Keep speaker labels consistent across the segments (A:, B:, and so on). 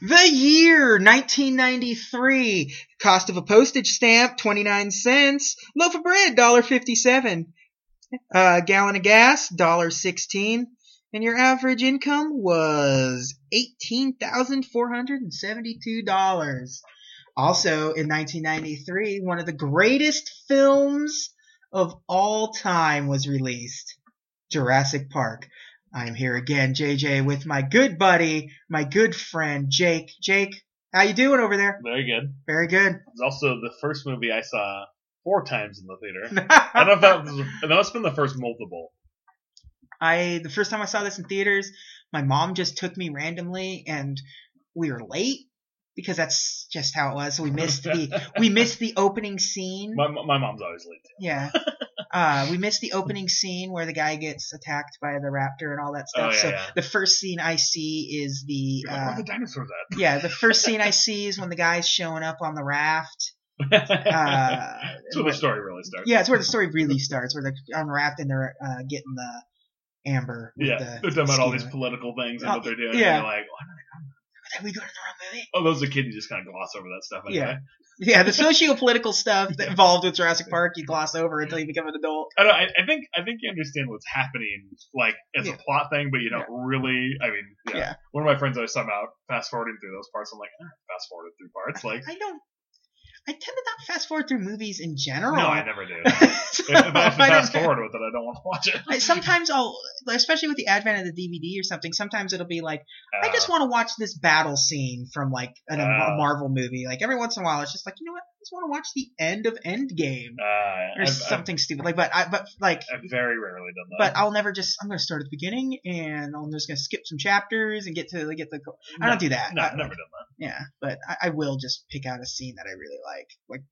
A: The year 1993. Cost of a postage stamp 29 cents. Loaf of bread $1.57. A gallon of gas $1.16. And your average income was $18,472. Also in 1993, one of the greatest films of all time was released Jurassic Park. I am here again, JJ, with my good buddy, my good friend, Jake. Jake, how you doing over there?
B: Very good.
A: Very good.
B: It's also the first movie I saw four times in the theater. I don't know if that, was, that must have been the first multiple.
A: I the first time I saw this in theaters, my mom just took me randomly, and we were late because that's just how it was. So we missed the we missed the opening scene.
B: My, my mom's always late.
A: Yeah. Uh, we missed the opening scene where the guy gets attacked by the raptor and all that
B: Oh,
A: stuff.
B: yeah,
A: so
B: yeah.
A: the first scene I see is the
B: You're like, "Oh where
A: uh,
B: are the dinosaurs at?
A: yeah the first scene I see is when the guy's showing up on the raft.
B: That's
A: Uh,
B: where the
A: when-
B: story really starts.
A: yeah, it's where the story really starts, where they're unwrapped and they're uh, getting the amber. with
B: Yeah,
A: the
B: they're talking about all
A: skin.
B: these political things and
A: Oh,
B: what they're doing.
A: yeah.
B: And you're like,
A: Did we go to the wrong movie?
B: oh, those are kids. You just kind of gloss over that stuff. Anyway.
A: Yeah. Yeah, the socio-political stuff that involved with Jurassic Park, you gloss over until you become an adult.
B: I, don't, I, I think I think you understand what's happening, like as
A: Yeah.
B: a plot thing, but you don't really. I mean, yeah.
A: Yeah.
B: One of my friends always talk about fast forwarding through those parts. I'm like, "Ah, fast forwarded through parts. Like,
A: I don't. I tend to not fast forward through movies in general.
B: no, I never do. if,
A: So,
B: if I have to
A: I don't-
B: fast forward with it, I don't want to watch it.
A: I- Sometimes I'll, especially with the advent of the DVD or something. Sometimes it'll be like, I just want to watch this battle scene from like an, a
B: Uh.
A: Marvel movie. Like every once in a while, it's just like, you know what? I just want to watch the end of Endgame
B: Uh,
A: or
B: I've, I've,
A: something stupid. Like, but I, but like,
B: I've very rarely done that.
A: but I'll never just. I'm gonna start at the beginning and I'm just gonna skip some chapters and get to like, get the. I
B: No,
A: don't do that.
B: No,
A: I-
B: I've never done that.
A: Yeah, but I, I will just pick out a scene that I really like, like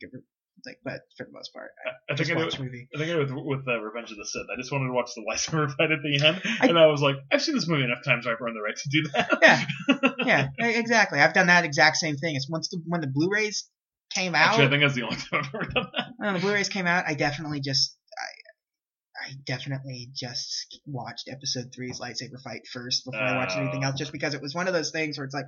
A: like. But for the most part, I
B: I
A: just
B: think I, do,
A: watch a movie.
B: I think I did with, with uh, Revenge of the Sith. I just wanted to watch the lightsaber fight at the end, and I was like, I've seen this movie enough times. I've earned the right to do that.
A: Yeah, yeah, e- exactly. I've done that exact same thing. It's once the when the Blu-rays came out,
B: Actually, I think that's the only time I've ever done that.
A: when the Blu-rays came out, I definitely just. I, I definitely just watched episode three's lightsaber fight first before I watched anything
B: Oh.
A: else, just because it was one of those things where it's like,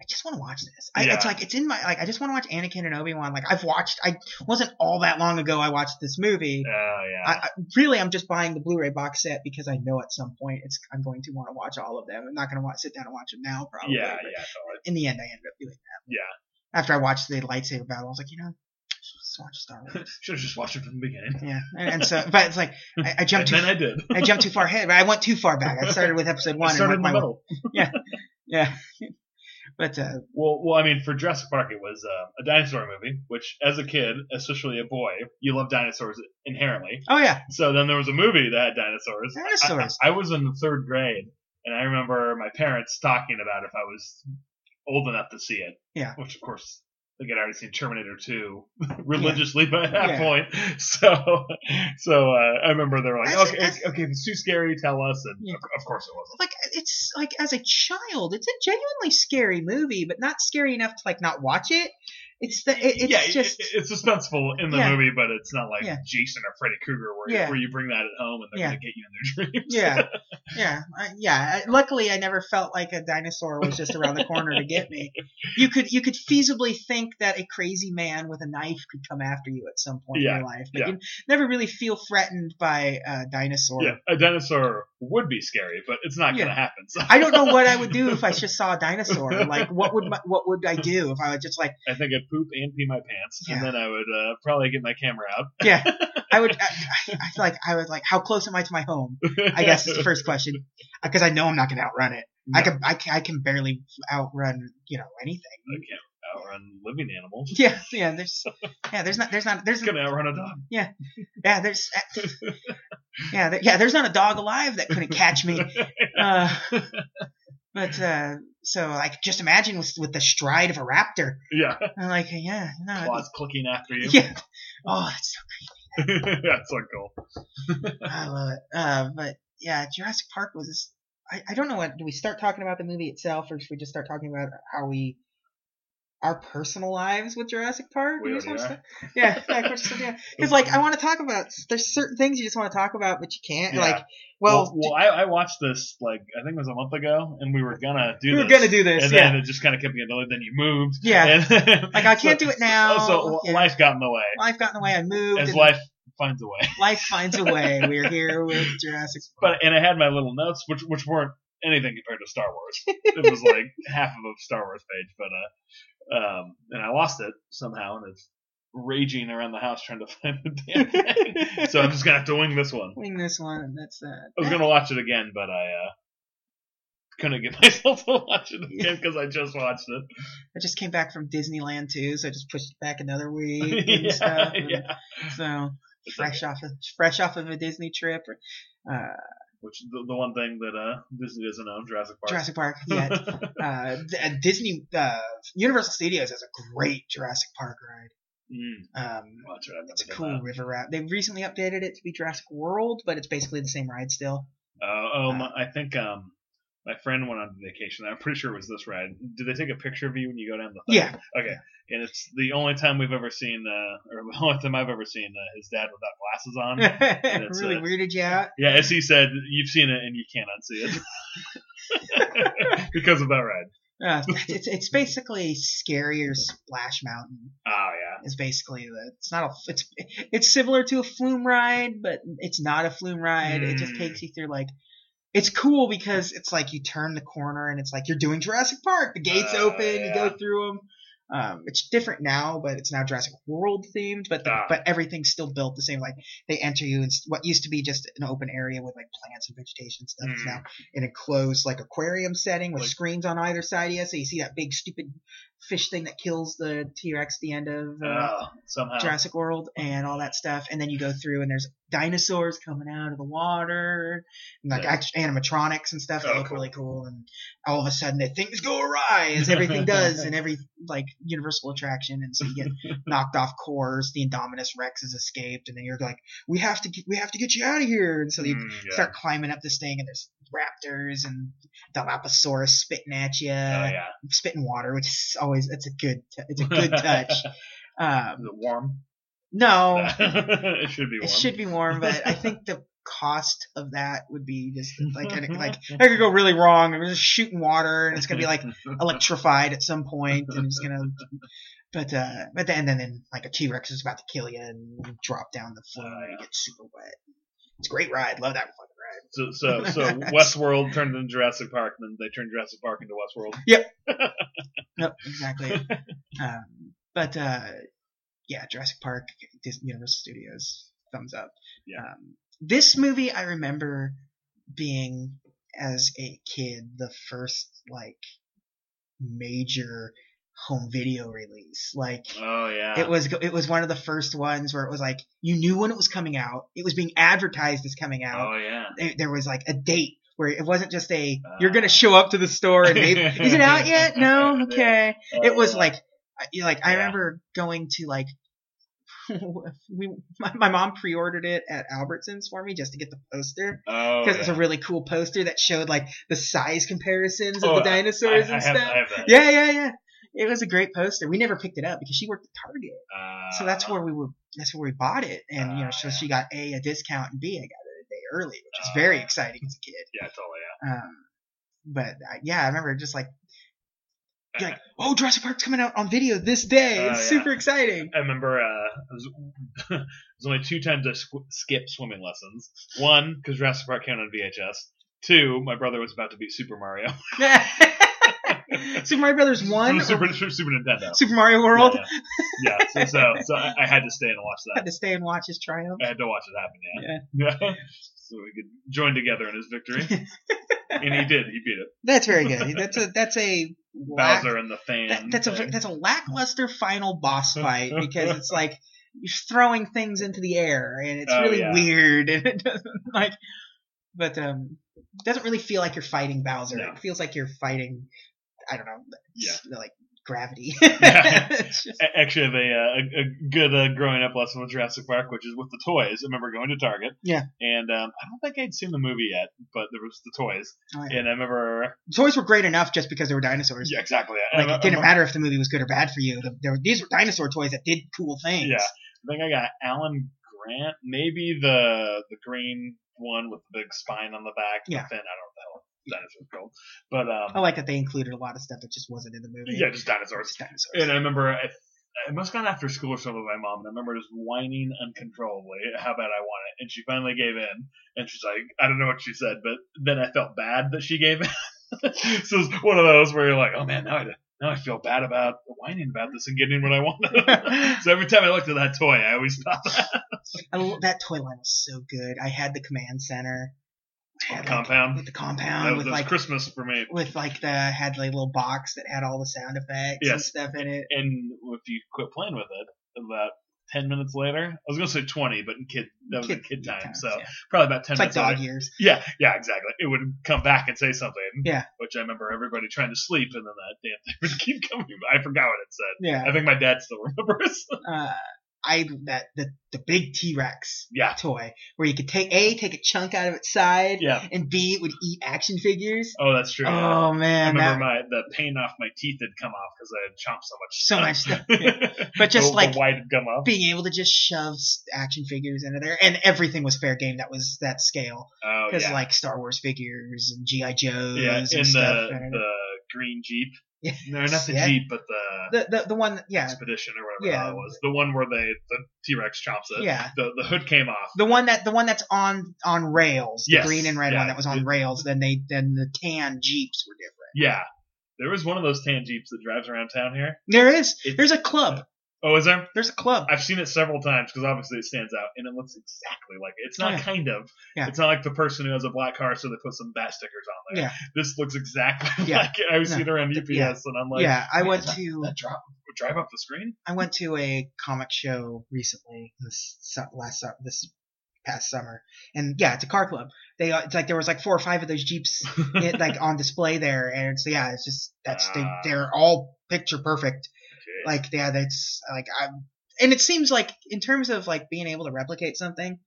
A: I just want to watch this. I, It's
B: Yeah.
A: like it's in my like I just want to watch Anakin and Obi Wan. Like I've watched, I wasn't all that long ago. I watched this movie.
B: Oh yeah.
A: I, I, really, I'm just buying the Blu-ray box set because I know at some point it's I'm going to want to watch all of them. I'm not going to want sit down and watch them now, probably.
B: yeah,
A: but
B: yeah, totally.
A: In the end, I ended up doing that. Yeah. After I watched the lightsaber battle, I was like, you know, just watch Star Wars.
B: Should have just watched it from the beginning.
A: yeah, and, and so, but it's like I, I
B: And
A: jumped too.
B: then I did.
A: I jumped too far ahead. But I went too far back. I started with episode one.
B: I started
A: and
B: in the
A: went my way.
B: middle.
A: Yeah. But uh,
B: Well, well, I mean, for Jurassic Park, it was uh, a dinosaur movie, which, as a kid, especially a boy, you love dinosaurs inherently.
A: oh yeah,
B: So then there was a movie that had dinosaurs. I-
A: dinosaurs.
B: I, I was in the third grade, and I remember my parents talking about if I was old enough to see it.
A: Yeah.
B: Which, of course, I think I'd already seen Terminator 2 religiously by that
A: Yeah.
B: point. So, so uh, I remember they were like,
A: That's-
B: okay,
A: that's-
B: okay, if it's too scary, tell us. And
A: Yeah.
B: of, of course it wasn't.
A: like it's like as a child, it's a genuinely scary movie, but not scary enough to like not watch it. It's the it, it's
B: yeah, it-
A: just
B: it- it's suspenseful in the
A: Yeah.
B: movie, but it's not like
A: Yeah.
B: Jason or Freddy Krueger where,
A: Yeah.
B: you, where you bring that at home and they're
A: Yeah.
B: going to get you in their dreams.
A: yeah, yeah, I- yeah. I- Luckily, I never felt like a dinosaur was just around the corner to get me. You could you could feasibly think that a crazy man with a knife could come after you at some point in
B: Yeah,
A: your life, but
B: yeah.
A: you never really feel threatened by a dinosaur.
B: yeah, a dinosaur would be scary, but it's not going
A: Yeah.
B: to happen. So
A: I don't know what I would do if I just saw a dinosaur. Like, what would my, what would I do if I was just like,
B: I think I'd poop and pee my pants, and
A: Yeah.
B: then I would uh, probably get my camera out.
A: yeah, I would, I, I, I feel like I was like, how close am I to my home? I guess is the first question because I know I'm not going to outrun it. I
B: No.
A: can, I can I can barely outrun you know anything.
B: I can't outrun living animals.
A: Yeah, yeah. There's yeah. There's not. There's not. There's
B: It's gonna outrun a dog.
A: yeah. There's uh, yeah. There, yeah. There's not a dog alive that couldn't catch me. Uh, but uh, so like just imagine with with the stride of a raptor.
B: yeah,
A: I'm like yeah. No, it'd be-
B: claws clicking after you.
A: yeah. Oh, that's
B: That's so cool.
A: so, I love it. Uh, but yeah, Jurassic Park was. This, I I don't know what. Do we start talking about the movie itself, or should we just start talking about how we our personal lives with Jurassic Park.
B: We
A: just
B: already
A: wanna st- Yeah, like, we're just- yeah. It's like I want to talk about. There's certain things you just want to talk about, but you can't.
B: Yeah.
A: Like, well,
B: well, I, I watched this like I think it was a month ago, and we were gonna do
A: we were
B: this,
A: gonna do this.
B: and
A: Yeah,
B: then it just kind of kept getting delayed. Then you moved,
A: Yeah.
B: And
A: like I can't do it now.
B: Also, li-
A: Yeah.
B: life got in the way.
A: life got in the way. I moved.
B: As
A: and
B: life finds a way,
A: life finds a way. We're here with Jurassic Park.
B: but and I had my little notes, which which weren't anything compared to Star Wars. it was like half of a Star Wars page, but uh, um, and I lost it somehow, and it's raging around the house trying to find the damn thing. so I'm just gonna have to wing this one.
A: Wing this one, and that's that.
B: I was gonna watch it again, but I uh, couldn't get myself to watch it again because I just watched it.
A: I just came back from Disneyland too, so I just pushed it back another week and
B: yeah,
A: stuff. and
B: yeah.
A: So fresh off of fresh off of a Disney trip, uh,
B: Which the, the one thing that uh, Disney doesn't own, Jurassic Park.
A: Jurassic Park. Yeah, uh, th- uh, Disney uh, Universal Studios has a great Jurassic Park ride.
B: Mm,
A: Um,
B: well, that's right, I've never
A: it's a
B: done
A: cool
B: that.
A: river ride. They recently updated it to be Jurassic World, but it's basically the same ride still.
B: Uh, oh, my, I think um, my friend went on vacation. I'm pretty sure it was this ride. Did they take a picture of you when you go down the? thing?
A: Yeah,
B: Okay. And it's the only time we've ever seen, uh, or the only time I've ever seen uh, his dad without glasses on.
A: it really
B: it.
A: weirded you out.
B: yeah, as he said, you've seen it and you can't unsee it because of that ride.
A: Uh, it's it's basically scarier Splash Mountain.
B: Oh yeah.
A: is basically the it's not a it's it's similar to a flume ride, but it's not a flume ride. It just
B: Mm.
A: takes you through like it's cool because it's like you turn the corner and it's like you're doing Jurassic Park. The gates
B: Uh,
A: open, you
B: yeah.
A: go through them. Um, it's different now, but it's now Jurassic World themed. But the,
B: Ah.
A: but everything's still built the same. Like they enter you in s- what used to be just an open area with like plants and vegetation and stuff. It's
B: Mm.
A: now an enclosed like aquarium setting with
B: Like-
A: screens on either side of you, so you see that big stupid fish thing that kills the T Rex at the end of uh,
B: Oh, somehow.
A: Jurassic World and all that stuff, and then you go through and there's dinosaurs coming out of the water, and like
B: Yeah.
A: act- animatronics and stuff that
B: Oh,
A: look
B: cool.
A: really cool. And all of a sudden, the things go awry as everything does in every like Universal attraction, and so you get knocked off course. The Indominus Rex has escaped, and then you're like, we have to get, we have to get you out of here, and so you
B: Mm, yeah.
A: start climbing up this thing, and there's raptors and Dilophosaurus spitting at you,
B: Oh yeah.
A: spitting water, which is always it's a good t- it's a good touch. Um,
B: Is it warm?
A: no,
B: it should be warm.
A: Oh. it should be warm, but I think the cost of that would be just like and it- like that could go really wrong. We're just shooting water, and it's gonna be like electrified at some point, and it's gonna. But uh, but then and then like a T Rex is about to kill you, and you drop down the floor,
B: Oh,
A: and you get super wet. It's a great ride. Love that fucking ride.
B: so, so so Westworld turned into Jurassic Park, and then they turned Jurassic Park into Westworld.
A: Yep, exactly. um, but uh, yeah, Jurassic Park, Disney Universal Studios, thumbs up.
B: Yeah.
A: Um, this movie I remember being as a kid the first like major home video release. Like
B: Oh yeah.
A: it was it was one of the first ones where it was like you knew when it was coming out. It was being advertised as coming out
B: Oh yeah.
A: it, there was like a date where it wasn't just a you're gonna
B: Ah.
A: show up to the store and maybe is it out yet? No, okay. It was
B: Oh,
A: like I- you like I
B: Yeah.
A: remember going to like we my, my mom pre-ordered it at Albertsons for me just to get the poster
B: Oh.
A: because it's
B: yeah.
A: a really cool poster that showed like the size comparisons of
B: Oh,
A: the dinosaurs
B: I, I
A: and stuff.
B: have, I have that.
A: yeah, yeah, yeah. It was a great poster. We never picked it up because she worked at Target
B: Uh,
A: so that's where we would that's where we bought it and you know
B: Ah,
A: so
B: yeah.
A: she got a a discount and b i got it a day early which is very
B: Uh.
A: exciting as a kid
B: Yeah, totally.
A: um but uh, yeah i remember just like you're like oh jurassic park's coming out on video this day
B: Oh,
A: it's
B: yeah.
A: super exciting
B: I remember uh, I was, it was only two times I squ- skipped swimming lessons. One, because Jurassic Park came out on VHS. Two, my brother was about to beat Super Mario.
A: super mario brothers 1 or
B: Super, Super, Super Nintendo.
A: super mario world
B: Yeah, yeah. Yeah, so, so, so I, I had to stay and watch
A: had
B: that.
A: to stay and watch his triumph
B: I had to watch it happen, yeah. Yeah. so we could join together in his victory. and he did. He beat it.
A: that's very good that's a that's a lack-
B: Bowser and the fan.
A: that, that's a
B: thing.
A: that's a lackluster final boss fight because it's like you're throwing things into the air and it's
B: Oh,
A: really
B: yeah.
A: weird and it doesn't like but um it doesn't really feel like you're fighting Bowser.
B: No.
A: It feels like you're fighting I don't know
B: Yeah.
A: s- like gravity.
B: Yeah.
A: It's just-
B: A- Actually, have a, uh, a, a good uh, growing up lesson with Jurassic Park, which is with the toys. I remember going to Target.
A: Yeah.
B: And um, I don't think I'd seen the movie yet, but there was the toys.
A: Oh, yeah.
B: And I remember.
A: Toys were great enough just because they were dinosaurs.
B: Yeah, Uh, exactly. I-
A: Like
B: I,
A: it didn't
B: I-
A: matter if the movie was good or bad for you. The- there were- these were dinosaur toys that did cool things.
B: Yeah. I think I got Alan Grant, maybe the the green one with the big spine on the back.
A: Yeah.
B: The fin. I don't know what that one. Dinosaur called. But um,
A: I like that they included a lot of stuff that just wasn't in the movie.
B: yeah, just dinosaurs.
A: It's dinosaurs.
B: And I remember I, I must have gone after school or something with my mom, and I remember just whining uncontrollably how bad I want it. And she finally gave in, and she's like, I don't know what she said, but then I felt bad that she gave in. so it's one of those where you're like, oh man, now I, now I feel bad about whining about this and getting what I wanted. so every time I looked at that toy, I always thought that.
A: I lo- that toy line was so good. I had the command center. I had, like,
B: Compound.
A: with the
B: That
A: compound
B: was,
A: with
B: that was
A: like
B: Christmas for me.
A: with like the had like little box that had all the sound effects and
B: Yes.
A: stuff in it.
B: And if you quit playing with it, about 10 minutes later, I was going to say 20, but in kid, that was in kid time.
A: times,
B: so
A: yeah.
B: probably about 10
A: it's like
B: minutes later.
A: dog years.
B: Yeah, yeah, exactly. It would come back and say something.
A: Yeah.
B: Which I remember everybody trying to sleep, and then that damn thing would keep coming. I forgot what it said.
A: Yeah,
B: I think my dad still remembers.
A: uh, I that the the big T Rex
B: yeah,
A: toy where you could take a take a chunk out of its side
B: yeah.
A: and b it would eat action figures.
B: Oh, that's true.
A: Oh
B: I
A: man,
B: remember
A: that
B: my the paint off my teeth had come off because I had chomped so much.
A: so much stuff. Yeah.
B: stuff.
A: But just
B: the,
A: like
B: the white had come off.
A: being able to just shove s- action figures into there, and everything was fair game. That was that scale
B: Oh
A: because
B: yeah,
A: like Star Wars figures and GI Joes
B: yeah.
A: and
B: In the
A: stuff. and-
B: the green jeep.
A: Yeah.
B: No, not the
A: Yeah.
B: jeep, but the,
A: the, the the one yeah
B: expedition or whatever
A: Yeah.
B: that was. The one where they the T Rex chomps it.
A: yeah
B: The the hood came off.
A: the one that the one that's on on rails the
B: Yes,
A: green and red
B: yeah.
A: one that was on
B: It-
A: rails then they then the tan jeeps were different
B: Yeah. There was one of those tan jeeps that drives around town here.
A: there is
B: It's-
A: there's a club
B: Oh, is there?
A: there's a club
B: I've seen it several times because obviously it stands out, and it looks exactly like it. It's not
A: Oh, yeah.
B: kind of.
A: Yeah.
B: It's not like the person who has a black car, so they put some bat stickers on there.
A: Yeah.
B: This looks exactly
A: Yeah.
B: like it. I was
A: No.
B: seeing around UPS,
A: Yeah.
B: and I'm like,
A: yeah I
B: wait,
A: went
B: is that-
A: to
B: that drop would drive up the screen.
A: I went to a comic show recently this su- last su- this past summer and yeah it's a car club they uh, it's like there was like four or five of those jeeps it, like on display there and so yeah it's just that's they,
B: Ah.
A: they're all picture perfect
B: Jeez.
A: like yeah that's like i'm and it seems like in terms of like being able to replicate something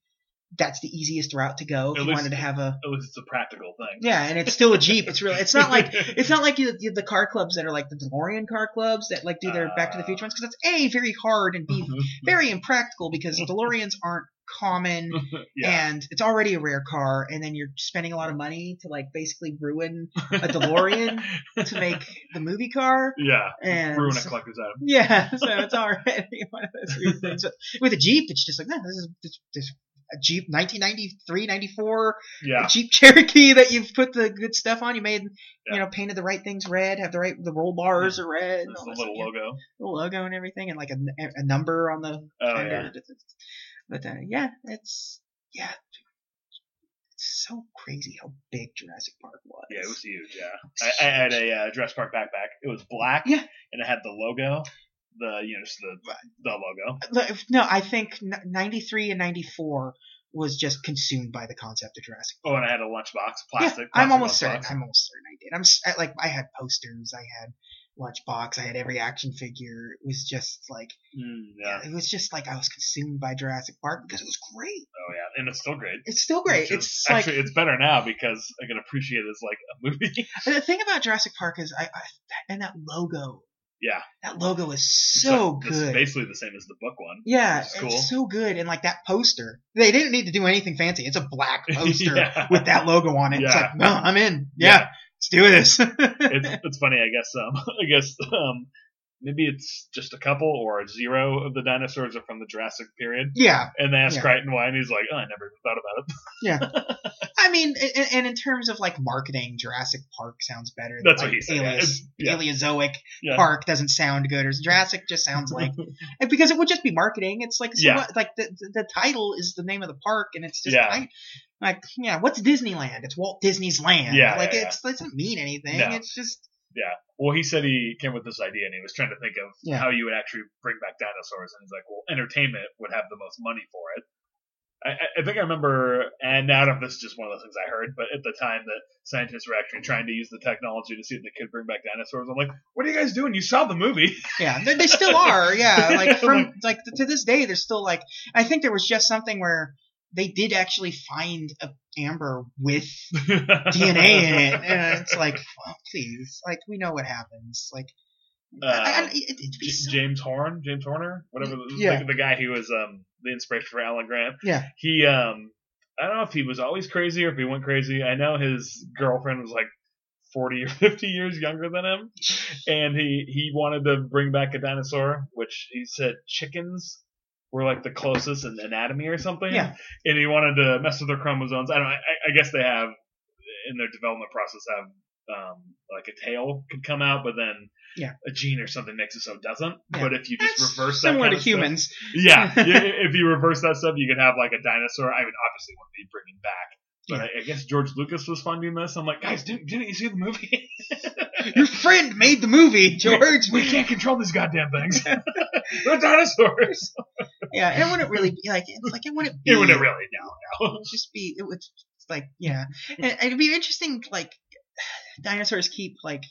A: that's the easiest route to go if
B: At
A: you
B: least-
A: wanted to have a
B: At least it's a practical thing.
A: yeah and it's still a jeep it's really it's not like it's not like you, you, the car clubs that are like the DeLorean car clubs that like do their Back to the
B: Ah.
A: Future ones because it's a very hard and
B: Mm-hmm.
A: b very impractical because DeLoreans aren't common
B: yeah.
A: and it's already a rare car and then you're spending a lot of money to like basically ruin a DeLorean to make the movie car
B: yeah.
A: and
B: Ruin a
A: so-
B: collector's item.
A: yeah, so it's already one of those weird things. But with a Jeep, it's just like, no, this is this, this, a Jeep 1993, 94,
B: Yeah.
A: Jeep Cherokee that you've put the good stuff on. You made, you
B: Yeah.
A: know, painted the right things red, have the right, the roll bars are red, and
B: There's
A: all
B: the
A: that
B: little
A: stuff,
B: logo.
A: yeah. Little logo and everything, and like a, a number on the
B: Oh
A: fender.
B: yeah.
A: But uh, yeah, it's, yeah. It's so crazy how big Jurassic Park was.
B: Yeah, it was huge. Yeah, I, I had a uh, dress park backpack. It was black.
A: Oh, Yeah.
B: and it had the logo, the you know just the the logo.
A: Look, if- No, I think n- 93 and 94 was just consumed by the concept of Jurassic
B: Oh, and I had a lunchbox, plastic.
A: yeah,
B: plastic
A: I'm almost certain.
B: lunchbox.
A: I'm almost certain I did. I'm s- I, like I had posters, I had lunchbox, I had every action figure. It was just like
B: Mm, yeah.
A: it was just like I was consumed by Jurassic Park because it was great.
B: Oh yeah, and it's still great.
A: It's still great.
B: Which is-
A: It's like
B: actually it's better now because I can appreciate it as like a movie.
A: the thing about Jurassic Park is I, I and that logo.
B: Yeah.
A: That logo is
B: It's
A: so
B: like the-
A: good.
B: basically the same as the book one.
A: yeah,
B: It's cool.
A: it's so good, and like that poster, they didn't need to do anything fancy. It's a black poster
B: Yeah.
A: with that logo on it. It's
B: Yeah.
A: like, no, I'm in. Yeah, let's do this.
B: it's it's funny. I guess um I guess um maybe it's just a couple or zero of the dinosaurs are from the Jurassic period.
A: yeah,
B: And they asked
A: Yeah.
B: Crichton why, and he's like, "Oh, I never even thought about it."
A: I mean, and, and in terms of like marketing, Jurassic Park sounds better.
B: That's
A: than,
B: what he said. yeah.
A: like,
B: It's- yeah.
A: Paleoz- Paleozoic
B: Yeah.
A: Park doesn't sound good, or Jurassic just sounds like and because it would just be marketing. It's like so
B: Yeah.
A: what, like the, the the title is the name of the park, and it's just
B: Yeah.
A: I, like yeah, what's Disneyland? It's Walt Disney's land.
B: Yeah,
A: like
B: yeah,
A: it's it doesn't mean anything.
B: No.
A: It's just
B: Well, he said he came with this idea and he was trying to think of
A: Yeah.
B: how you would actually bring back dinosaurs. And he's like, well, entertainment would have the most money for it. I- I, I think I remember, and now this is just one of those things I heard, but at the time that scientists were actually trying to use the technology to see if they could bring back dinosaurs, I'm like, what are you guys doing? You saw the movie.
A: Yeah, they, they still are. Yeah, like from like to this day, they're still like. I think there was just something where they did actually find a amber with DNA in it, and it's like, oh, please, like we know what happens. Like,
B: Uh,
A: I, I, it, it'd be
B: J-
A: so,
B: James Horn, James Horner, whatever. The,
A: Yeah.
B: the, the guy who was um, the inspiration for Alan Grant.
A: Yeah.
B: He, um, I don't know if he was always crazy or if he went crazy. I know his girlfriend was like forty or fifty years younger than him, and he he wanted to bring back a dinosaur, which he said chickens were like the closest in anatomy or something.
A: Yeah.
B: And he wanted to mess with their chromosomes. I don't. I, I guess they have in their development process have. Um, like a tail could come out, but then a gene or something makes it so it doesn't.
A: Yeah.
B: But if you just
A: That's
B: reverse that
A: similar
B: kind
A: to
B: of
A: humans.
B: stuff, yeah, i- if you reverse that stuff, you could have like a dinosaur. I mean, obviously, it wouldn't be bringing back. But I, I guess George Lucas was funding this. I'm like, guys, didn't, didn't you see the movie?
A: Your friend made the movie, George.
B: we can't control these goddamn things. They're dinosaurs.
A: Yeah, and it wouldn't really be like it- like it wouldn't be.
B: It wouldn't really
A: It
B: now.
A: would just be it would it's like yeah, and it'd be interesting like dinosaurs keep like.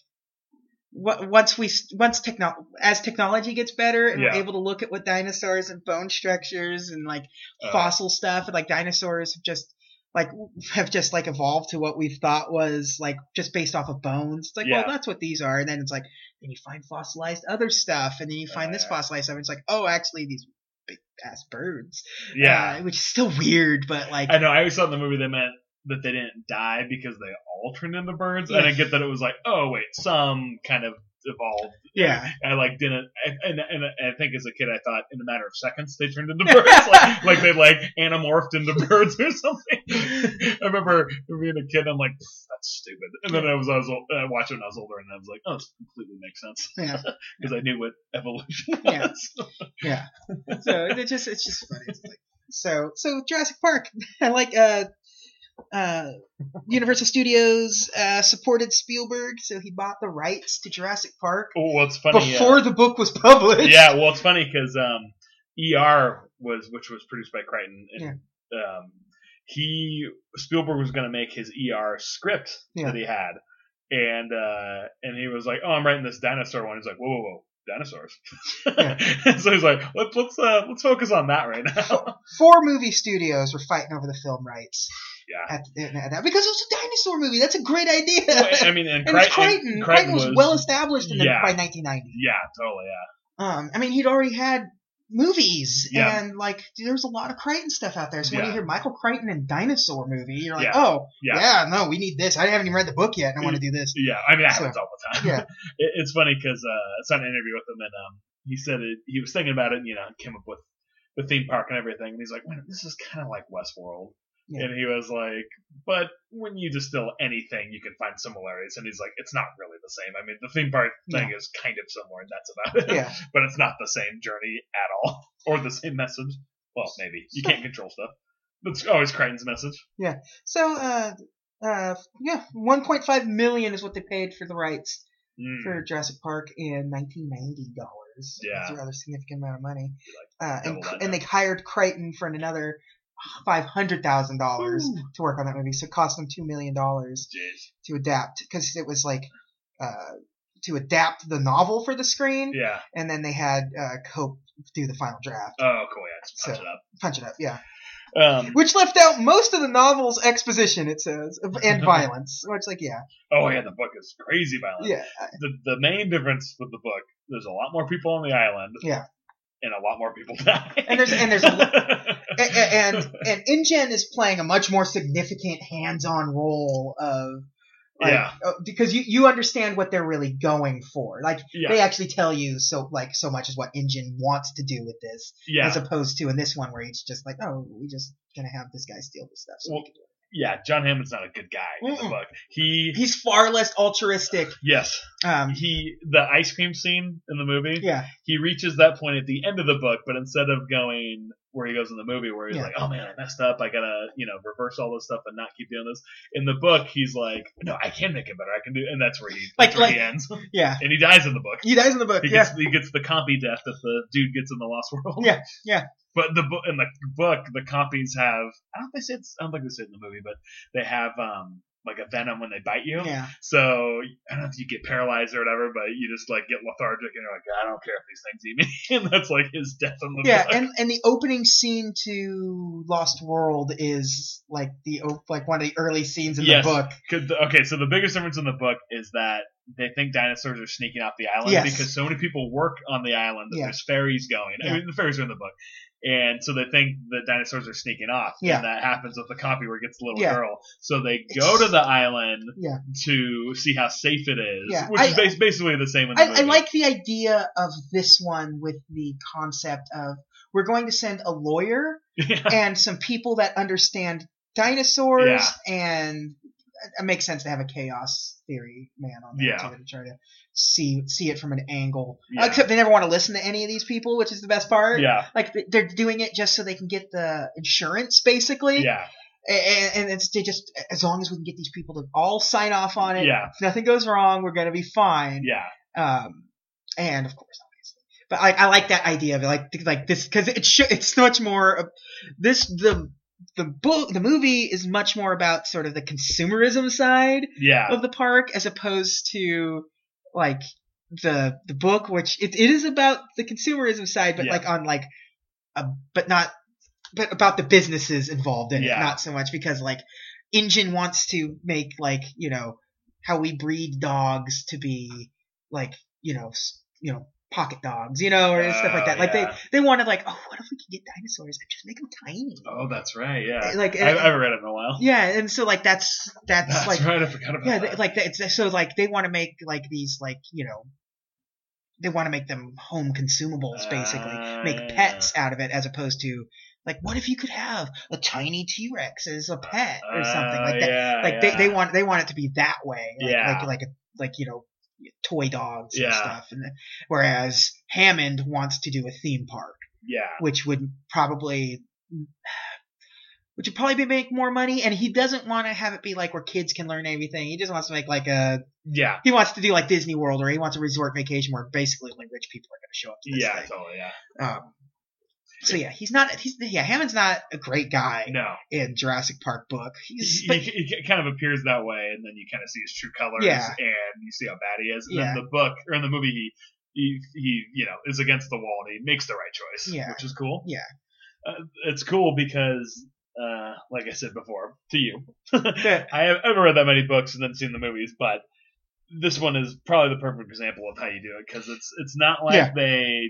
A: what- Once we once techno as technology gets better and
B: Yeah.
A: we're able to look at what dinosaurs and bone structures and like
B: Uh,
A: fossil stuff and like dinosaurs have just like have just like evolved to what we thought was like just based off of bones. It's like,
B: Yeah.
A: well, that's what these are. And then it's like, then you find fossilized other stuff, and then you find
B: Uh,
A: this
B: yeah.
A: fossilized stuff. And it's like, oh, actually, these big ass birds.
B: yeah,
A: Uh, which is still weird, but like,
B: I know. I always thought in the movie they meant that they didn't die because they all turned into birds. I
A: Yeah.
B: didn't get that it was like, oh wait, some kind of evolved
A: yeah,
B: I like didn't, I- and, and I think as a kid I thought in a matter of seconds they turned into birds, like, like they like anamorphed into birds or something. I remember being a kid, I'm like, "Pff, that's stupid. And then I was, I was old, I watched it when I was older, and I was like, oh, this completely makes sense
A: yeah,
B: because I knew what evolution
A: Yeah.
B: was.
A: yeah. so it just it's just funny. It's like, so so Jurassic Park. I like uh uh Universal Studios uh supported Spielberg, so he bought the rights to Jurassic Park.
B: well, it's funny. uh,
A: before the book was published.
B: yeah, well, it's funny because um, ER was, which was produced by Crichton, and um, he Spielberg was going to make his ER script
A: Yeah.
B: that he had, and uh, and he was like, "Oh, I'm writing this dinosaur one." He's like, "Whoa, whoa, whoa, dinosaurs!" And so he's like, "Let's let's uh, let's focus on that right now."
A: Four movie studios were fighting over the film rights.
B: Yeah.
A: At, at that, because it was a dinosaur movie. That's a great idea.
B: I mean,
A: and
B: and,
A: it was
B: Crichton,
A: Crichton.
B: and
A: Crichton was, well established in the,
B: Yeah.
A: by 1990.
B: Yeah, totally. Yeah,
A: Um, I mean, he'd already had movies,
B: Yeah.
A: and like there was a lot of Crichton stuff out there. So when
B: Yeah.
A: you hear Michael Crichton and dinosaur movie, you're like,
B: Yeah.
A: oh
B: yeah. Mm.
A: yeah. no, we need this. I haven't even read the book yet, and I want to do this.
B: Yeah, I mean, I
A: So,
B: happens all the time.
A: yeah.
B: it, it's funny because uh, I saw an interview with him, and um, he said it, he was thinking about it, and you know, came up with the theme park and everything, and he's like, "Wait, this is kind of like Westworld."
A: Yeah.
B: And he was like, "But when you distill anything, you can find similarities." And he's like, "It's not really the same. I mean, the theme park thing is kind of similar, and that's about it.
A: Yeah,
B: but it's not the same journey at all, or the same message. Well, maybe you can't control stuff. That's always Crichton's message.
A: so uh, uh, yeah, 1.5 million is what they paid for the rights.
B: Mm.
A: for Jurassic Park in 1990 dollars.
B: Yeah.
A: it's a rather significant amount of money. Uh,
B: double
A: and
B: that
A: and they hired Crichton for another five hundred thousand dollars
B: Ooh.
A: to work on that movie. So it cost them two million dollars
B: Jeez.
A: to adapt because it was like uh, to adapt the novel for the screen,
B: Yeah.
A: and then they had uh, Cope do the final draft,
B: Oh, cool. Yeah, just punch
A: So-
B: it up.
A: punch it up, yeah.
B: Um,
A: Which left out most of the novel's exposition, it says, and violence. Which, like, yeah,
B: Oh yeah, the book is crazy violent.
A: yeah,
B: The the main difference with the book, there's a lot more people on the island.
A: Yeah.
B: And a lot more people die.
A: And there's- and there's a eh, A- a- and and InGen is playing a much more significant hands-on role of like,
B: Yeah.
A: uh, because you you understand what they're really going for like
B: yeah,
A: they actually tell you so like so much is what InGen wants to do with this
B: yeah,
A: as opposed to in this one where it's just like oh we just gonna have this guy steal this stuff so we
B: Well,
A: can do it.
B: yeah. John Hammond's not a good guy in the
A: Mm-mm.
B: book. He
A: he's far less altruistic
B: yes,
A: um
B: he the ice cream scene in the movie.
A: yeah
B: He reaches that point at the end of the book, but instead of going where he goes in the movie where he's
A: Yeah.
B: like, "Oh man, I messed up. I gotta you know reverse all this stuff and not keep doing this." In the book, he's like, "No, I can make it better. I can do," and that's where he
A: Like-
B: that's where he
A: like-
B: ends,
A: Yeah.
B: and he dies in the book.
A: He dies in the book.
B: He
A: yeah.
B: gets he gets the compy death if the dude gets in the Lost World.
A: Yeah, yeah.
B: But the book in the book, the compies have I don't think they said I don't think they said it in the movie, but they have um like a venom when they bite you.
A: Yeah.
B: So I don't know if you get paralyzed or whatever, but you just like get lethargic and you're like, I don't care if these things eat me, and that's like his death in the
A: Yeah,
B: book.
A: and, and the opening scene to Lost World is like the op- like one of the early scenes in
B: Yes.
A: the book.
B: Could the- okay, so the biggest difference in the book is that they think dinosaurs are sneaking off the island
A: Yes.
B: because so many people work on the island that
A: Yeah.
B: there's ferries going. I
A: Yeah.
B: mean, the ferries are in the book. And so they think the dinosaurs are sneaking off.
A: Yeah.
B: And that happens with the copy where it gets the little
A: Yeah.
B: girl. So they go to the island
A: Yeah.
B: to see how safe it is,
A: Yeah,
B: which
A: I-
B: is bas- basically the same in the
A: I, I
B: movie.
A: like the idea of this one with the concept of we're going to send a lawyer
B: Yeah.
A: and some people that understand dinosaurs,
B: Yeah.
A: and uh, it makes sense to have a chaos theory man on that
B: Yeah.
A: too, to try to see see it from an angle.
B: Yeah.
A: Except they never want to listen to any of these people, which is the best part.
B: yeah.
A: Like they- they're doing it just so they can get the insurance, basically.
B: Yeah.
A: A- And, and it's they just as long as we can get these people to all sign off on it,
B: Yeah.
A: if nothing goes wrong, we're gonna be fine.
B: Yeah.
A: Um, and of course, obviously, but I, I like that idea of it, like like this because it sh- it's much more of- this the the book the movie is much more about sort of the consumerism side
B: Yeah.
A: of the park as opposed to like the the book which it, it is about the consumerism side but
B: Yeah.
A: like on like a, but not but about the businesses involved in
B: Yeah.
A: it not so much because like engine wants to make like you know how we breed dogs to be like you know s- you know pocket dogs you know or stuff like
B: Oh,
A: that like
B: yeah.
A: they they wanted like oh what if we could get dinosaurs and just make them tiny
B: Oh, that's right. Yeah.
A: like
B: I, I haven't read it in a while.
A: yeah and so like that's that's,
B: That's
A: like
B: right. I forgot about
A: yeah,
B: that.
A: they, like that. it's- So like they want to make like these like you know, they want to make them home consumables basically,
B: Ah,
A: make
B: yeah.
A: pets out of it as opposed to like what if you could have a tiny T Rex as a pet or something
B: Ah,
A: like that.
B: Yeah,
A: like
B: yeah.
A: they, they want they want it to be that way. Like,
B: Yeah.
A: like like a, like you know. Toy dogs and
B: Yeah.
A: stuff, and then- whereas Hammond wants to do a theme park,
B: Yeah.
A: which would probably, which would probably be make more money, and he doesn't want to have it be like where kids can learn everything. He just wants to make like a
B: Yeah.
A: he wants to do like Disney World or he wants a resort vacation where basically only rich people are going to show up to this
B: Yeah.
A: thing.
B: Totally. Yeah.
A: Um, so yeah, he's not. He's yeah. Hammond's not a great guy
B: No.
A: in Jurassic Park book.
B: He,
A: He's but,
B: he- he kind of appears that way, and then you kind of see his true colors,
A: Yeah.
B: and you see how bad he is. And
A: Yeah.
B: then the book or in the movie, he, he he you know is against the wall, and he makes the right choice,
A: Yeah.
B: which is cool.
A: Yeah.
B: Uh, it's cool because, uh, like I said before to you, I have ever read that many books and then seen the movies, but this one is probably the perfect example of how you do it because it's it's not like
A: Yeah.
B: they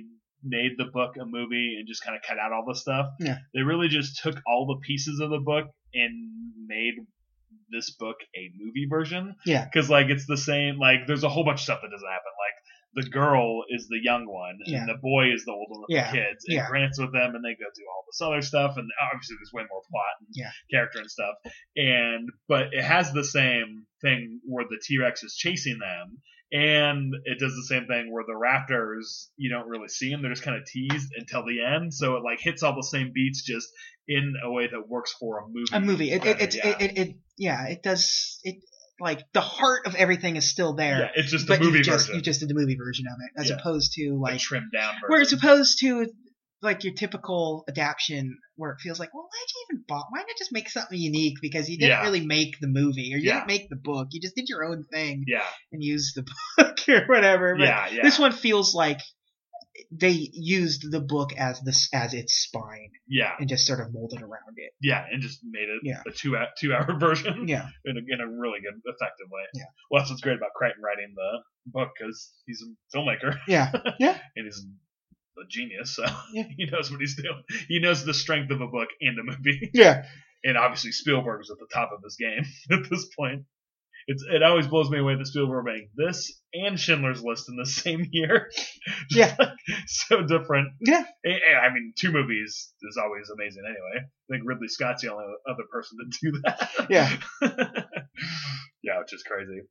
B: made the book a movie and just kind of cut out all the stuff.
A: Yeah.
B: They really just took all the pieces of the book and made this book a movie version.
A: Yeah.
B: Because like it's the same. Like there's a whole bunch of stuff that doesn't happen. Like the girl is the young one
A: Yeah.
B: and the boy is the old one with
A: Yeah.
B: the kids. And
A: Yeah.
B: Grant's with them and they go do all this other stuff. And obviously there's way more plot and
A: Yeah.
B: character and stuff and but it has the same thing where the T-Rex is chasing them and it does the same thing where the raptors you don't really see them they're just kind of teased until the end so it like hits all the same beats just in a way that works for a movie
A: a movie. It it,
B: better,
A: it, it, it, it yeah. It does it like the heart of everything is still there,
B: Yeah, it's just the
A: but
B: movie
A: you just
B: version
A: you just did the movie version of it as
B: Yeah.
A: opposed to
B: the
A: like
B: trimmed down version
A: where it's opposed to like your typical adaptation where it feels like, well, why'd you even bother? Why not just make something unique? Because you didn't
B: Yeah.
A: really make the movie or you
B: Yeah.
A: didn't make the book. You just did your own thing
B: yeah
A: and used the book or whatever. But
B: yeah yeah
A: This one feels like they used the book as this as its spine
B: yeah
A: and just sort of molded around it.
B: yeah and just made it
A: Yeah.
B: a two hour, two hour version
A: Yeah.
B: in a, in a really good, effective way.
A: Yeah.
B: Well, that's what's great about Crichton writing the book because he's a filmmaker.
A: Yeah. Yeah.
B: and he's a genius, so
A: Yeah.
B: he knows what he's doing. He knows the strength of a book and a movie.
A: Yeah.
B: And obviously, Spielberg's at the top of his game at this point. It's, it always blows me away that Spielberg made this and Schindler's List in the same year.
A: Yeah.
B: so different.
A: Yeah.
B: And- and, I mean, two movies is always amazing anyway. I think Ridley Scott's the only other person to do that
A: Yeah.
B: yeah, which is crazy.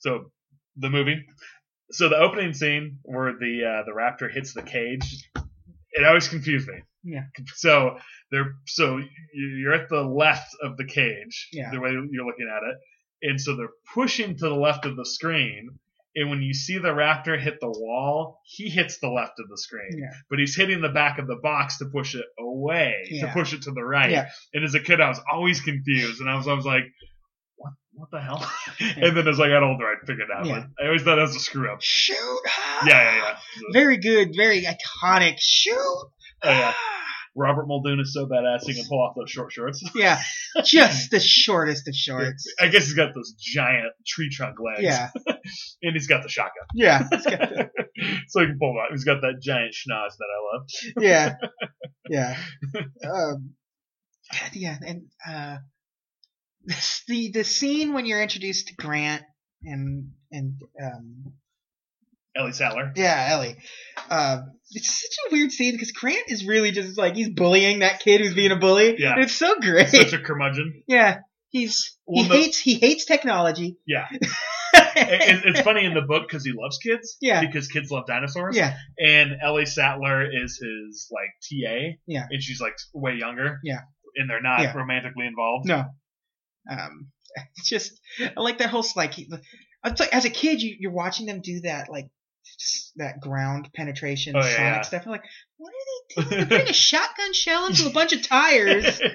B: So the movie. So the opening scene where the uh, the raptor hits the cage It always confused me.
A: Yeah.
B: So they're so you- you're at the left of the cage.
A: Yeah.
B: The way you're looking at it, and so they're pushing to the left of the screen. And when you see the raptor hit the wall, he hits the left of the screen,
A: Yeah.
B: but he's hitting the back of the box to push it away,
A: Yeah.
B: to push it to the right.
A: Yeah.
B: And as a kid, I was always confused, and I was always like, "What? What the hell?" and then as I got older, I figured it out.
A: Yeah.
B: But I always thought that was a screw up.
A: Shoot! ah!
B: Yeah, yeah, yeah.
A: Very good, very iconic. Shoot!
B: Oh, yeah.
A: ah!
B: Robert Muldoon is so badass he can pull off those short shorts.
A: Yeah, just the shortest of shorts.
B: I guess he's got those giant tree trunk legs.
A: Yeah,
B: And he's got the shotgun.
A: yeah, it's got the-
B: So he can pull it off. He's got that giant schnoz that I love.
A: yeah, yeah. Um, God, yeah, and uh, this, the the scene when you're introduced to Grant and and um,
B: Ellie Sattler.
A: yeah, Ellie. Uh, it's such a weird scene because Grant is really just like he's bullying that kid who's being a bully.
B: Yeah.
A: it's so great.
B: Such a curmudgeon.
A: yeah, he's he
B: Well, the-
A: hates he hates technology.
B: Yeah. It- it- it's funny in the book because he loves kids.
A: Yeah.
B: Because kids love dinosaurs.
A: yeah,
B: And Ellie Sattler is his, like, TA.
A: Yeah.
B: And she's, like, way younger.
A: Yeah.
B: And they're not
A: Yeah.
B: romantically involved.
A: No. Um, it's just I like that whole like. It's like as a kid, you, you're watching them do that like s- that ground penetration
B: Oh,
A: sonic
B: yeah.
A: stuff. You're like, what are they doing? They're putting a shotgun shell into a bunch of tires.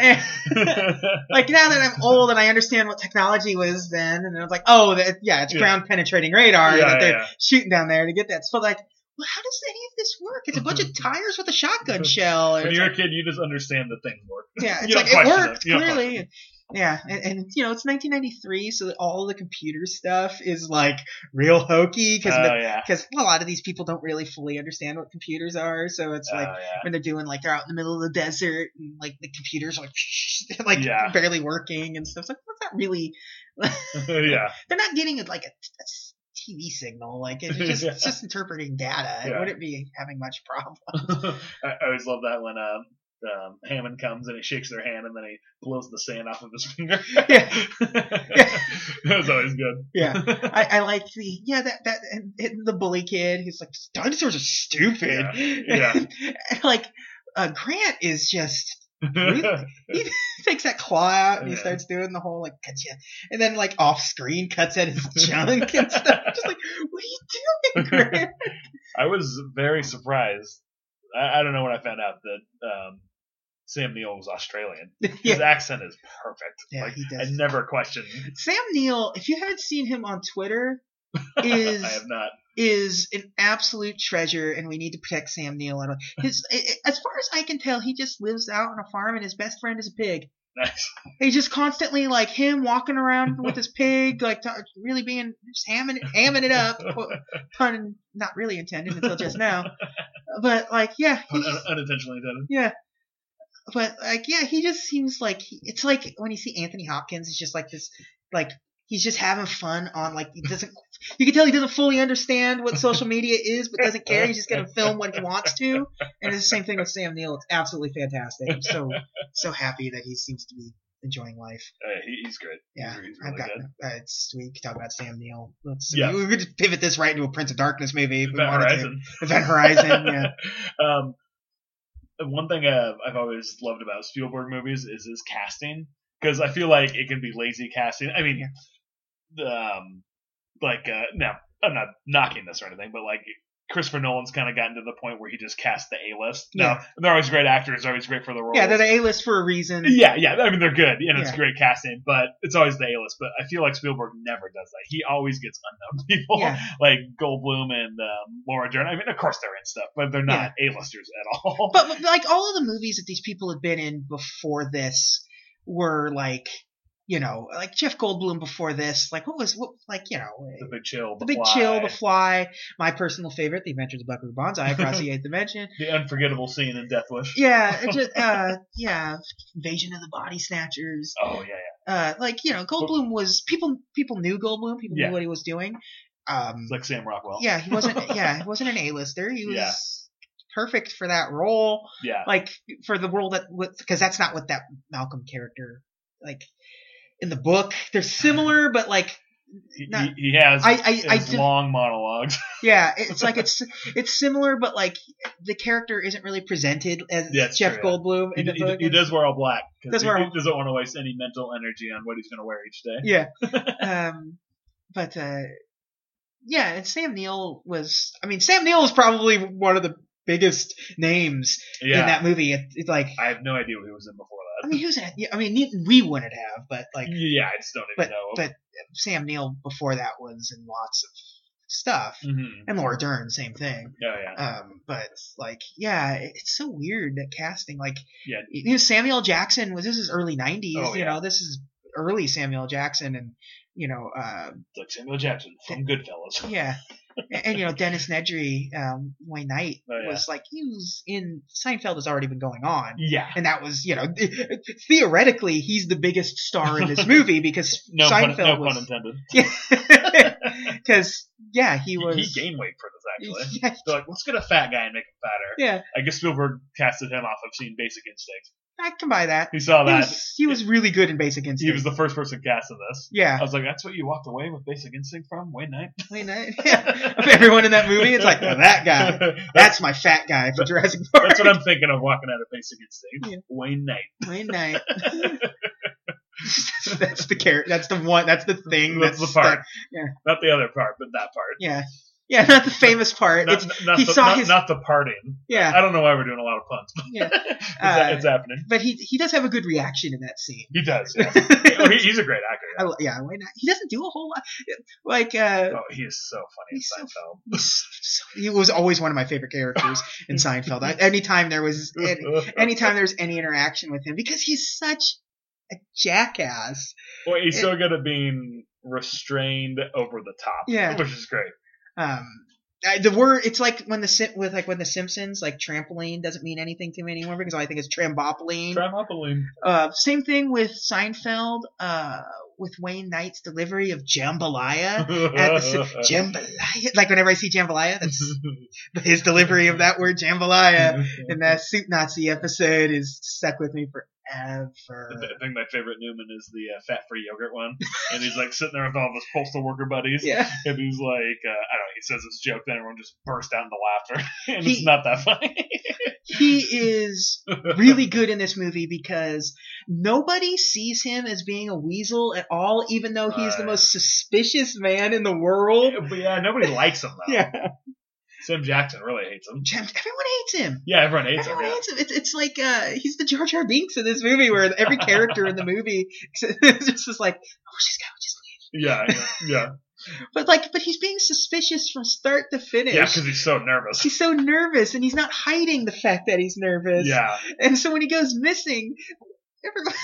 A: And,
B: Yeah.
A: like now that I'm old and I understand what technology was then, and I was like, oh, that, yeah, it's
B: Yeah.
A: ground penetrating radar
B: Yeah,
A: that they're
B: yeah.
A: shooting down there to get that. So like, well, how does any of this work? It's a bunch of tires with a shotgun shell. and
B: When
A: it's
B: you're
A: like-
B: a kid, you just understand that things work.
A: yeah, it's
B: You
A: like
B: don't
A: it
B: question it.
A: worked
B: You don't
A: clearly. Yeah, and, and you know it's 1993, so that all the computer stuff is like real hokey
B: Oh,
A: because a
B: yeah.
A: lot of these people don't really fully understand what computers are. So it's like
B: Oh, yeah.
A: when they're doing like they're out in the middle of the desert and like the computers are like they're like
B: Yeah.
A: barely working and stuff. It's like that's not really
B: yeah.
A: they're not getting like a, a s- TV signal. Like it- it's just it's just interpreting data. It
B: Yeah.
A: wouldn't be having much problem.
B: I, I always love that when um, um, Hammond comes and he shakes their hand and then he blows the sand off of his finger.
A: Yeah.
B: that was always good.
A: Yeah. I, I like the yeah that that and, and the bully kid who's like dinosaurs are stupid.
B: Yeah, yeah.
A: And, like uh, Grant is just takes that claw out and he
B: Yeah.
A: starts doing the whole like gotcha. and then like off screen cuts at his junk and stuff. Just like what are you doing, Grant?
B: I was very surprised. I, I don't know when I found out that um, Sam Neill was Australian. His
A: yeah,
B: accent is perfect.
A: yeah,
B: like,
A: he
B: I
A: does.
B: never questioned.
A: Sam Neill, if you haven't seen him on Twitter, is
B: I have not.
A: is an absolute treasure, and we need to protect Sam Neill. at all- His, i- i- as far as I can tell, he just lives out on a farm, and his best friend is a pig.
B: Nice.
A: He's just constantly like him walking around with his pig, like t- really being just hamming it, hamming it up. Qu- Pun not really intended until just now, but like yeah, he
B: Un-
A: just-
B: unintentionally did.
A: but like yeah, he just seems like he, it's like when you see Anthony Hopkins, it's just like this like. He's just having fun on like he doesn't. You can tell he doesn't fully understand what social media is, but doesn't care. He's just gonna film when he wants to, and it's the same thing with Sam Neill. It's absolutely fantastic. I'm so so happy that he seems to be enjoying life.
B: Uh, he, he's great.
A: Yeah,
B: he's, he's
A: I've
B: really
A: got.
B: good.
A: Uh, it's we could talk about Sam Neill. Let's,
B: Yeah.
A: we could just pivot this right into a Prince of Darkness movie if we
B: Event
A: wanted
B: Horizon.
A: to. Event Horizon. Yeah,
B: um, one thing uh, I've always loved about Spielberg movies is his casting because I feel like it can be lazy casting. I mean, um, like uh, now I'm not knocking this or anything, but like Christopher Nolan's kind of gotten to the point where he just cast the A list. No,
A: Yeah.
B: they're always great actors, always great for the role.
A: yeah, they're the A list for a reason.
B: Yeah, yeah. I mean, they're good, and it's
A: Yeah.
B: great casting, but it's always the A list. But I feel like Spielberg never does that. He always gets unknown people,
A: Yeah.
B: like Goldblum and um, Laura Dern. I mean, of course they're in stuff, but they're not A-listers at all.
A: But but, like all of the movies that these people had been in before this were like, you know, like Jeff Goldblum before this. Like what was what like you know.
B: the Big Chill,
A: The Big
B: Fly,
A: Chill, The Fly, my personal favorite, The Adventures of Buckaroo Banzai across the Eighth Dimension.
B: the unforgettable scene in Death Wish.
A: Yeah, it just uh, yeah, Invasion of the Body Snatchers.
B: Oh yeah, yeah.
A: Uh, like you know, Goldblum was people people knew Goldblum, people
B: Yeah.
A: knew what he was doing. Um,
B: It's like Sam Rockwell.
A: yeah, he wasn't yeah he wasn't an A-lister. He was
B: Yeah.
A: perfect for that role.
B: yeah.
A: like for the world that because that's not what that Malcolm character like in the book. They're
B: Uh-huh.
A: similar, but like
B: He,
A: no.
B: he, he has
A: I I, I
B: his
A: did-
B: long monologues.
A: yeah, it's like it's it's similar, but like the character isn't really presented as
B: That's
A: Jeff
B: true, yeah.
A: Goldblum
B: He,
A: in the
B: he,
A: book.
B: he does wear all black because
A: Does
B: he,
A: wear
B: he
A: all-
B: doesn't want to waste any mental energy on what he's going to wear each day.
A: Yeah. um, but uh, yeah, and Sam Neill was. I mean, Sam Neill was probably one of the biggest names in that movie. It, it's like,
B: I have no idea what he was in before
A: I
B: that.
A: mean, who's that? Yeah, I mean, ne- we wouldn't have, but like
B: yeah, I just don't even know.
A: but Sam Neill before that was in lots of stuff,
B: Mhm.
A: and Laura Dern, same thing.
B: Oh yeah,
A: Um, but like, yeah, it- it's so weird that casting. Like,
B: Yeah.
A: you know, Samuel Jackson was this is early '90s.
B: Oh,
A: You
B: yeah.
A: know, this is early Samuel Jackson, and you know, uh,
B: It's like Samuel Jackson from Goodfellas.
A: yeah, and, and, you know, Dennis Nedry, um, Wayne Knight
B: Oh, yeah.
A: was like he was in Seinfeld has already been going on.
B: Yeah.
A: And that was, you know, theoretically, he's the biggest star in this movie because
B: No, pun,
A: Seinfeld
B: no
A: was.
B: pun intended.
A: Because yeah, he
B: He,
A: was.
B: he gained weight for this actually.
A: Yeah,
B: They're like, let's get a fat guy and make him fatter.
A: yeah,
B: I guess Spielberg casted him off of seeing Basic Instinct.
A: I can buy that.
B: He saw
A: He
B: that.
A: was, he was really good in Basic Instinct.
B: He was the first person cast in this. I
A: yeah,
B: was like, that's what you walked away with Basic Instinct from, Wayne Knight.
A: I mean, I- yeah. Of everyone in that movie, it's like "Oh, that guy. That's my fat guy for Jurassic Park.
B: That's what I'm thinking of walking out of Basic Instinct.
A: Yeah.
B: Wayne Knight.
A: Wayne Knight. that's the character. That's the one. That's the thing.
B: That's
A: That's,
B: the part.
A: that- yeah.
B: Not the other part, but that part.
A: yeah, yeah. Not the famous part.
B: Not,
A: it's
B: not
A: he
B: the,
A: saw
B: not,
A: his-
B: not the parting.
A: yeah,
B: I don't know why we're doing a lot of puns, but
A: Yeah.
B: it's,
A: Uh,
B: it's happening.
A: but he he does have a good reaction in that scene.
B: He does. yeah. Oh, he,
A: I,
B: he's a great actor. yeah.
A: lo- yeah, Wayne Knight. He doesn't do a whole lot. Like uh,
B: Oh, he is so funny in
A: He's so
B: Seinfeld.
A: he was always one of my favorite characters in Seinfeld. I, anytime there was any, anytime there was any interaction with him, because he's such a jackass.
B: Well, he's so good at being restrained over the top,
A: Yeah.
B: which is great.
A: Um, I, the word it's like when the Sim- with like when the Simpsons like trampoline doesn't mean anything to me anymore because all I think is trambopoline.
B: Trimopoline.
A: Uh, same thing with Seinfeld. Uh, with Wayne Knight's delivery of jambalaya. At the, Sim- jambalaya, like whenever I see jambalaya, that's his delivery of that word jambalaya. and that suit Nazi episode is stuck with me forever.
B: I think my favorite Newman is the uh, fat-free yogurt one, and he's like sitting there with all of his postal worker buddies,
A: Yeah,
B: and he's like, uh, I don't know, he says this joke, then everyone just bursts out into laughter, and it's
A: He-
B: not that funny.
A: he is really good in this movie because nobody sees him as being a weasel at all, even though he's the
B: Right.
A: most suspicious man in the world.
B: but yeah, nobody likes him though.
A: Yeah,
B: Sam Jackson really hates him.
A: Jam- everyone hates him.
B: Yeah, everyone hates him.
A: Everyone
B: Yeah.
A: hates him. It's, it's like uh, he's the Jar Jar Binks in this movie, where every character in the movie is just is like, "Oh, she's got just."
B: Yeah, yeah, yeah,
A: But like, but he's being suspicious from start to finish.
B: yeah, because he's so nervous.
A: he's so nervous, and he's not hiding the fact that he's nervous.
B: Yeah,
A: And so when he goes missing, everybody,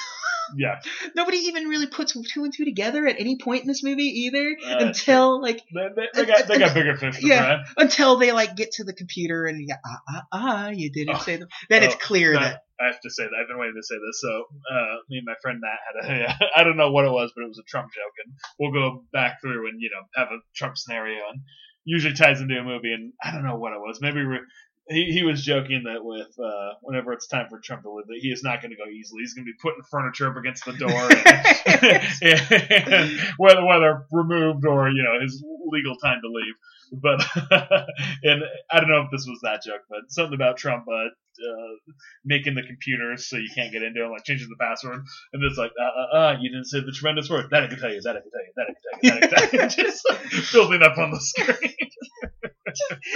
B: yeah.
A: nobody even really puts two and two together at any point in this movie either
B: Uh,
A: until like
B: They, they, they got they got bigger fish to
A: Yeah.
B: fry.
A: until they like get to the computer and you go, ah ah ah you didn't
B: Oh.
A: say them. Then it's
B: Oh,
A: clear
B: No,
A: that
B: I have to say that I've been waiting to say this. So uh, me and my friend Matt had a I don't know what it was, but it was a Trump joke, and we'll go back through and you know have a Trump scenario, and usually ties into a movie, and I don't know what it was. Maybe we were- he he was joking that with uh, whenever it's time for Trump to live, that he is not going to go easily. He's going to be putting furniture up against the door. And, and whether whether removed or you know his legal time to leave. But and I don't know if this was that joke, but something about Trump uh, uh, making the computer so you can't get into it, like changing the password, and it's like, uh, uh, uh, you didn't say the tremendous word that I can tell you, that I can tell you, that I can tell you, that I can tell you, just like, building up on Uh, the screen.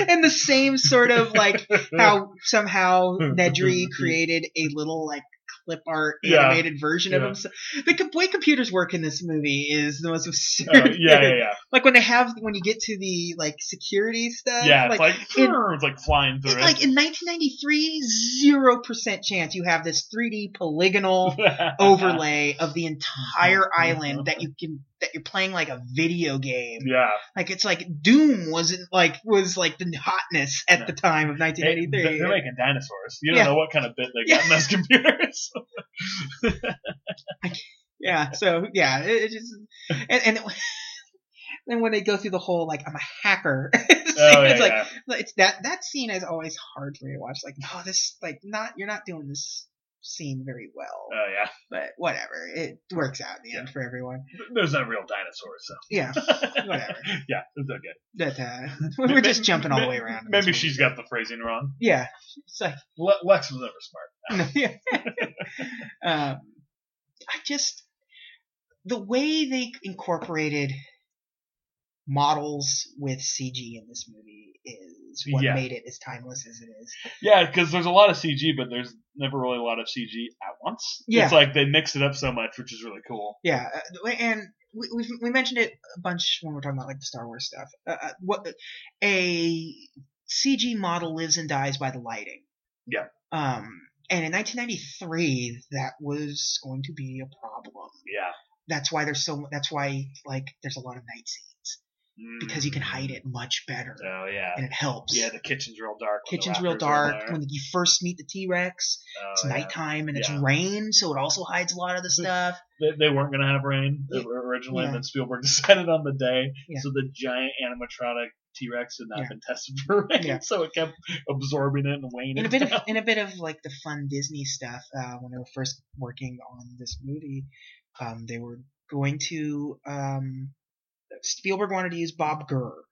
A: and the same sort of like how somehow Nedry created a little like clip art
B: Yeah.
A: animated version of
B: Yeah.
A: himself. The co- way computers work in this movie is the most absurd.
B: Uh, yeah,
A: thing.
B: yeah, yeah,
A: Like when they have when you get to the like security stuff.
B: yeah. It's
A: like,
B: like,
A: in-
B: it's like flying through
A: It's like in 1993, zero percent chance you have this 3D polygonal
B: it.
A: overlay of the entire island that you can that you're playing like a video game.
B: Yeah,
A: Like it's like Doom wasn't like was like the hotness at the time of
B: Hey, they're
A: 1993.
B: they're making dinosaurs. You don't
A: Yeah.
B: know what kind of bit they got in those computers.
A: yeah. So yeah, it, it just and and. then when they go through the whole like I'm a hacker, scene,
B: Oh, yeah,
A: it's like
B: yeah.
A: it's that that scene is always hard for me to watch. Like, oh, this like not you're not doing this seen very well.
B: Oh yeah,
A: but whatever, it works out in the
B: Yeah.
A: end for everyone.
B: there's no real dinosaurs, so
A: Yeah, whatever.
B: yeah, it's okay.
A: That uh, we're just jumping all the way around. in this
B: Maybe
A: one.
B: she's got the phrasing wrong.
A: Yeah, it's like
B: Le- Lex was never smart.
A: um, I just the way they incorporated models with CG in this movie is what
B: Yeah.
A: made it as timeless as it is.
B: Yeah, because there's a lot of CG, but there's never really a lot of CG at once.
A: Yeah.
B: It's like they mix it up so much, which is really cool.
A: Yeah, uh, the way- and we we've, we mentioned it a bunch when we we're talking about like the Star Wars stuff. Uh, uh, what a CG model lives and dies by the lighting.
B: Yeah.
A: Um, and in 1993, that was going to be a problem.
B: Yeah.
A: That's why there's so. That's why like there's a lot of night scenes because you can hide it much better,
B: Mm. Oh yeah.
A: and it helps.
B: Yeah, the kitchen's real dark. when the
A: Kitchen's real
B: raptors are
A: dark.
B: there.
A: When you first meet the T Rex,
B: Oh,
A: it's
B: yeah.
A: nighttime and it's
B: Yeah.
A: rain, so it also hides a lot of the stuff.
B: They, they weren't gonna have rain
A: Yeah.
B: originally,
A: Yeah.
B: and then Spielberg decided on the day,
A: Yeah.
B: so the giant animatronic T Rex had not
A: Yeah.
B: been tested for rain,
A: Yeah.
B: so it kept absorbing it and waning.
A: and a bit of
B: down.
A: and a bit of like the fun Disney stuff. Uh, when they were first working on this movie, um, they were going to um, Spielberg wanted to use Bob Gurr,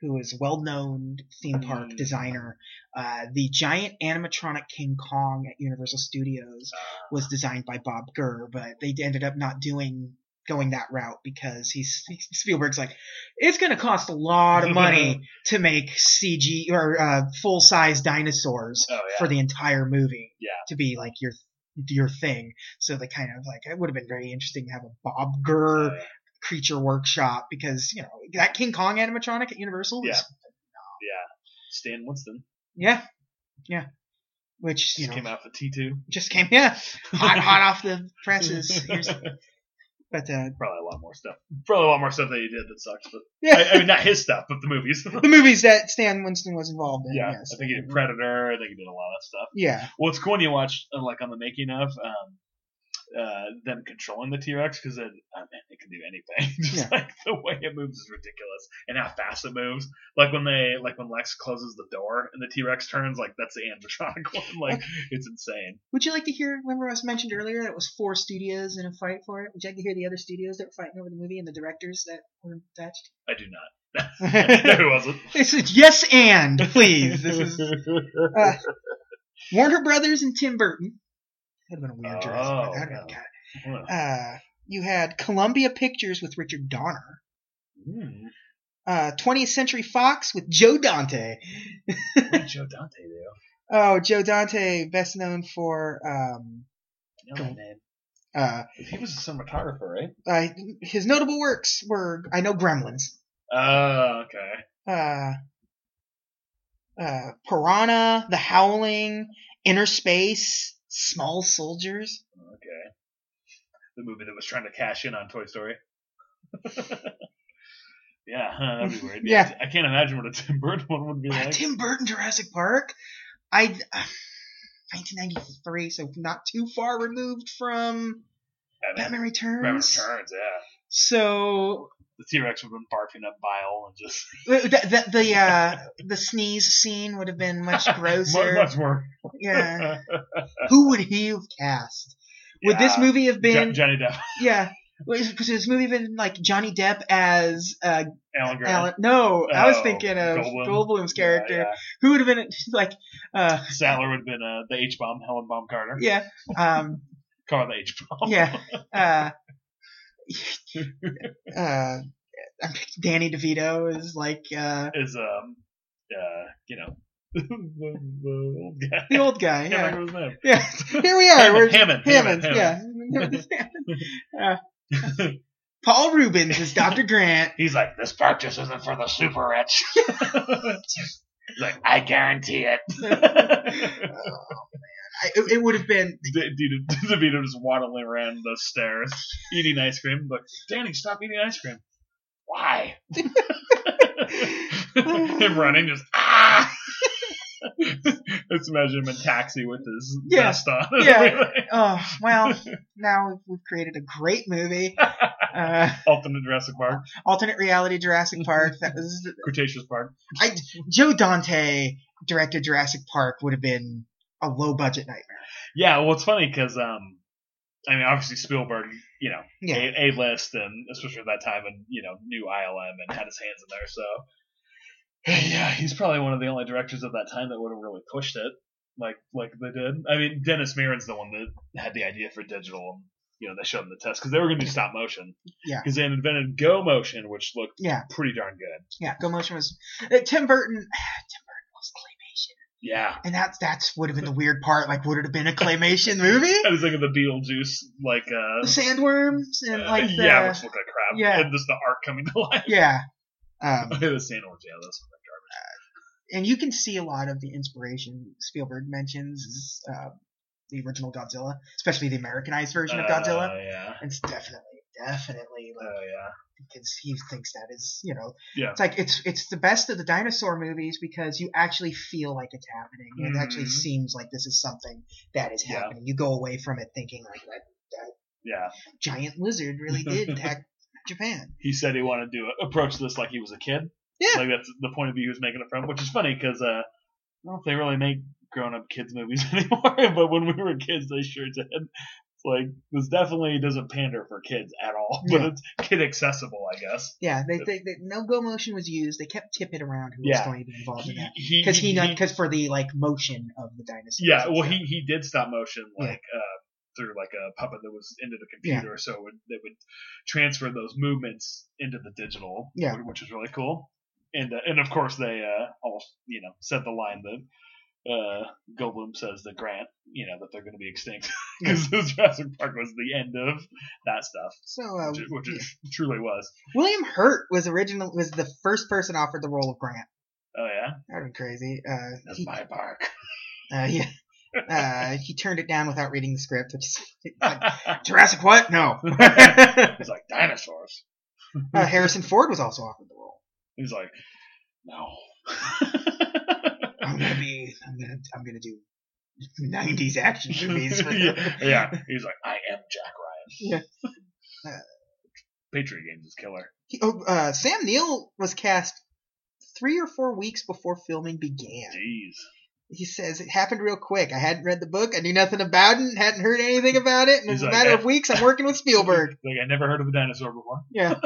A: who is a well-known theme park
B: Mm.
A: designer. Uh, the giant animatronic King Kong at Universal Studios was designed by Bob Gurr, but they ended up not doing going that route because he's Spielberg's like it's going to cost a lot of money to make CG or uh, full size dinosaurs
B: Oh, yeah.
A: for the entire movie
B: Yeah.
A: to be like your your thing. So they kind of like it would have been very interesting to have a Bob Gurr
B: Uh,
A: creature workshop because you know that King Kong animatronic at Universal was
B: Yeah. yeah, Stan Winston
A: yeah yeah which you know
B: just came out for T two.
A: just came yeah hot hot off the presses. Here's, but uh,
B: Probably a lot more stuff. Probably a lot more stuff that he did that sucks. But
A: yeah,
B: I, I mean, not his stuff, but the movies.
A: the movies that Stan Winston was involved in.
B: yeah,
A: yes. Mm-hmm.
B: I think he did Predator. I think he did a lot of stuff.
A: Yeah,
B: Well, it's cool when you watch uh, like on the making of um, uh, them controlling the T Rex because it, oh, man, it can do anything. Just like the way it moves is ridiculous, and how fast it moves. Like when they like when Lex closes the door and the T Rex turns, like that's the animatronic one. Like it's insane.
A: Would you like to hear? Remember, I was mentioned earlier that it was four studios in a fight for it. Would you like to hear the other studios that were fighting over the movie and the directors that were attached?
B: I do not. no, it wasn't.
A: This is yes and please. This is uh, Warner Brothers and Tim Burton. That'd have been a weird Jurassic Park.
B: Oh,
A: That'd have been
B: yeah.
A: kinda-
B: Huh.
A: Uh, you had Columbia Pictures with Richard Donner.
B: Hmm.
A: Uh, 20th Century Fox with Joe Dante.
B: What did Joe Dante do?
A: Oh, Joe Dante, best known for um,
B: I know that name.
A: uh,
B: He was a cinematographer, right?
A: uh, his notable works were I know Gremlins,
B: Oh, okay.
A: uh, uh, Piranha, The Howling, Inner Space, Small Soldiers.
B: Okay. The movie that was trying to cash in on Toy Story. yeah, huh, that'd be weird.
A: Yeah.
B: I can't imagine what a Tim Burton one would be
A: But a
B: like.
A: Tim Burton Jurassic Park. I 1993, so not too far removed from Batman Returns.
B: Batman Returns, yeah.
A: So
B: The T Rex would have been barfing up bile and just
A: the the the, uh, the sneeze scene would have been much
B: much,
A: grosser.
B: much more.
A: Yeah. who would he have cast? Would this
B: Yeah.
A: movie have
B: Jo-
A: been
B: Johnny Depp,
A: yeah? Would would this movie have been like Johnny Depp as uh,
B: Alan Grant,
A: Alan? No, I was
B: Oh,
A: thinking of
B: Goldblum.
A: Goldblum's
B: Yeah,
A: character.
B: yeah.
A: Who would have been like uh
B: Sattler would have been uh, the H bomb, Helen Bomb Carter.
A: yeah um
B: Call her the H bomb.
A: yeah uh, uh Danny DeVito is like uh
B: Is um, uh, you know, the, the old guy.
A: the old guy
B: I
A: yeah yeah,
B: can't remember his name.
A: here we are we're
B: Hammond,
A: Hammond,
B: Hammond,
A: yeah Uh, Paul Rubens is Dr. Grant
B: He's like, this part just isn't for the super rich. He's like, I guarantee it.
A: I, it, it would have been
B: D- Dude, DeVito just waddling around the stairs, eating ice cream. Like, Danny, stop eating ice cream. Why? him running, just ah. Let's imagine him in taxi with his
A: Yeah.
B: vest on. and
A: Yeah.
B: everything.
A: Oh well, now we've, we've created a great movie. Uh,
B: Alternate Jurassic Park,
A: alternate reality Jurassic Park. That was
B: Cretaceous Park.
A: Joe Dante directed Jurassic Park would have been a low budget nightmare.
B: Yeah, well, it's funny because um, I mean, obviously Spielberg, you know,
A: Yeah.
B: a list, and especially at that time, and you know, knew ILM and had his hands in there. So, yeah, he's probably one of the only directors of that time that would have really pushed it like like they did. I mean, Dennis Mirren's the one that had the idea for digital. And, you know, they showed him the test because they were going to do stop motion.
A: Yeah.
B: Because they had invented Go Motion, which looked
A: Yeah.
B: pretty darn good.
A: Yeah, Go Motion was uh, Tim Burton. Tim Burton loves claymation,
B: Yeah.
A: and that's that's would have been the weird part. Like, would it have been a claymation movie?
B: I was thinking the Beetlejuice, like uh,
A: The sandworms and
B: uh,
A: like the,
B: yeah, which looked like crap.
A: yeah.
B: And just the art coming to life.
A: yeah. Um,
B: Okay, the sandworms, yeah, that's what they are.
A: and you can see a lot of the inspiration Spielberg mentions is uh, the original Godzilla, especially the Americanized version of Godzilla.
B: Uh, yeah.
A: It's definitely, definitely
B: Oh
A: like
B: yeah.
A: because he thinks that is you know
B: Yeah.
A: it's like it's it's the best of the dinosaur movies because you actually feel like it's happening it actually
B: Mhm.
A: seems like this is something that is
B: Yeah.
A: happening you go away from it thinking like that
B: Yeah.
A: giant lizard really did attack japan
B: He said he wanted to approach this like he was a kid.
A: Yeah.
B: Like that's the point of view he was making it from, which is funny because uh, I don't know if they really make grown-up kids movies anymore, but when we were kids, they sure did. It's like this definitely doesn't pander for kids at all, but
A: Yeah.
B: it's kid accessible, I guess.
A: yeah they they, they no go motion was used they kept tippett around who
B: Yeah.
A: was going to be involved in that
B: he,
A: because he because for the like motion of the dinosaurs
B: Yeah,
A: and
B: well,
A: stuff.
B: he, he did stop motion
A: Yeah.
B: like uh, through like a puppet that was into the
A: Yeah.
B: computer, so it would, they would transfer those movements into the digital,
A: Yeah.
B: wh- which was really cool. And uh, and of course they uh, all you know said the line that uh, Goldblum says that Grant you know that they're going to be extinct because Jurassic Park was the end of that stuff,
A: so uh,
B: which, it, which
A: yeah.
B: it truly was.
A: william hurt was original was the first person offered the role of grant
B: Oh yeah,
A: that would be crazy uh,
B: that's
A: he-
B: my park.
A: Uh, yeah. Uh, he turned it down without reading the script, which is like, Jurassic what? No. uh,
B: He's like dinosaurs.
A: Harrison Ford was also offered the role.
B: He's like, no.
A: I'm gonna be, I'm gonna, I'm gonna do 90s action movies.
B: yeah, yeah. He's like, I am Jack Ryan.
A: Yeah.
B: Uh, Patriot Games is killer.
A: He- oh, uh, Sam Neill was cast three or four weeks before filming began.
B: Jeez.
A: He says it happened real quick. I hadn't read the book, I knew nothing about it, hadn't heard anything about it, and
B: He's
A: in a
B: like,
A: matter
B: "Eh."
A: of weeks, I'm working with Spielberg.
B: Like I never heard of a dinosaur before.
A: Yeah.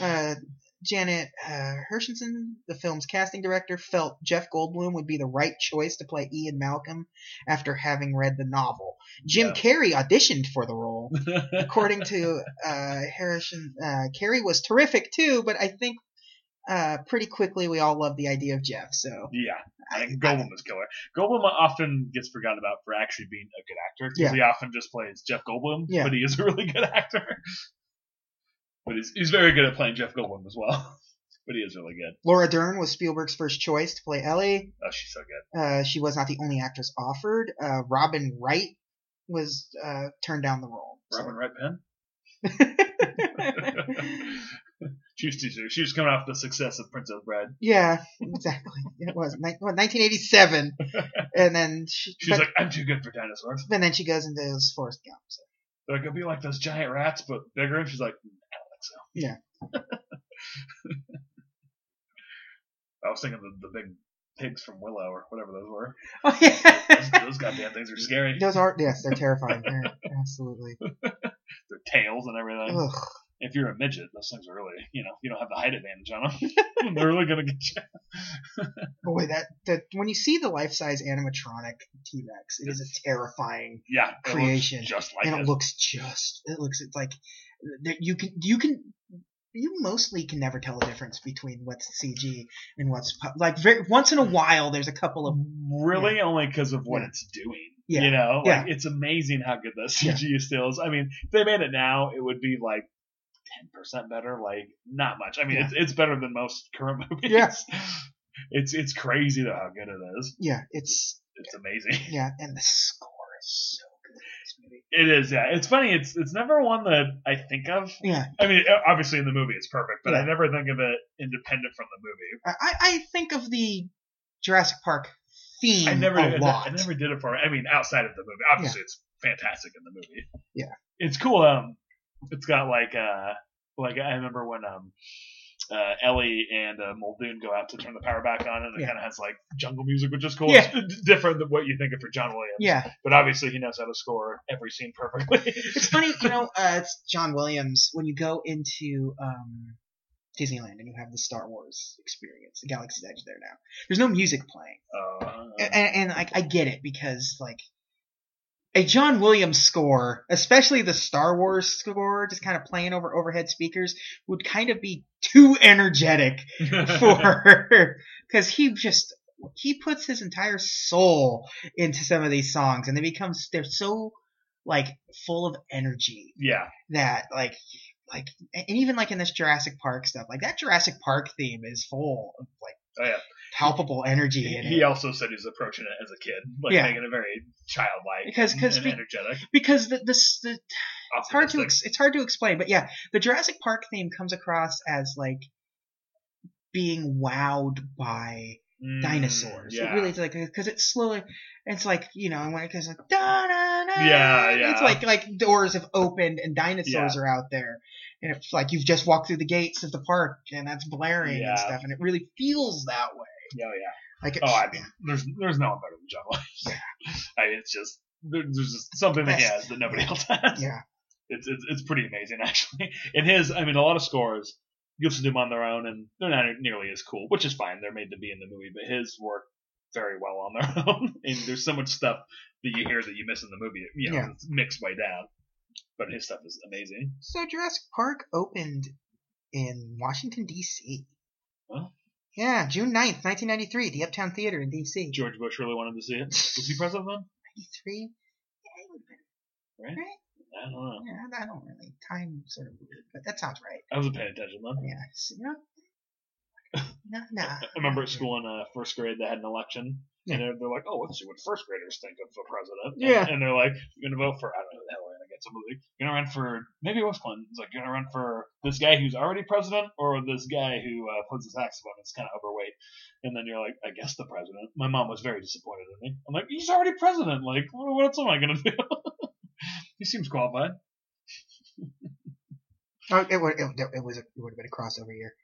A: Uh, Janet uh, Hershenson, the film's casting director, felt Jeff Goldblum would be the right choice to play Ian Malcolm after having read the novel. Jim
B: Yeah.
A: Carrey auditioned for the role. According to uh, Harrison, uh, Carrey was terrific too, but I think uh, pretty quickly we all loved the idea of Jeff. So
B: yeah. I think Goldblum is killer. Goldblum often gets forgotten about for actually being a good actor because
A: Yeah.
B: he often just plays Jeff Goldblum,
A: Yeah.
B: but he is a really good actor. But he's, he's very good at playing Jeff Goldblum as well. But he is really good.
A: Laura Dern was Spielberg's first choice to play Ellie.
B: Oh, she's so good.
A: Uh, she was not the only actress offered. Uh, Robin Wright was uh, turned down the role. So-
B: Robin Wright Penn. she was too serious. She was coming off the success of Prince of Bride.
A: Yeah, exactly. It was ni- well, 1987, and then she,
B: She's
A: but,
B: like, I'm too good for dinosaurs.
A: and then she goes into this Forrest Gump. So.
B: They're like, it'll be like those giant rats, but bigger. And she's like, I don't think so.
A: Yeah.
B: I was thinking the, the big pigs from Willow or whatever those were.
A: Oh yeah,
B: Those, those goddamn things are scary.
A: those are yes, they're terrifying. They're- absolutely.
B: Their tails and everything.
A: Ugh.
B: If you're a midget, those things are really, you know, you don't have the height advantage on them. They're really gonna get you.
A: Boy, that, that when you see the life-size animatronic T-Rex, it is a terrifying,
B: Yeah, it looks
A: Creation.
B: just like
A: and
B: it.
A: it looks just. It looks it's like that you can you can. You mostly can never tell the difference between what's CG and what's pu- like. Very, once
B: Mm.
A: in a while, there's a couple of
B: really only because of what
A: Yeah.
B: it's doing.
A: Yeah.
B: You know, like it's amazing how good that CG still is. I mean, if they made it now, it would be like ten percent better. Like not much. I mean,
A: Yeah.
B: it's it's better than most current movies.
A: Yeah.
B: It's it's crazy though how good it is.
A: yeah, it's
B: It's amazing.
A: Yeah, and the score is so good in this movie.
B: It is, yeah. It's funny. It's it's never one that I think of.
A: Yeah,
B: I mean, obviously in the movie it's perfect, but I
A: Yeah.
B: never think of it independent from the movie.
A: I, I- I think of the Jurassic Park theme
B: I never,
A: a
B: I,
A: lot.
B: I never did it for. I mean, outside of the movie, obviously it's fantastic in the movie.
A: Yeah.
B: it's cool. Um, it's got like uh, like I remember when um, uh, Ellie and uh, Muldoon go out to turn the power back on, and it
A: Yeah.
B: kind of has like jungle music, which is cool.
A: Yeah.
B: It's different than what you think of for John Williams.
A: Yeah,
B: But obviously, he knows how to score every scene perfectly.
A: it's funny, you know. Uh, it's John Williams. When you go into um, Disneyland and you have the Star Wars experience, the Galaxy's Edge there now. There's no music playing.
B: uh,
A: and, and like I get it because like a John Williams score, especially the Star Wars score, just kind of playing over overhead speakers, would kind of be too energetic for because he just he puts his entire soul into some of these songs, and they become they're so like full of energy
B: yeah,
A: that like like and even like in this Jurassic Park stuff, like that Jurassic Park theme is full of like
B: oh, yeah.
A: palpable energy. in it.
B: He also said he's approaching it as a kid, like
A: Yeah.
B: making it very childlike,
A: Because- 'cause
B: and
A: be-
B: energetic.
A: because the, this the, it's hard to
B: optimistic.
A: ex- it's hard to explain, but yeah, the Jurassic Park theme comes across as like being wowed by
B: Mm,
A: dinosaurs. It
B: yeah.
A: really is like because it's slowly, it's like you know when it goes like da da da.
B: Yeah, yeah.
A: It's like like doors have opened and dinosaurs
B: Yeah.
A: are out there, and it's like you've just walked through the gates of the park and that's blaring
B: Yeah.
A: and stuff, and it really feels that way.
B: Yeah, yeah.
A: Like it,
B: Oh, I mean, there's there's no one better than John Williams. I mean, it's just there, there's just something that he
A: Best.
B: has that nobody else has.
A: yeah,
B: It's, it's it's pretty amazing actually. And his, I mean, a lot of scores you listen to them on their own, and they're not nearly as cool, which is fine. They're made to be in the movie, but his work very well on their own. And there's so much stuff that you hear that you miss in the movie. You know,
A: Yeah.
B: it's mixed way down. But his stuff is amazing.
A: So Jurassic Park opened in Washington D.C.
B: Huh?
A: Yeah, June 9th, 1993, the Uptown Theater in D.C.
B: George Bush really wanted to see it. Was he president then?
A: 93. Yeah, it would've been-
B: Right?
A: Right.
B: I don't know.
A: yeah, I don't really time sort of weird, but that sounds right.
B: I wasn't paying attention then.
A: Yeah, it's- you know. No, no.
B: I remember at school in uh, first grade they had an election,
A: Yeah.
B: and they're, they're like, "Oh, let's see what first graders think of the president." And-
A: Yeah.
B: And, they're like, "You're gonna vote for I don't know who the hell I get somebody. You're gonna run for maybe it was Clinton. It's like you're gonna run for this guy who's already president, or this guy who uh, plays the saxophone and's kind of overweight." And then you're like, "I guess the president." My mom was very disappointed in me. I'm like, "He's already president. Like, what what else am I gonna do?" he seems qualified.
A: Oh, it, would, it, would- it was a, it would have been a crossover year.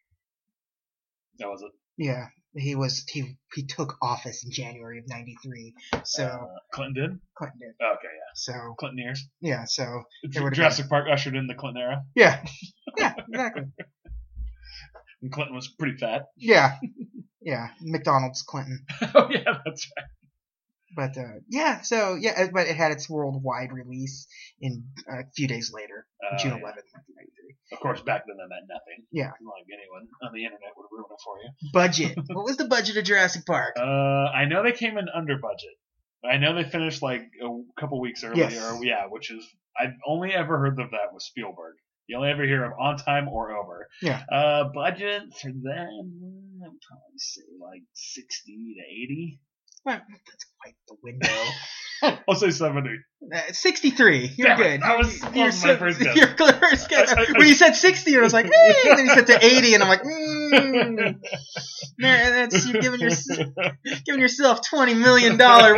B: That was it.
A: Yeah, he was he he took office in January of 93. So
B: Uh, Clinton did. Oh,
A: Clinton did.
B: Okay, yeah.
A: So
B: Clinton years.
A: yeah, so It would've
B: Jurassic Park ushered in the Clinton era.
A: yeah. Yeah, exactly.
B: And Clinton was pretty fat.
A: Yeah. Yeah, McDonald's Clinton.
B: oh yeah, that's right.
A: But uh, yeah, so yeah, uh, but it had its worldwide release in uh, a few days later,
B: Uh,
A: June
B: yeah.
A: 11th, 1993.
B: Of course, back then that meant nothing.
A: Yeah.
B: Like anyone on the internet would ruin it for you.
A: Budget. what was the budget of Jurassic Park?
B: Uh, I know they came in under budget. I know they finished like a couple weeks earlier.
A: Yes.
B: Yeah, which is I've only ever heard of that with Spielberg. You only ever hear of on time or over.
A: Yeah.
B: Uh, budget for them, I'd probably say like sixty to eighty.
A: Well, that's quite the window.
B: I'll say seventy.
A: Uh, 63. You're
B: Damn it,
A: good.
B: that was
A: You're-
B: close
A: you're
B: to my first guess.
A: You're close to
B: I- I-
A: When you said 60, I was like, eh, and then you said to 80, and I'm like, mm. There, that's, you're giving, your, giving yourself $20 million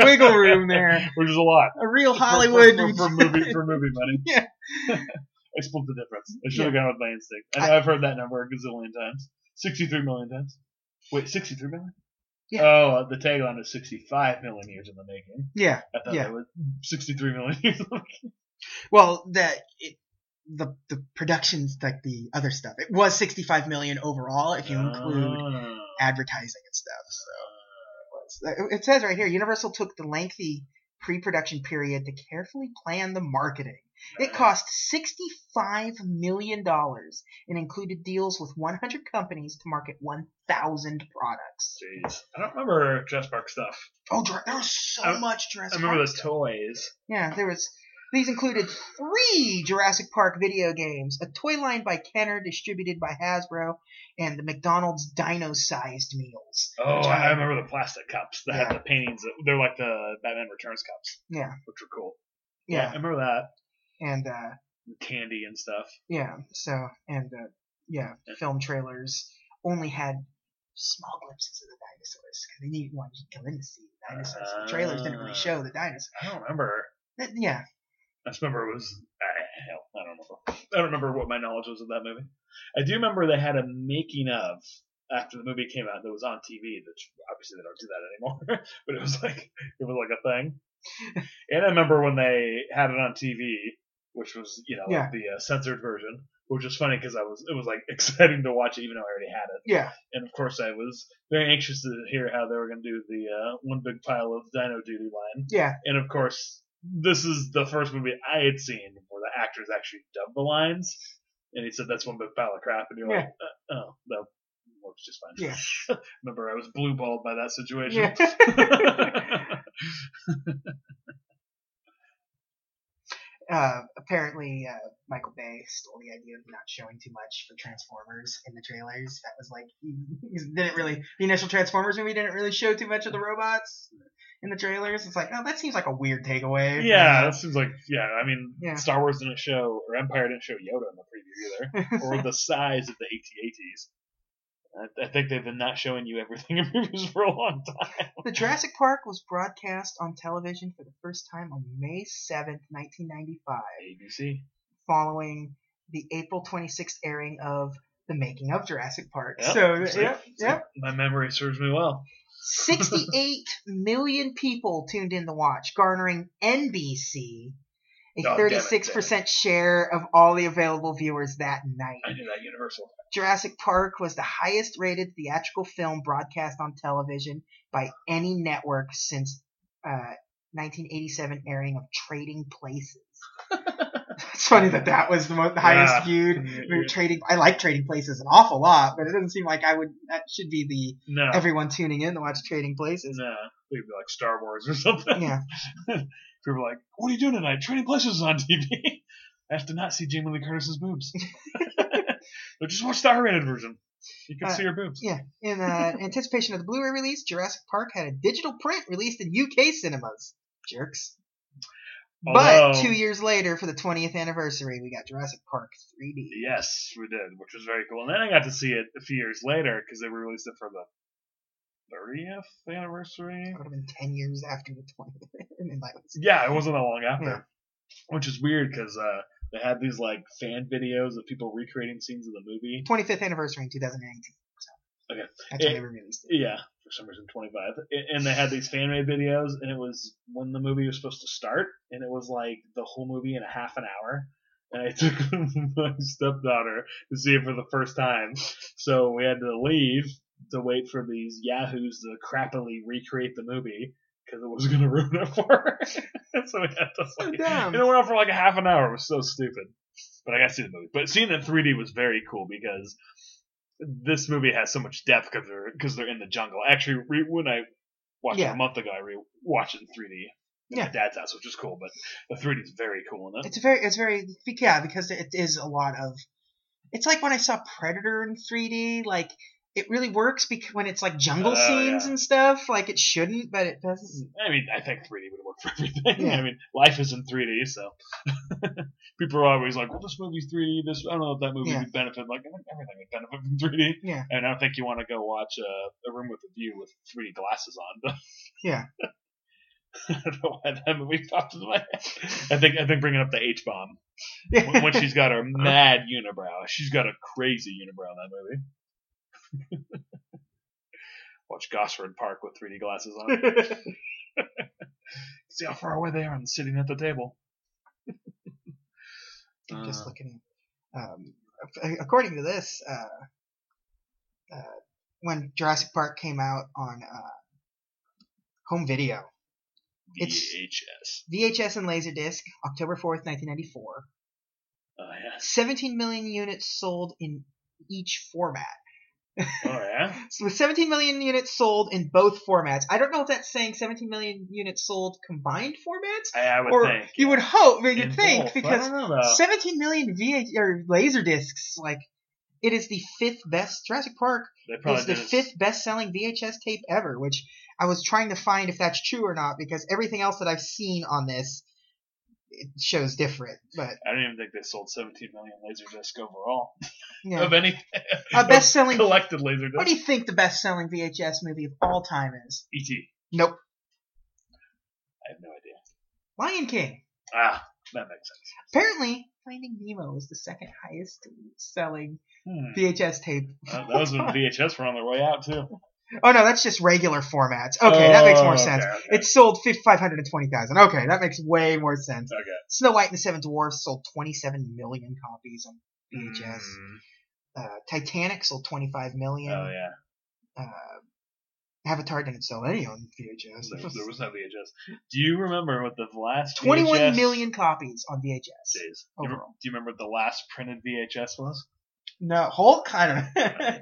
A: wiggle room there.
B: which is a lot.
A: A real
B: For-
A: Hollywood.
B: for, for, for movie for movie money.
A: Yeah.
B: I split the difference. I should have gone with my instinct. I know I, have heard that number a gazillion times. Sixty-three million times. Wait, sixty-three million?
A: Yeah.
B: Oh, the tagline is sixty-five million years in the making.
A: yeah.
B: I thought
A: Yeah.
B: that was sixty-three million years. in the making.
A: Well, the it, the the productions like the other stuff. It was 65 million overall if you include
B: Ah.
A: advertising and stuff. So it was- it says right here, Universal took the lengthy pre-production period to carefully plan the marketing. It cost 65 million dollars and included deals with 100 companies to market 1,000 products.
B: Jeez, I don't remember Jurassic Park stuff.
A: Oh, Jura- there was so
B: I-
A: much Jurassic
B: I remember
A: Park
B: the
A: stuff.
B: toys.
A: Yeah, there was. These included three Jurassic Park video games, a toy line by Kenner distributed by Hasbro, and the McDonald's dino-sized meals.
B: Oh,
A: Which
B: I, I remember the plastic cups that
A: Yeah.
B: had the paintings. that- They're like the Batman Returns cups,
A: Yeah,
B: which were cool. I
A: yeah,
B: remember that.
A: and uh,
B: Candy and stuff.
A: yeah. So and uh, yeah, film trailers only had small glimpses of the dinosaurs because they didn't want you to come in to see the dinosaurs. the trailers didn't really show the dinosaurs.
B: I don't remember.
A: That- yeah,
B: I just remember it was. I hell, I don't remember. I don't remember what my knowledge was of that movie. I do remember they had a making of after the movie came out that was on TV. That obviously they don't do that anymore, but it was like it was like a thing. and I remember when they had it on TV, which was you know
A: Yeah.
B: the uh, censored version, which was funny because I was it was like exciting to watch it even though I already had it.
A: Yeah.
B: And of course, I was very anxious to hear how they were going to do the uh, one big pile of Dino Duty line.
A: Yeah.
B: And of course, this is the first movie I had seen where the actors actually dubbed the lines. And he said, that's one big pile of crap. And you're like, uh, oh, that works just fine. Remember, I was blue balled by that situation.
A: Yeah. uh, apparently, uh, Michael Bay stole the idea of not showing too much for Transformers in the trailers. That was like he he didn't really the initial Transformers movie didn't really show too much of the robots in the trailers. It's like, oh, that seems like a weird takeaway.
B: yeah, that seems like, yeah, I mean,
A: Yeah.
B: Star Wars didn't show, or Empire didn't show Yoda in the preview either, or the size of the AT-ATs. I, I think they've been not showing you everything in movies for a long time.
A: The Jurassic Park was broadcast on television for the first time on May seventh, nineteen 1995,
B: ABC.
A: following the April 26th airing of The Making of Jurassic Park.
B: Yep,
A: so,
B: see?
A: yep, yep.
B: My memory serves me well.
A: 68 million people tuned in to watch, garnering NBC a
B: God damn it,
A: 36% share of all the available viewers that night.
B: I knew that Universal.
A: Jurassic Park was the highest rated theatrical film broadcast on television by any network since uh, 1987 airing of Trading Places. it's funny that that was the most, highest viewed. we were Trading, I like Trading Places an awful lot, but it doesn't seem like I would. That should be the
B: No,
A: everyone tuning in to watch Trading Places.
B: no, we'd be like Star Wars or something.
A: Yeah.
B: People were like, "What are you doing tonight? Trading Places is on TV." I have to not see Jamie Lee Curtis's boobs. but just watch the R-rated version. You can
A: Uh,
B: see her boobs.
A: Yeah, in uh, anticipation of the Blu-ray release, Jurassic Park had a digital print released in UK cinemas. Jerks. but
B: Although-
A: two years later, for the 20th anniversary, we got Jurassic Park 3D.
B: Yes, we did, which was very cool. And then I got to see it a few years later because they released it for the 30th anniversary.
A: That would have been 10 years after the 20th. I mean, like, it's-
B: Yeah, it wasn't that long after,
A: Yeah.
B: which is weird because uh, they had these like fan videos of people recreating scenes of the movie.
A: 25th anniversary in 2019. So
B: Okay.
A: That's when
B: It-
A: they were released. it.
B: Yeah, for some reason, 25. A- And they had these fan made videos, and it was when the movie was supposed to start, and it was like the whole movie in a half an hour. And I took my stepdaughter to see it for the first time, so we had to leave to wait for these yahoos to crappily recreate the movie because it was going to ruin it for her. so we had to
A: Oh,
B: like,
A: damn.
B: and it went on for like a half an hour. It was so stupid. But I got to see the movie. But seeing it in 3D was very cool because this movie has so much depth because they're, cause they're in the jungle. Actually, re- when I watched it
A: Yeah.
B: a month ago, I re-watched it in 3D at
A: Yeah.
B: my dad's house, which is cool. But the 3D is very cool in it.
A: It's a very, it's very, yeah, because it is a lot of. It's like when I saw Predator in 3D. Like it really works because when it's like jungle
B: Oh,
A: scenes
B: yeah.
A: and stuff. Like it shouldn't, but it does.
B: I mean, I think 3D would work for everything.
A: Yeah.
B: I mean, life is in 3D, so people are always like, "Well, this movie's 3D. This I don't know if that movie
A: Yeah.
B: would benefit." Like, I think everything would benefit from 3D.
A: Yeah.
B: and I don't think you want to go watch uh, a room with a view with 3D glasses on. But
A: Yeah.
B: I don't know why that movie popped into my head. I think I think bringing up the H bomb when, when she's got her mad unibrow. She's got a crazy unibrow in that movie. Watch Gosford Park with 3D glasses on. See how far away they are and sitting at the table.
A: I'm
B: Uh.
A: just looking. Um, ac- according to this, uh, uh, when Jurassic Park came out on uh, home video, It's-
B: VHS.
A: VHS and Laserdisc, October 4th, 1994,
B: Oh yeah.
A: 17 million units sold in each format.
B: Oh yeah.
A: So with 17 million units sold in both formats, I don't know if that's saying 17 million units sold combined formats,
B: I, I would
A: or
B: think.
A: you would hope, but
B: In
A: you'd think
B: both.
A: because
B: I don't know, though.
A: 17 million VH or laser discs. Like, it is the fifth best. Jurassic Park
B: they
A: is
B: probably
A: the
B: did it-
A: fifth best selling VHS tape ever, which I was trying to find if that's true or not because everything else that I've seen on this it shows different. But
B: I don't even think they sold 17 million laser discs overall
A: you know,
B: of any
A: a best selling.
B: collected laser
A: What do
B: discs.
A: you think the best selling VHS movie of all time is?
B: E.T.
A: Nope.
B: I have no idea.
A: Lion King.
B: Ah, That makes sense.
A: Apparently, Finding Nemo was the second highest selling
B: Hmm.
A: VHS tape.
B: Uh, that was when VHS were on their way out too.
A: Oh no, that's just regular formats. Okay, that makes more
B: Oh,
A: sense.
B: okay, okay.
A: It sold five hundred and twenty thousand. Okay, that makes way more sense.
B: Okay.
A: Snow White and the Seven Dwarfs sold twenty-seven million copies on VHS.
B: Mm.
A: Uh, Titanic sold twenty-five million.
B: Oh yeah.
A: uh, Avatar didn't sell any on VHS.
B: There, there was no VHS. Do you remember what the last
A: Twenty-one
B: VHS
A: million copies on VHS.
B: Days. Do you remember-
A: Overall.
B: do you remember what the last printed VHS was?
A: No, Hulk kind of.
B: A,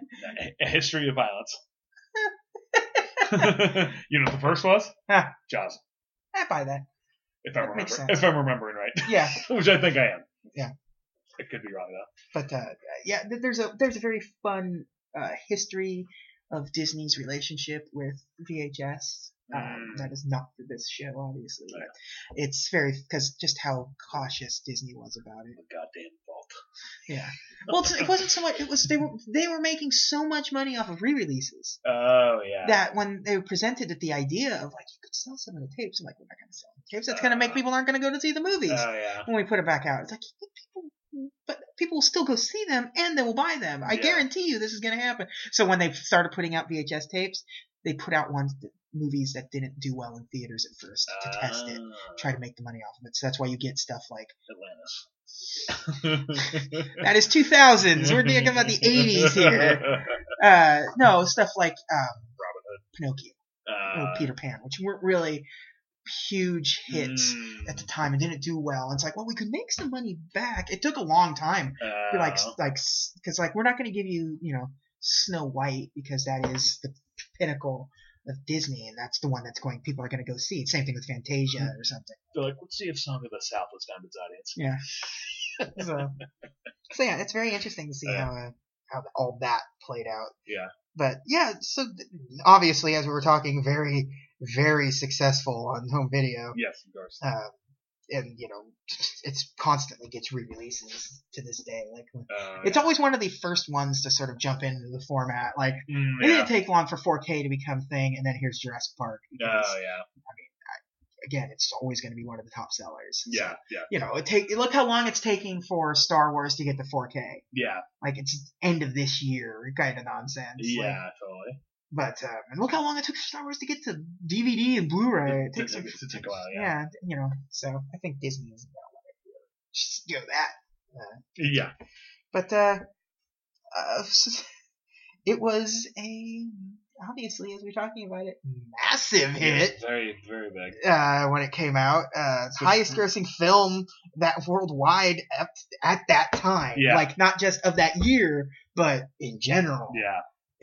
B: A History of Violence. you know what the first was?
A: Huh.
B: Jaws.
A: I buy that.
B: If I'm
A: That makes
B: remembering,
A: sense.
B: if I'm remembering right,
A: Yeah,
B: which I think I am.
A: Yeah.
B: I could be wrong though.
A: but uh, yeah, th- there's a there's a very fun uh, history of Disney's relationship with VHS. Um,
B: Mm.
A: That is not for this show, obviously.
B: Yeah.
A: It's very because just how cautious Disney was about it.
B: The goddamn vault.
A: Yeah. Well, it's- it wasn't so much. It was they were they were making so much money off of re-releases.
B: Oh yeah.
A: that when they were presented at the idea of like you could sell some of the tapes, I'm like, we're not gonna sell the tapes. That's gonna make
B: Uh,
A: people aren't gonna go to see the movies
B: oh yeah.
A: when we put it back out. It's like "But people, but people will still go see them and they will buy them. I
B: Yeah.
A: guarantee you this is gonna happen. So when they started putting out VHS tapes, they put out ones that, movies that didn't do well in theaters at first to test it,
B: Ah,
A: try to make the money off of it. So that's why you get stuff like
B: Atlantis.
A: that is 2000s. We're talking about the 80s here. Uh, no, stuff like um,
B: Robin Hood.
A: Pinocchio.
B: Uh,
A: or Oh, Peter Pan, which weren't really huge hits
B: mm,
A: at the time and didn't do well. And it's like, well, we could make some money back. It took a long time,
B: uh,
A: like, like, because like we're not going to give you, you know, Snow White because that is the pinnacle of Disney, and that's the one that's going. People are going to go see. Same thing with Fantasia or something.
B: they're like, let's see if Song of the South has found its audience.
A: Yeah. So, so yeah, it's very interesting to see
B: Yeah.
A: how uh, how all that played out.
B: Yeah.
A: But yeah, so th- obviously, as we were talking, very very successful on home video.
B: Yes, of course.
A: um, and you know it's constantly gets re-releases to this day like
B: Uh,
A: it's always one of the first ones to sort of jump into the format like
B: Mm,
A: it
B: yeah.
A: didn't take long for 4k to become a thing and then here's jurassic park because
B: Oh yeah,
A: again it's always going to be one of the top sellers So,
B: yeah, yeah,
A: you know it take look how long it's taking for star wars to get to 4k
B: yeah,
A: like it's end of this year kind of nonsense like,
B: yeah, totally.
A: But um, and look how long it took for Star Wars to get to DVD and Blu-ray. It
B: It
A: takes
B: took-
A: a-
B: it took a while, yeah.
A: you know. So I think Disney is gonna let it just do that.
B: Yeah,
A: But uh, uh, it was a obviously as we're talking about it, massive hit.
B: very, very big.
A: Uh, when it came out, uh,
B: So-
A: highest grossing film that worldwide at, at that time.
B: Yeah.
A: Like not just of that year, but in general
B: Yeah,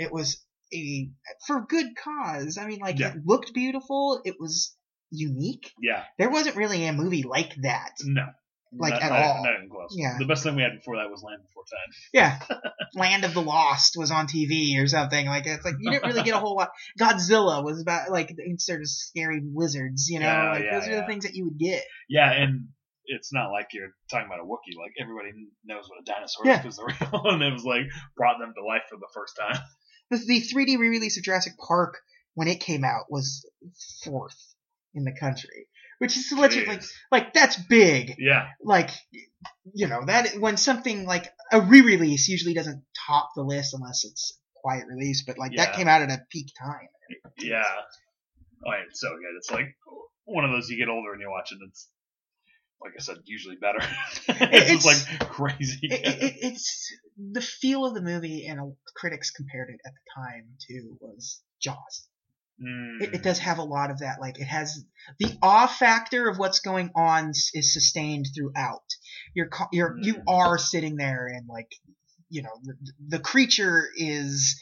A: it was a for good cause. I mean, like
B: Yeah.
A: it looked beautiful. It was unique.
B: yeah,
A: There wasn't really a movie like that.
B: no,
A: Like,
B: not,
A: at
B: not,
A: all.
B: not even close.
A: Yeah.
B: the best thing we had before that was Land Before Time.
A: Yeah, Land of the Lost was on TV or something. Like it's like you didn't really get a whole lot. Godzilla was about like instead of scary lizards. You know,
B: Yeah,
A: like
B: yeah,
A: those are
B: yeah.
A: the things that you would get.
B: Yeah, and it's not like you're talking about a Wookiee. Like everybody knows what a dinosaur is
A: Yeah.
B: because they're real, and it was like brought them to life for the first time.
A: The, the 3D re-release of Jurassic Park when it came out was fourth in the country, which is legit. Like,
B: Jeez.
A: like that's big.
B: yeah,
A: like you know that when something like a re-release usually doesn't top the list unless it's a quiet release but like that
B: Yeah.
A: came out at a peak time
B: yeah. Oh, and it's so good. It's like one of those you get older and you watch it. and It's like I said, usually better. it's,
A: It's-
B: just like crazy.
A: it, it, it, it's the feel of the movie and uh, critics compared it at the time to was jaws
B: Mm.
A: it, it does have a lot of that like it has the awe factor of what's going on s- is sustained throughout you're co- you're you
B: Mm.
A: are sitting there and like you know the, the creature is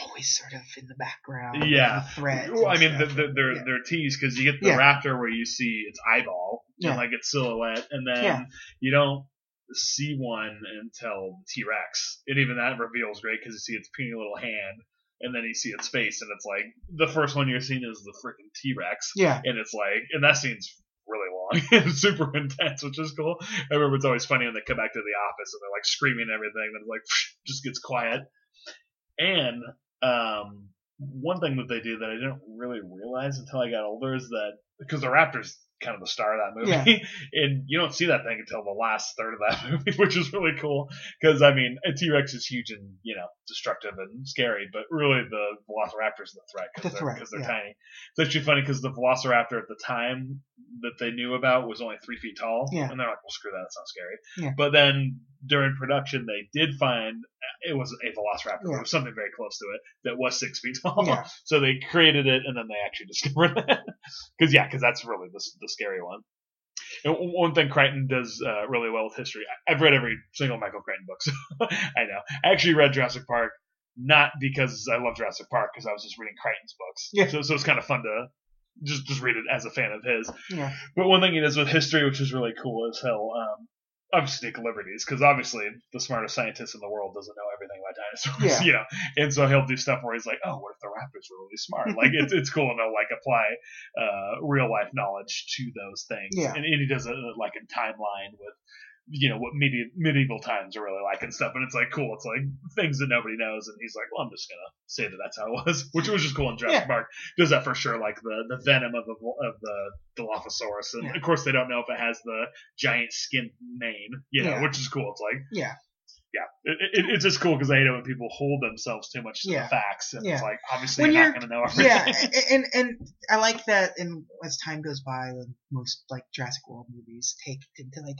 A: always sort of in the background
B: Yeah.
A: the threat
B: Well, I
A: and
B: mean, the,
A: stuff.
B: the, they're
A: Yeah.
B: they're teased because you get the
A: Yeah.
B: raptor where you see its eyeball
A: Yeah.
B: and like its silhouette, and then
A: Yeah.
B: you don't see one until T Rex, and even that reveals great because you see its puny little hand, and then you see its face, and it's like the first one you're seeing is the freaking T Rex,
A: yeah
B: and it's like, and that scene's really long and super intense, which is cool. I remember it's always funny when they come back to the office and they're like screaming and everything, and it's like just gets quiet. And um, one thing that they do that I didn't really realize until I got older is that because the raptors kind of the star of that movie. and you don't see that thing until the last third of that movie, which is really cool. Because, I mean, a T Rex is huge and, you know, destructive and scary, but really the Velociraptor is the threat
A: The
B: because
A: threat,
B: they're, 'cause they're
A: yeah.
B: tiny. It's actually funny because the Velociraptor at the time that they knew about was only three feet tall.
A: Yeah.
B: And they're like, well, screw that. It's not scary.
A: Yeah.
B: But then during production, they did find it was a Velociraptor, but
A: Yeah.
B: it was something very close to it that was six feet tall.
A: Yeah.
B: So they created it, and then they actually discovered that. Because yeah, because that's really the the scary one. And w- one thing Crichton does uh, really well with history. I- I've read every single Michael Crichton book, so I know. I actually read Jurassic Park not because I love Jurassic Park, because I was just reading Crichton's books.
A: Yeah.
B: So, so it's kind of fun to just just read it as a fan of his.
A: Yeah.
B: But one thing he does with history, which is really cool, is he'll um, obviously take liberties because obviously the smartest scientist in the world doesn't know everything about dinosaurs,
A: Yeah.
B: you know. And so he'll do stuff where he's like, "Oh, what if the raptors were really smart?" Like it's it's cool to like apply uh, real life knowledge to those things.
A: Yeah.
B: And, and he does it uh, like in timeline with you know what medi- medieval times are really like and stuff and it's like cool it's like things that nobody knows and he's like well i'm just gonna say that that's how it was which was just cool in Jurassic
A: Yeah.
B: Park does that for sure like the the venom of the of the Dilophosaurus, and
A: Yeah.
B: of course they don't know if it has the giant skin mane, you know,
A: Yeah.
B: which is cool. It's like,
A: Yeah.
B: yeah, it, it, it's just cool because I hate it when people hold themselves too much to
A: Yeah.
B: the facts, and it's
A: Yeah.
B: like obviously
A: When
B: you're,
A: you're-
B: not going to know everything.
A: yeah, a- and and I like that. And as time goes by, the most like Jurassic World movies take it into like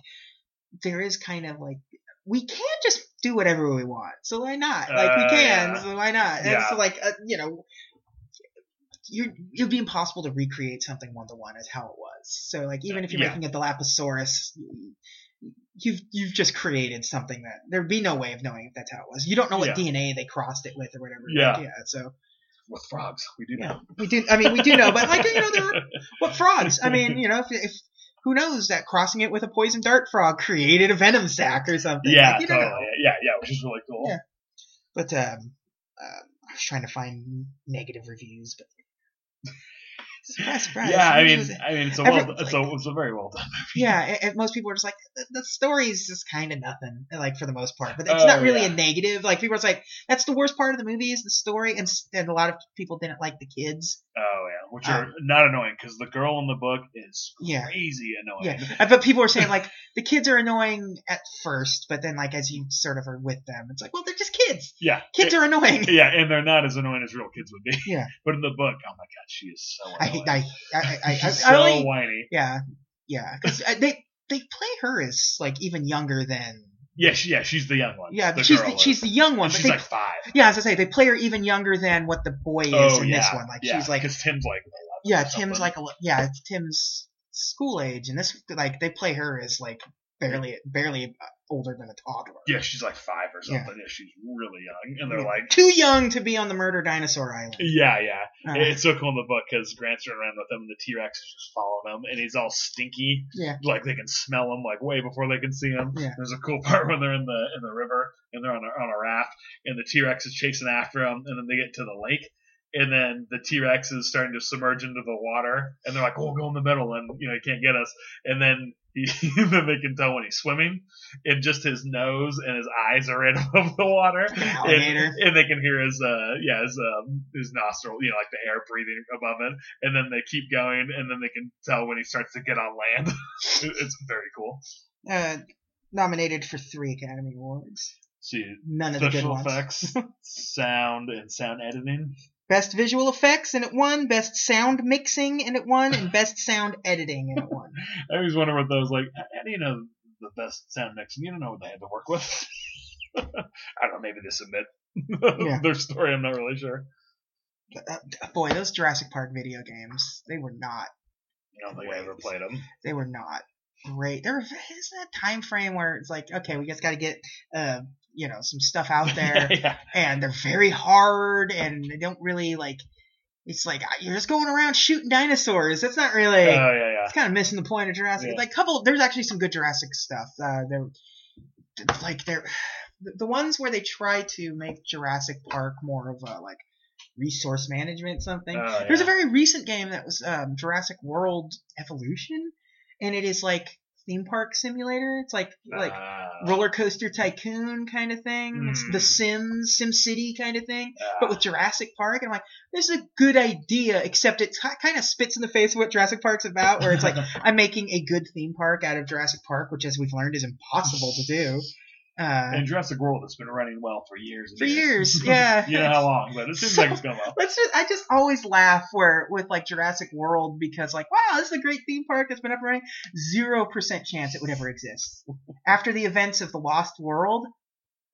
A: there is kind of like we can't just do whatever we want, so why not? Like we
B: Uh,
A: can,
B: yeah.
A: so why not? And
B: Yeah.
A: so like uh, you know, you you'd be impossible to recreate something one to one as how it was. So like even if you're
B: Yeah.
A: making a Dilophosaurus. You've you've just created something that there'd be no way of knowing if that's how it was. You don't know what
B: Yeah.
A: DNA they crossed it with or whatever.
B: Yeah.
A: yeah. So
B: With frogs, we do
A: Yeah.
B: know.
A: we do. I mean, we do know, but like you know, there were what frogs? I mean, you know, if, if who knows that crossing it with a poison dart frog created a venom sac or something?
B: yeah,
A: like, you don't
B: totally.
A: know.
B: yeah, yeah, which is really cool.
A: Yeah. But um, um, I was trying to find negative reviews, but surprise, surprise.
B: Yeah, I
A: it
B: mean,
A: was-
B: I mean, it's a
A: Every-
B: well, it's a, it's a very well done.
A: yeah. And, and most people are just like, the, the story's just kind of nothing, like for the most part. But it's
B: Oh,
A: not really
B: yeah.
A: a negative. Like people are just like, that's the worst part of the movie is the story, and s- and a lot of people didn't like the kids.
B: Oh yeah, which are not annoying because the girl in the book is
A: Uh, Yeah.
B: crazy annoying.
A: Yeah, I bet people are saying like the kids are annoying at first, but then like as you sort of are with them, it's like, well, they're just kids.
B: Yeah,
A: Kids are annoying.
B: yeah, and they're not as annoying as real kids would be.
A: Yeah.
B: but in the book, oh my god, she is so.
A: I
B: Annoying.
A: I I I, I, I,
B: She's
A: I
B: so
A: only,
B: whiny.
A: yeah yeah 'cause I- they they play her as like even younger than
B: Yeah, she, yeah, she's the young one.
A: yeah
B: the
A: she's
B: girl
A: the,
B: is.
A: she's the young one.
B: And
A: But
B: she's
A: they,
B: like five.
A: yeah, as I say, they play her even younger than what the boy is
B: Oh
A: in
B: yeah,
A: this one. Like she's like
B: because Tim's like 11
A: yeah,
B: or something.
A: Tim's like a li- yeah, it's Tim's school age, and this like they play her as like barely barely uh, older than a toddler.
B: yeah, she's like five or
A: Yeah.
B: something. Yeah, she's really young, and they're
A: Yeah.
B: like.
A: too young to be on the murder dinosaur island.
B: Yeah, yeah.
A: Uh,
B: It- It's so cool in the book because Grant's running around with them, and the T Rex is just following him, and he's all stinky.
A: Yeah.
B: like they can smell him like way before they can see him.
A: Yeah.
B: There's a cool part when they're in the in the river and they're on a, on a raft, and the T Rex is chasing after them, and then they get to the lake. And then the T Rex is starting to submerge into the water, and they're like, "Oh, go in the middle, and you know, he can't get us." And then he, then they can tell when he's swimming, and just his nose and his eyes are in above the water,
A: An alligator.
B: and, and they can hear his uh yeah his um his nostril you know like the air breathing above it and then they keep going and then they can tell when he starts to get on land It- it's very cool
A: Uh, nominated for three Academy Awards.
B: see
A: None of the good
B: special
A: ones.
B: effects sound and sound editing
A: Best visual effects, and it won. Best sound mixing, and it won. And best sound editing, and it won.
B: i always wonder what those like how how do you know the best sound mix and you don't know what they had to work with i don't know maybe they submit
A: Yeah.
B: their story i'm not really sure
A: Uh, boy, those Jurassic Park video games—they were not.
B: i don't think i ever played them
A: They were not great. There is that time frame where it's like, okay, we just got to get, uh, you know, some stuff out there.
B: yeah
A: and they're very hard and they don't really like it's like ah, you're just going around shooting dinosaurs that's not really
B: oh yeah yeah
A: it's kind of missing the point of jurassic
B: Yeah.
A: like couple there's actually some good jurassic stuff uh there like they're the- the ones where they try to make jurassic park more of a like resource management something
B: Oh, yeah.
A: there's a very recent game that was um, Jurassic World Evolution, and it is like theme park simulator. It's like like
B: Ah,
A: roller coaster tycoon kind of thing. It's
B: Hmm.
A: the Sims, Sim City kind of thing.
B: ah.
A: But with Jurassic Park, and I'm like, this is a good idea, except it kind of spits in the face of what Jurassic Park's about, where it's like, I'm making a good theme park out of Jurassic Park, which, as we've learned, is impossible to do. Uh,
B: and Jurassic World has been running well for years. and
A: for years, yeah.
B: you know how long, but it seems like it's going well.
A: Let's just, I just always laugh where with like Jurassic World because like wow this is a great theme park that's been up and running zero percent chance it would ever exist after the events of the Lost World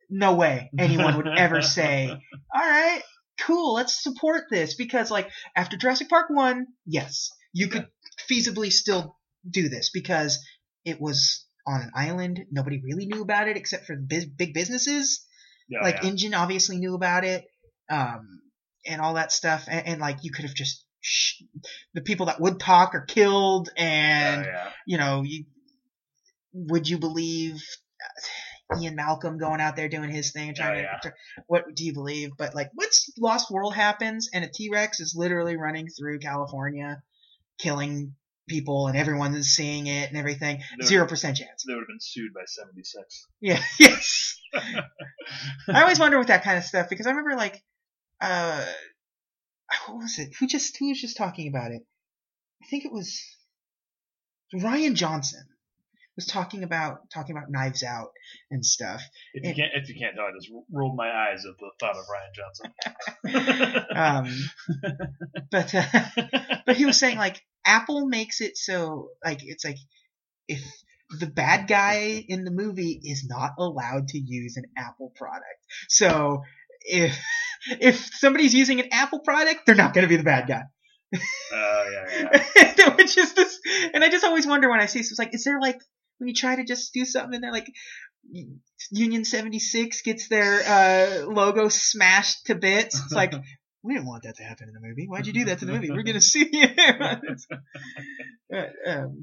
A: no way anyone would ever say all right cool let's support this because like after Jurassic Park one yes you could feasibly still do this because it was on an island nobody really knew about it except for biz- big businesses
B: Yeah,
A: like
B: Oh, yeah.
A: engine obviously knew about it um and all that stuff and, and like you could have just sh- the people that would talk are killed and
B: yeah, yeah.
A: you know you would you believe uh, Ian Malcolm going out there doing his thing and trying
B: Oh,
A: to
B: yeah.
A: tr- what do you believe but like once Lost World happens and a T-Rex is literally running through California killing people and everyone's seeing it and everything
B: No.
A: 0% chance
B: they would have been sued by '76.
A: yeah yes I always wonder with that kind of stuff because I remember like uh what was it? Who just who was just talking about it? I think it was Ryan Johnson was talking about talking about knives out and stuff.
B: If you
A: It-
B: can't, if you can't tell, I just rolled my eyes at the thought of Ryan Johnson.
A: Um but uh, but he was saying like Apple makes it so like it's like if the bad guy in the movie is not allowed to use an Apple product. So if if somebody's using an Apple product, they're not going to be the bad guy.
B: oh yeah, yeah.
A: Which is this, and I just always wonder when I see it's like, is there like when you try to just do something and they're like. Union 76 gets their uh, logo smashed to bits. It's like, we didn't want that to happen in the movie. Why'd you do that to the movie? We're going to sue you. Uh, um,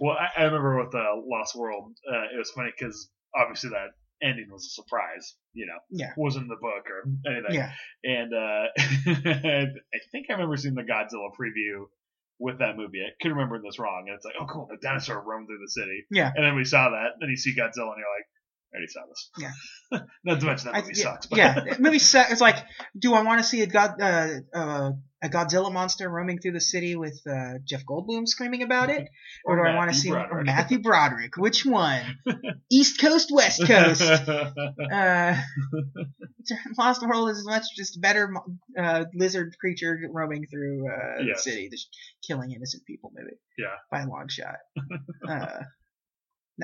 B: Well, I, I remember with uh, Lost World, uh, it was funny because obviously that ending was a surprise. You know,
A: Yeah.
B: wasn't in the book or anything.
A: yeah.
B: And uh, I think I remember seeing the Godzilla preview with that movie. I could remember this wrong. And it's like, oh, cool, the dinosaur roamed through the city.
A: Yeah.
B: And then we saw that. Then you see Godzilla, and you're like, I already saw this. Yeah. Not to mention that
A: I-
B: movie
A: yeah,
B: sucks. But
A: yeah, the movie sucks. It's like, do I want to see a god, uh, uh, a Godzilla monster roaming through the city with uh, Jeff Goldblum screaming about it, or, do I want to
B: Matthew
A: see or
B: Broderick.
A: Matthew Broderick? Which one? East Coast, West Coast. Uh, Lost World is much just better uh, lizard creature roaming through uh,
B: Yes.
A: the city, just killing innocent people. Maybe.
B: Yeah.
A: By a long shot. uh,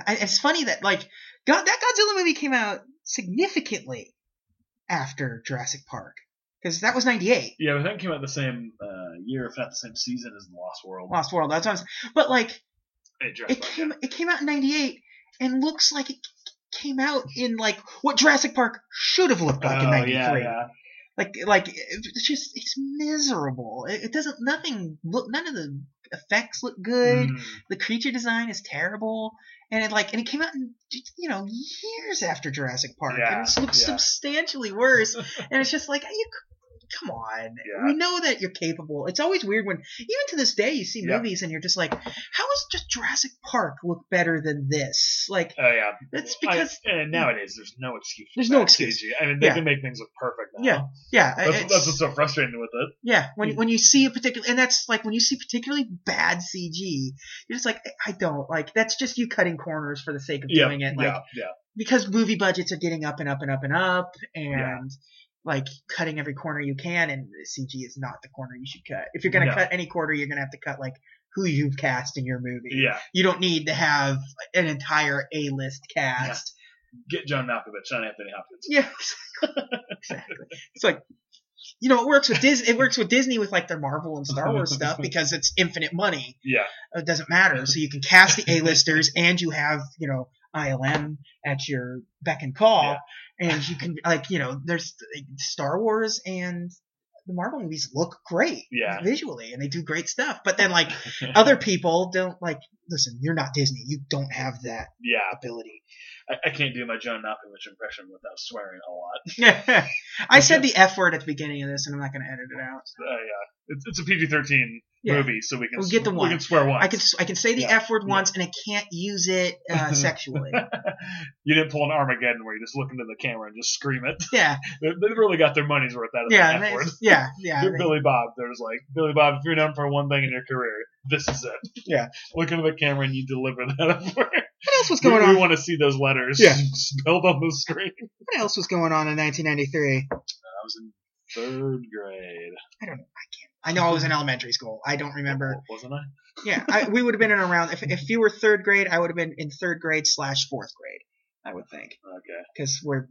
A: I- it's funny that like God, that Godzilla movie came out significantly after Jurassic Park because that was '98.
B: yeah, but that came out the same uh, year, if not the same season as Lost World.
A: Lost World. That's what I'm saying. But like
B: Hey, Jurassic
A: it
B: Park,
A: came it came out in '98 and looks like it came out in like what Jurassic Park should have looked
B: yeah.
A: like in
B: Oh,
A: '93.
B: yeah, yeah.
A: like like it's just it's miserable it, it doesn't nothing look none of the effects look good
B: Mm.
A: the creature design is terrible and it like and it came out in you know years after jurassic park
B: Yeah,
A: and it looks
B: yeah.
A: substantially worse and it's just like you c- come on
B: Yeah.
A: we know that you're capable it's always weird when even to this day you see
B: Yeah.
A: movies and you're just like how does just jurassic park look better than this like
B: Oh yeah,
A: That's
B: I-
A: because-
B: and nowadays there's no excuse. For
A: There's no
B: bad
A: excuse.
B: CG. I mean, they
A: Yeah.
B: can make things look perfect now.
A: Yeah, yeah
B: that's,
A: it's-
B: that's what's so frustrating with it.
A: Yeah, when
B: Mm.
A: when you see a particular, and that's like when you see particularly bad CG, you're just like, I don't like. That's just you cutting corners for the sake of doing it, like
B: yeah, yeah.
A: because movie budgets are getting up and up and up and up, and
B: Yeah.
A: like cutting every corner you can, and CG is not the corner you should cut. If you're gonna
B: No.
A: cut any corner, you're gonna have to cut like who you've cast in your movie.
B: Yeah,
A: You don't need to have an entire A list cast.
B: get John Malkovich, not Anthony Hopkins.
A: Yeah, exactly. It's like you know, it works with Disney. It works with Disney with like their Marvel and Star Wars stuff because it's infinite money.
B: Yeah,
A: It doesn't matter. So you can cast the A-listers and you have you know ILM at your beck and call, and you can like you know there's like, Star Wars and the Marvel movies look great
B: Yeah.
A: visually and they do great stuff. But then like other people don't like listen. You're not Disney. You don't have that
B: yeah.
A: ability.
B: I, I can't do my John Malkovich impression without swearing a lot.
A: I said the F word at the beginning of this, and I'm not going to edit it out.
B: Uh, yeah, it's, it's a PG-13
A: Yeah.
B: movie, so we can
A: We'll get the
B: we
A: one.
B: can swear once.
A: I can s- I can say the
B: Yeah.
A: F word
B: Yeah.
A: once, and I can't use it uh, sexually.
B: you didn't pull an Armageddon where you just look into the camera and just scream it.
A: yeah,
B: They, they really got their money's worth out of
A: yeah,
B: that
A: and
B: word.
A: it's- yeah, yeah.
B: You're
A: they-
B: Billy Bob. There's like Billy Bob. If you're known for one thing in your career, this is it.
A: Yeah.
B: Look into the camera and you deliver that. Word.
A: What else was
B: We,
A: going on?
B: want to see those letters
A: Yeah.
B: spelled on the screen.
A: What else was going on in 1993?
B: I was in third grade.
A: I know I was in elementary school. I don't remember.
B: wasn't I?
A: Yeah, I, we would have been in around if if you were third grade, I would have been in third grade slash fourth grade. I would think
B: Okay.
A: because we're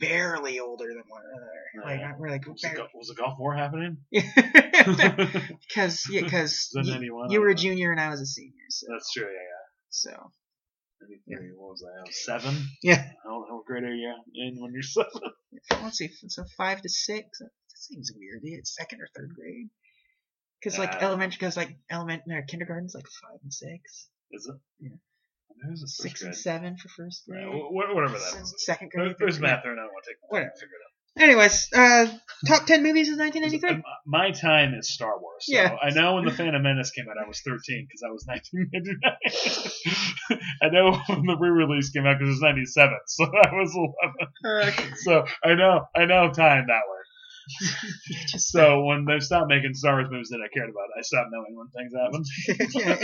A: barely older than one another. Like
B: Yeah.
A: we're like
B: Was the, Gulf- was the Gulf War happening?
A: barely.
B: was
A: Because yeah, because
B: that
A: you,
B: 91?
A: you were a junior and I was a senior, so
B: That's true, yeah, yeah.
A: so
B: 93, What was I? I was seven?
A: Yeah.
B: I don't know what grade are you in when you're seven.
A: let's see, so five to six. That seems weird. Yeah, It's second or third grade. Because like
B: Uh,
A: elementary, because like elementary, kindergarten's like five and six,
B: Is it?
A: Yeah.
B: Maybe it was a
A: six
B: sixth
A: and
B: grade.
A: seven for first grade,
B: Yeah, wh- wh- whatever that
A: se-
B: is.
A: second
B: There-
A: grade.
B: There's
A: third grade.
B: math there, and I don't want to take the
A: Whatever.
B: time to figure it
A: Anyways, uh, top ten movies of
B: out.
A: 1993.
B: My time is Star Wars. So
A: Yeah.
B: I know when the Phantom Menace came out, I was 13 because I was 1999. I know when the re-release came out because it was 97, so I was 11.
A: Uh,
B: So I know, I know time that way.
A: just,
B: So when they stopped making Star Wars movies that I cared about, I stopped knowing when things happened.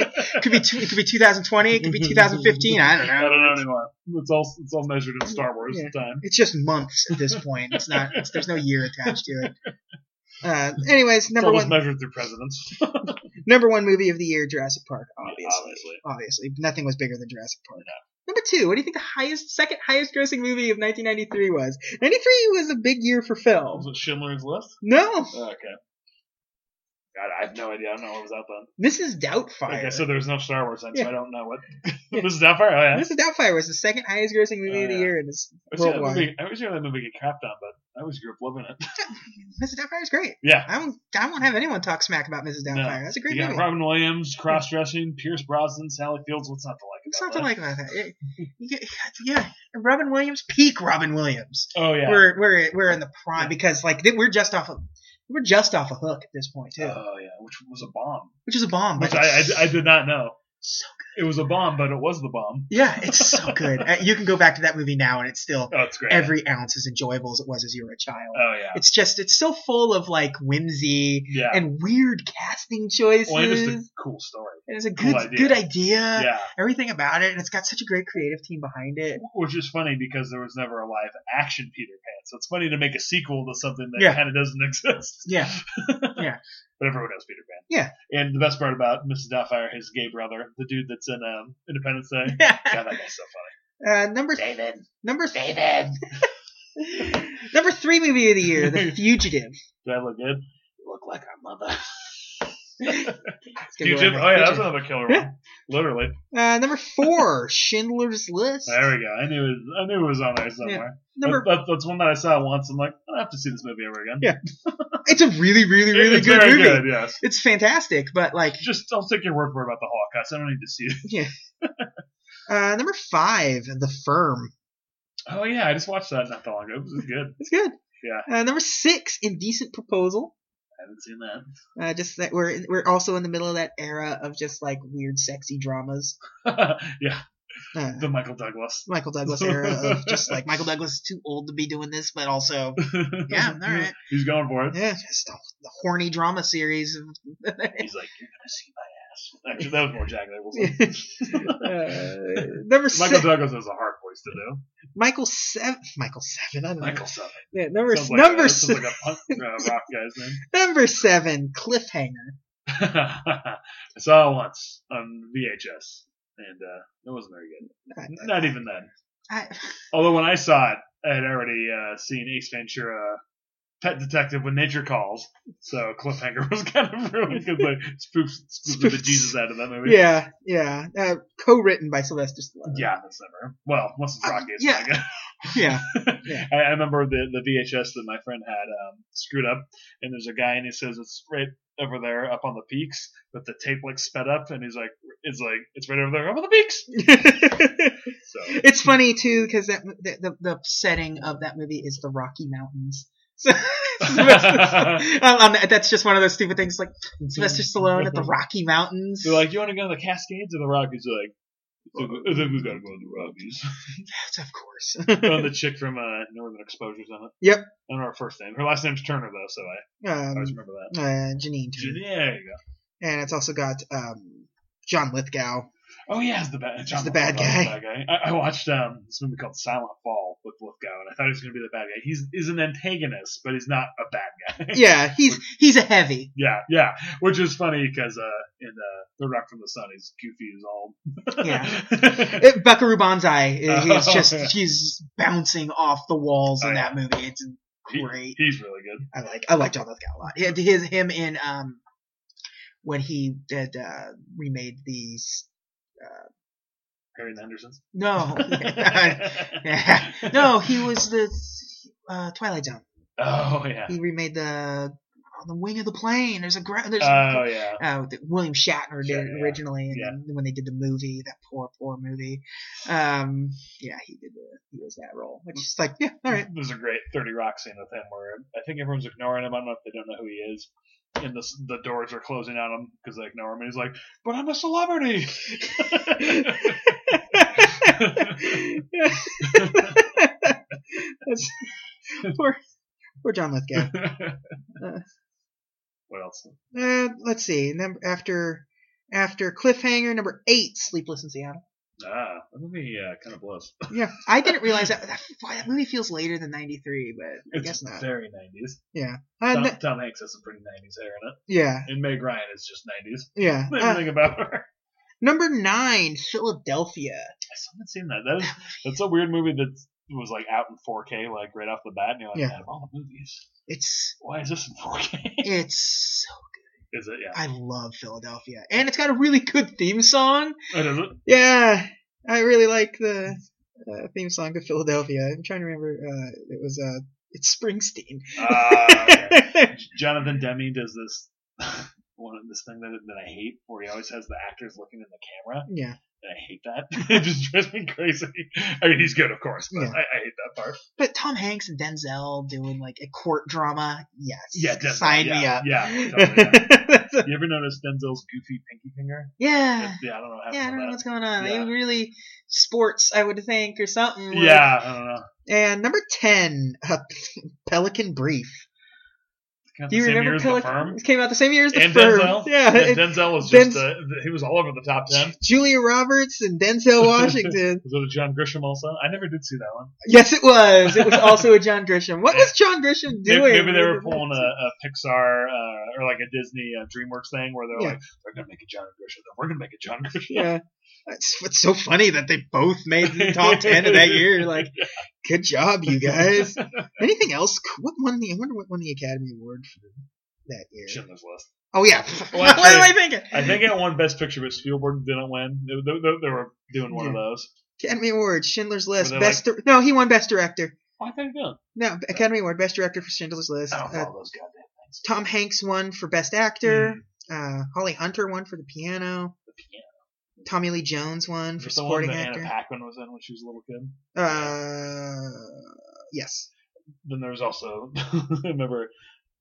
A: yeah, it could be two, it could be 2020. It could be 2015. I don't
B: I
A: know.
B: don't know anymore. It's all it's all measured in Star Wars
A: Yeah.
B: time.
A: It's just months at this point. It's not. It's, there's no year attached to it. Uh, anyways,
B: It's
A: number
B: almost
A: one,
B: measured through presidents.
A: number one movie of the year, Jurassic Park. Obviously,
B: obviously.
A: obviously, nothing was bigger than Jurassic Park. Number two, what do you think the highest, second highest grossing movie of 1993 was? 93 was a big year for
B: was
A: film.
B: it Schindler's List?
A: No,
B: Oh, okay. God, I have no idea. I don't know what was out then.
A: Mrs.
B: Like
A: Doubtfire.
B: I said, there was no Star Wars then, so
A: Yeah.
B: I don't know what.
A: Yeah.
B: Mrs. Doubtfire? Oh, yeah.
A: Mrs. Doubtfire was the second highest grossing movie
B: Oh,
A: of the
B: yeah.
A: year in this
B: I always hear that
A: worldwide.
B: movie- I always hear that movie get crapped on, but I always grew up loving it.
A: Mrs. Doubtfire is great.
B: Yeah.
A: I won't. I won't have anyone talk smack about Mrs.
B: No.
A: Doubtfire. That's a great
B: you got
A: movie.
B: Robin Williams, cross dressing, Pierce Brosnan, Sally Fields. What's not to like?
A: There's
B: about
A: something like
B: that?
A: that. It- you get- yeah, Robin Williams, peak Robin Williams.
B: Oh yeah.
A: We're we're we're in the
B: Yeah.
A: prime because like th- we're just off of we're just off a hook at this point too,
B: Oh yeah, which was a bomb,
A: which is a bomb.
B: which
A: But
B: I, I, I did not know.
A: So
B: It was a bomb, but it was the bomb.
A: yeah, it's so good. Uh, you can go back to that movie now, and it's still
B: Oh, it's great.
A: every ounce as enjoyable as it was as you were a child.
B: oh yeah,
A: It's just it's so full of like whimsy
B: yeah.
A: and weird casting choices.
B: well, and just a cool story.
A: And it's a
B: cool
A: good
B: idea.
A: good idea.
B: yeah,
A: Everything about it, and it's got such a great creative team behind it.
B: which is funny because there was never a live action Peter Pan, so it's funny to make a sequel to something that
A: Yeah.
B: kind of doesn't exist.
A: Yeah,
B: But everyone knows Peter Pan.
A: Yeah.
B: And the best part about Mrs. Doubtfire, his gay brother, the dude that's in um, Independence Day. God, that guy's so
A: Uh, number
B: funny. David.
A: number
B: David.
A: number three movie of the year, The Fugitive.
B: Do I look good? You look like our mother.
A: It's gonna be
B: Fugitive.
A: one
B: Oh
A: of my
B: yeah, that's
A: Fugitive.
B: another killer
A: Yeah.
B: one. Literally.
A: Uh, number four, Schindler's List.
B: There we go. I knew it. I knew it was on there somewhere.
A: Number
B: That- that- that's one that I saw once. I'm like, I don't have to see this movie ever again.
A: Yeah, it's a really, really,
B: It-
A: really
B: it's
A: good
B: very
A: movie.
B: good. Yes.
A: It's fantastic, but like
B: Just I'll take your word for it about the Holocaust. I don't need to see it.
A: uh, number five, The Firm.
B: Oh yeah, I just watched that not that long ago. It was good.
A: It's good.
B: Yeah.
A: Uh, number six, Indecent Proposal.
B: I haven't seen that.
A: Uh, just that we're we're also in the middle of that era of just like weird, sexy dramas.
B: yeah,
A: Uh,
B: the Michael Douglas.
A: Michael Douglas era of just like Michael Douglas is too old to be doing this, but also
B: yeah,
A: all right.
B: He's going for it.
A: yeah, just the, the horny drama series. of-
B: He's like, you're gonna see my ass. Actually, that was more Jack Nicholson.
A: Uh, number
B: Michael
A: six,
B: Douglas has a hard voice to do.
A: Michael seven, Michael seven. I don't know.
B: Michael Sutton.
A: Yeah, number
B: Sounds like a-
A: number
B: sounds
A: se-
B: like a punk uh, rock guy's name.
A: number seven, Cliffhanger.
B: I saw it once on VHS, and uh, it wasn't very good.
A: I,
B: Not even then.
A: I,
B: Although when I saw it, I had already uh, seen Ace Ventura, Pet Detective when Nature Calls, so Cliffhanger was kind of ruined because they spoofed, spoofed the
A: Spoofed.
B: bejesus out of that movie.
A: yeah, yeah. Uh, co-written by Sylvester Stallone.
B: Yeah, that's never. Well, once it's
A: Uh,
B: Rocky, it's
A: yeah.
B: not good.
A: yeah.
B: I, I remember the, the VHS that my friend had um, screwed up, and there's a guy, and he says it's right over there, up on the peaks, but the tape like sped up, and he's like, it's like it's right over there, up on the peaks. So
A: it's funny too because that the, the the setting of that movie is the Rocky Mountains.
B: Uh.
A: Um, um, that's just one of those stupid things. Like Sylvester Stallone at the Rocky Mountains.
B: They're like, you want to go to the Cascades or the Rockies? They're like, I think, I think we gotta go to the Rockies.
A: yes, of course.
B: oh, the chick from uh, Northern Exposures on it.
A: Yep.
B: I don't know her first name. Her last name's Turner though, so I always
A: Um,
B: remember that.
A: uh, Janine, Turner.
B: Yeah, there you
A: and it's also got um, John Lithgow.
B: go. Oh yeah, it's the bad. John
A: the bad
B: Lithgow, the bad guy. I, I watched um, this movie called Silent Fall with Lithgow, and I thought he was gonna be the bad guy. He's is an antagonist, but he's not a bad guy.
A: Yeah, he's he's a heavy.
B: yeah, yeah. Which is funny because uh, in uh, The Rock from the Sun, he's goofy as all. Yeah.
A: It, Buckaroo Banzai is
B: Oh.
A: just she's bouncing off the walls in
B: Oh,
A: that movie. It's great.
B: He's really good.
A: I like I like John Lithgow a lot. His, his him in um when he did uh, remade these.
B: Harry and the Hendersons.
A: No, Oh, no, he was the uh, Twilight Zone.
B: Oh yeah.
A: He remade the on the wing of the plane. There's a gra- there's
B: Oh yeah.
A: uh, that William Shatner did it
B: Shatner, yeah.
A: originally, and
B: Yeah.
A: then when they did the movie, that poor, poor movie. Um, yeah, he did the he was that role, which is like, yeah, all right,
B: There's a great 30 Rock scene with him where I think everyone's ignoring him. I don't know if they don't know who he is. And the, the doors are closing on him because they ignore him. And he's like, but I'm a celebrity.
A: That's- poor, poor John Lithgow.
B: what else?
A: Uh, let's see, number after after cliffhanger number eight, Sleepless in Seattle.
B: Ah, that movie uh, kind of blows.
A: Yeah, I didn't realize that that, why that movie feels later than '93, but I guess not.
B: very 90s.
A: Uh,
B: Tom,
A: no-
B: Tom Hanks has some pretty 90s hair in it.
A: yeah,
B: And Meg Ryan is just 90s.
A: yeah. Uh,
B: Everything about her.
A: number nine, Philadelphia.
B: I still haven't seen that. That is that's a weird movie that was like out in 4K like right off the bat, and you're like,
A: Yeah.
B: out of all the movies,
A: It's
B: why is this in 4K?
A: it's so
B: is it? Yeah.
A: I love Philadelphia, and it's got a really good theme song.
B: It is it.
A: Yeah, I really like the uh, theme song to Philadelphia. I'm trying to remember. Uh, it was uh, it's Springsteen.
B: Ah, okay. Jonathan Demi does this one this thing that, that I hate, where he always has the actors looking in the camera,
A: yeah,
B: and I hate that. it just drives me crazy. I mean, he's good, of course, but
A: Yeah.
B: I, I hate that part.
A: but Tom Hanks and Denzel doing like a court drama. Yes.
B: Yeah, Denzel,
A: Sign
B: yeah,
A: me up.
B: Yeah, totally, yeah.
A: Yeah.
B: You ever notice Denzel's goofy pinky finger?
A: Uh, yeah.
B: It's- Yeah, I don't know how.
A: I don't know what's going on.
B: Yeah.
A: They really sports, I would think, or something. were-
B: Yeah, I don't know.
A: And number ten, uh, Pelican Brief.
B: Kind of
A: Do you
B: the same
A: remember
B: year as The Firm.
A: Pelican? It came out the same year as the
B: and
A: firm.
B: Denzel.
A: Yeah.
B: And
A: it-
B: Denzel was
A: Denz-
B: just uh, th- he was all over the top ten.
A: Julia Roberts and Denzel Washington.
B: Was it a John Grisham also? I never did see that one.
A: yes, it was. It was also a John Grisham. What was John Grisham
B: Maybe,
A: doing?
B: maybe they were pulling a, a Pixar uh, or like a Disney uh, DreamWorks thing where they're
A: Yeah.
B: like, "We're gonna make a John Grisham. We're gonna make a John Grisham."
A: Yeah. It's, it's so funny that they both made the top ten of that year. Like, good job, you guys. Anything else? What won the? I wonder what won the Academy Award for that year.
B: Schindler's List.
A: Oh yeah.
B: Well,
A: what am I
B: actually,
A: thinking?
B: I think it won Best Picture, but Spielberg didn't win. They, they- they- they were doing one of
A: Yeah.
B: those.
A: Academy Award, Schindler's List,
B: Were they
A: best. Dir- no, he won Best Director.
B: Why did they do?
A: No, Academy Award, Best Director for Schindler's List.
B: I don't
A: Uh,
B: follow those goddamn things.
A: Tom Hanks won for Best Actor.
B: Hmm.
A: Uh, Holly Hunter won for the piano.
B: The piano.
A: Tommy Lee Jones won
B: Is
A: for
B: it the one
A: supporting
B: that Anna
A: actor.
B: Paquin was in when she was a little kid.
A: Uh, yes.
B: Then there was also remember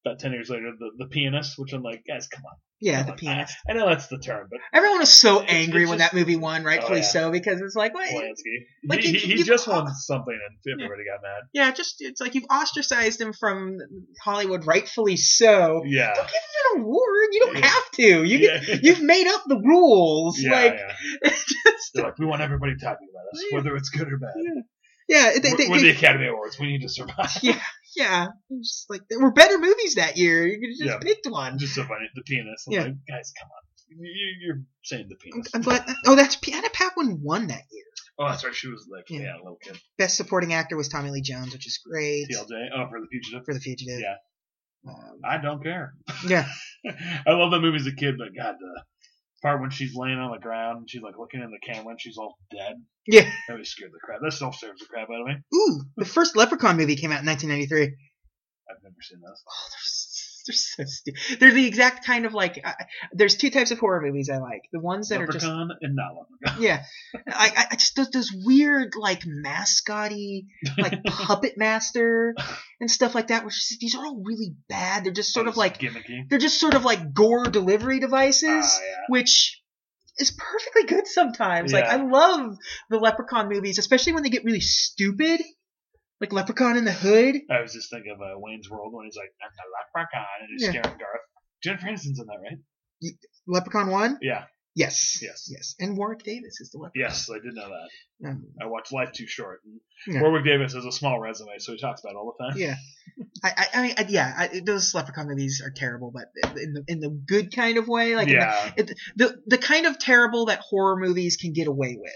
B: about ten years later the, the pianist, which I'm like, guys, come on.
A: Yeah,
B: come
A: the
B: on.
A: pianist.
B: I, I know that's the term, but
A: Everyone was so
B: It's-
A: angry
B: it's
A: when
B: just- Oh,
A: that movie won, rightfully
B: yeah.
A: so, because it's like, wait,
B: Polanski.
A: Like,
B: he,
A: you-
B: he, he
A: you-
B: just won something, and everybody got mad.
A: yeah, just it's like you've ostracized him from Hollywood, rightfully so.
B: Yeah.
A: Don't give him an award. You don't
B: Yeah.
A: have to. Oh, You
B: Yeah.
A: get, you've made up the rules.
B: Yeah,
A: like,
B: yeah.
A: just-
B: They're like, we want everybody talking about us,
A: Yeah.
B: whether it's good or bad.
A: yeah, they,
B: we're
A: they,
B: we're
A: they-
B: the Academy Awards. We need to survive.
A: yeah. It's Just like there were better movies that year. You could have just
B: Yeah.
A: picked one.
B: Just so funny. The pianist. I'm
A: Yeah.
B: like, guys, come on. You, you're saying the
A: I'm,
B: pianist.
A: I'm glad. Oh, that's Anna Paquin won that year.
B: oh, that's right. She was like,
A: Yeah.
B: yeah, a little kid.
A: Best supporting actor was Tommy Lee Jones, which is great
B: TLJ. Oh, for the fugitive.
A: for The Fugitive.
B: Yeah.
A: Um,
B: I don't care.
A: yeah.
B: I love that movie as a kid, but God, the part when she's laying on the ground and she's like looking in the camera and she's all dead.
A: Yeah.
B: That really scared the crap. That still scares the crap out of me.
A: Ooh, the first Leprechaun movie came out in 1993.
B: I've never seen those.
A: Oh, there's Oh, They're so stupid. They're the exact kind of like. I, there's two types of horror movies I like. The ones that are just
B: Leprechaun and not Leprechaun.
A: yeah, I, I- I just those, those weird like mascotty like puppet master and stuff like that. Which is, these are all really bad. They're just sort of
B: It's
A: like
B: gimmicky.
A: they're just sort of like gore delivery devices,
B: Ah, yeah.
A: which is perfectly good sometimes. Like
B: Yeah.
A: I love the Leprechaun movies, especially when they get really stupid, like Leprechaun in the Hood.
B: I was just thinking of uh, Wayne's World when he's like, I'm the Leprechaun, and he's
A: Yeah.
B: scaring Garth. Jennifer Aniston's in that, right?
A: Leprechaun One,
B: Yeah.
A: yes,
B: Yes.
A: yes, and Warwick Davis is the Leprechaun.
B: Yes, I did know that.
A: Um,
B: I watched Life Too Short. And
A: Yeah.
B: Warwick Davis has a small resume, so he talks about it all the time.
A: Yeah, I, I, I mean, I, yeah, I, those leprechaun movies are terrible, but in the in the good kind of way, like in the-
B: yeah.
A: the, the kind of terrible that horror movies can get away with.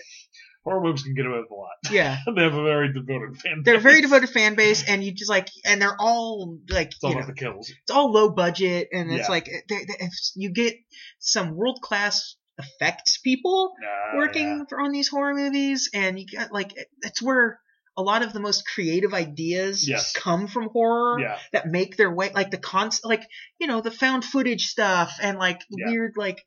B: Horror movies can get away with a lot.
A: Yeah,
B: they have a very devoted fan
A: they're a
B: base.
A: very devoted fan base, and you just like, and they're all like,
B: It's all
A: you know,
B: about the kills.
A: it's all low budget, and it's
B: Yeah.
A: like they, they, if you get some world class effects people
B: Nah,
A: working
B: Uh, yeah.
A: for, on these horror movies, and you got like that's where a lot of the most creative ideas
B: Yes.
A: come from horror.
B: Yeah.
A: that make their way like the cons like you know the found footage stuff and like the
B: Yeah.
A: weird like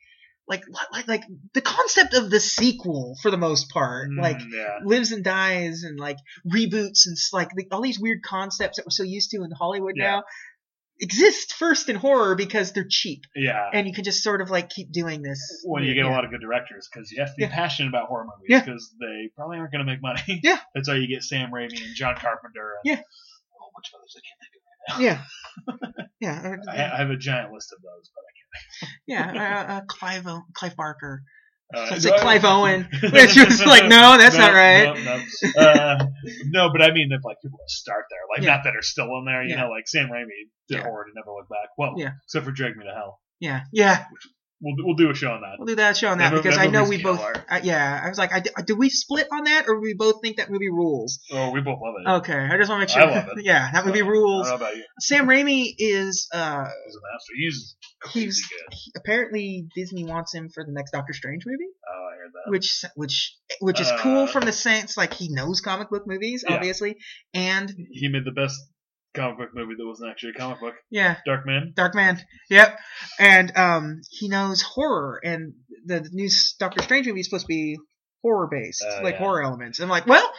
A: like like like the concept of the sequel for the most part
B: Mm,
A: like
B: yeah.
A: lives and dies and like reboots and s- like the, all these weird concepts that we're so used to in Hollywood
B: Yeah.
A: now exist first in horror because they're cheap
B: Yeah.
A: and you can just sort of like keep doing this
B: Well, you get a lot of good directors because you have to be
A: Yeah.
B: passionate about horror movies
A: Yeah.
B: because they probably aren't going to make money.
A: Yeah.
B: That's how you get Sam Raimi and John Carpenter. And
A: Yeah.
B: A whole bunch of others I can't think
A: of yeah yeah uh,
B: of. I, I have a giant list of those, but
A: yeah uh, uh, Clive O- Clive Barker
B: Uh,
A: It's like Clive Owen. And she was like, "No, that's not right."
B: No, no. Uh, no, but I mean, if like people that start there, like
A: Yeah.
B: not that are still in there, you
A: Yeah.
B: know, like Sam Raimi did
A: Yeah.
B: horror to never look back. Well,
A: Yeah.
B: except for Drag Me to Hell.
A: yeah yeah
B: We'll we'll do a show on that.
A: We'll do that show on
B: That
A: that
B: mo-
A: because
B: that
A: I know we
B: movie's
A: both.
B: killer.
A: I, yeah, I was like, I, di- did we split on that, or we both think that movie rules?
B: Oh, we both love it.
A: Okay, I just want to make sure.
B: I love it.
A: yeah, that movie
B: So, I
A: rules.
B: don't know about you.
A: Sam Raimi is uh,
B: He's a master. He's crazy
A: he's
B: good.
A: he- apparently Disney wants him for the next Doctor Strange movie,
B: Oh, I heard that.
A: which which which is cool
B: Uh,
A: from the sense like he knows comic book movies,
B: Yeah.
A: obviously, and
B: He made the best comic book movie that wasn't actually a comic book.
A: yeah,
B: Dark Man.
A: Dark Man. Yep. And um, he knows horror, and the new s- Doctor Strange movie is supposed to be horror based,
B: Oh,
A: like
B: yeah.
A: horror elements. I'm like, well,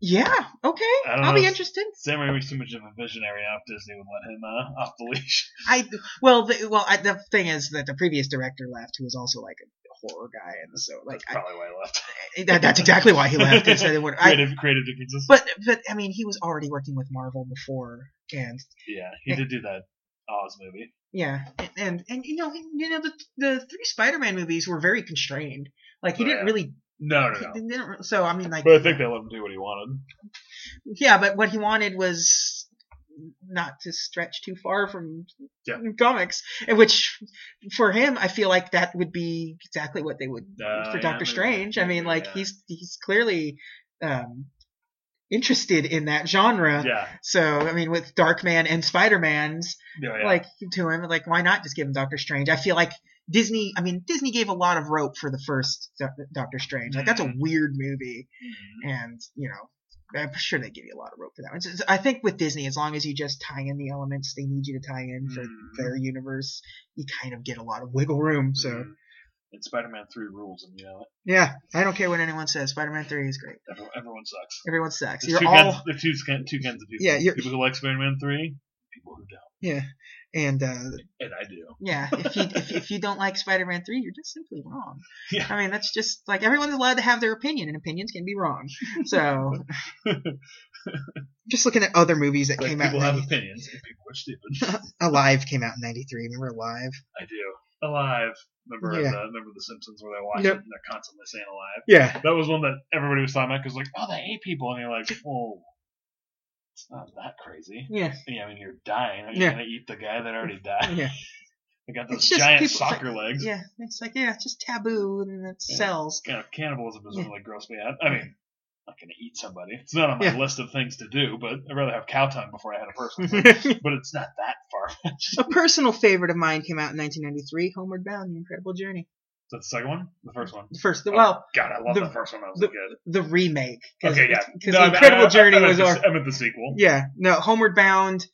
A: yeah, okay,
B: I don't
A: I'll
B: know
A: be
B: if-
A: interested.
B: Sam Raimi's too much of a visionary. Off Disney would let him uh, off the leash.
A: I well, the, well, I, the thing is that the previous director left, who was also like a horror guy, and so like
B: that's probably why he left.
A: I, that, that's exactly why he left. Is that it would, I,
B: Creative, creative differences.
A: but but I mean, he was already working with Marvel before, and
B: Yeah, he did do that Oz movie.
A: Yeah, and and, and you know he- you know the the three Spider-Man movies were very constrained. Like he
B: Oh,
A: didn't
B: yeah.
A: really,
B: No, no,
A: he
B: no.
A: didn't. re- So I mean, like,
B: But I think they let him do what he wanted.
A: yeah, but what he wanted was not to stretch too far from
B: Yeah.
A: comics, and which for him, I feel like that would be exactly what they would
B: Uh,
A: for
B: yeah,
A: Doctor
B: maybe,
A: Strange. I mean,
B: maybe,
A: like
B: yeah.
A: he's he's clearly um, interested in that genre.
B: Yeah,
A: So I mean, with Darkman and Spider-Man's,
B: yeah, yeah.
A: like to him like why not just give him doctor strange i feel like disney i mean disney gave a lot of rope for the first Doc- doctor strange like that's a
B: Mhm.
A: weird movie
B: Mhm.
A: and you know i'm sure they give you a lot of rope for that one It's- it's- i think with disney as long as you just tie in the elements they need you to tie in for
B: Mhm.
A: their universe you kind of get a lot of wiggle room so
B: Mhm. and Spider-Man Three rules, and you know
A: yeah i don't care what anyone says spider-man 3 is great
B: everyone, everyone sucks.
A: everyone sucks
B: There's
A: you're
B: two,
A: all
B: kinds, there's two, skin- two kinds of people.
A: Yeah, you're-
B: people who like Spider-Man Three, people who don't,
A: and uh
B: and I do.
A: Yeah, if you if, if you don't like Spider-Man three, you're just simply wrong.
B: Yeah.
A: I mean, that's just like everyone's allowed to have their opinion, and opinions can be wrong. So, just looking at other movies that
B: Like,
A: came out, in
B: people have
A: 90,
B: opinions, and people are stupid.
A: Alive came out in '93. Remember Alive?
B: I do. Alive. Remember
A: Yeah.
B: the remember the Simpsons where they watch
A: Yep.
B: it and they're constantly saying alive.
A: Yeah,
B: That was one that everybody was talking about because like, oh, they hate people, and you're like, whoa, it's not that crazy.
A: yeah,
B: Yeah, I mean, you're dying. Are you
A: Yeah.
B: gonna eat the guy that already died?
A: yeah,
B: They got those
A: It's just
B: giant
A: people-
B: soccer legs.
A: yeah. It's like yeah, it's just taboo and it
B: Yeah.
A: sells.
B: Kind of cannibalism is
A: Yeah.
B: really gross me out. I mean, I'm not gonna eat somebody. It's not on my
A: Yeah.
B: list of things to do, but I'd rather have cow tongue before I had a person. But,
A: a
B: but it's not that far. That's
A: personal favorite of mine came out in 1993, Homeward Bound: The Incredible Journey.
B: the second one, the first one.
A: The first,
B: Oh,
A: well,
B: God, I love
A: the-
B: the, first one. That was
A: the-
B: good.
A: the remake.
B: Okay, yeah.
A: Because
B: No,
A: The
B: I- I-
A: Incredible
B: I- I
A: Journey
B: meant
A: was
B: the-
A: our
B: I meant the sequel.
A: Yeah, no, Homeward Bound.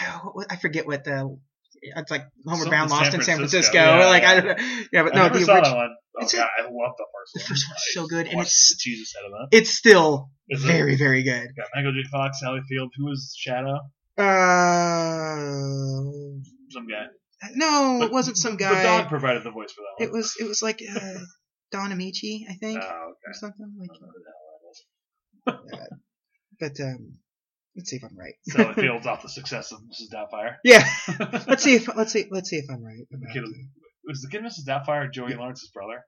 A: I forget what the It's like Homeward
B: Something
A: Bound, Lost
B: San
A: in San
B: Francisco.
A: Francisco.
B: Yeah,
A: like I
B: yeah.
A: don't know. Yeah, but
B: I
A: no,
B: never
A: the
B: saw that
A: original.
B: one. Oh
A: it's a-
B: god, I love the first
A: The
B: one.
A: first one's so good, and
B: Watched
A: it's
B: the Jesus out of that.
A: it's still
B: Is it-
A: very very good.
B: Got Michael J. Fox, Sally Field. Who was Shadow?
A: Uh,
B: Some guy.
A: no,
B: But-
A: it wasn't some
B: The dog
A: guy.
B: provided the voice for that
A: It
B: one.
A: was it was like uh, Don Amici, I think,
B: Oh,
A: or
B: okay.
A: something
B: I
A: like.
B: don't know who the hell that was.
A: But um, let's see if I'm right.
B: Sally Fields off the success of Mrs. Doubtfire.
A: Yeah, let's see if let's see let's see if I'm right. about
B: Kid-
A: it.
B: Was the kid Mrs. Doubtfire Joey Lawrence's brother?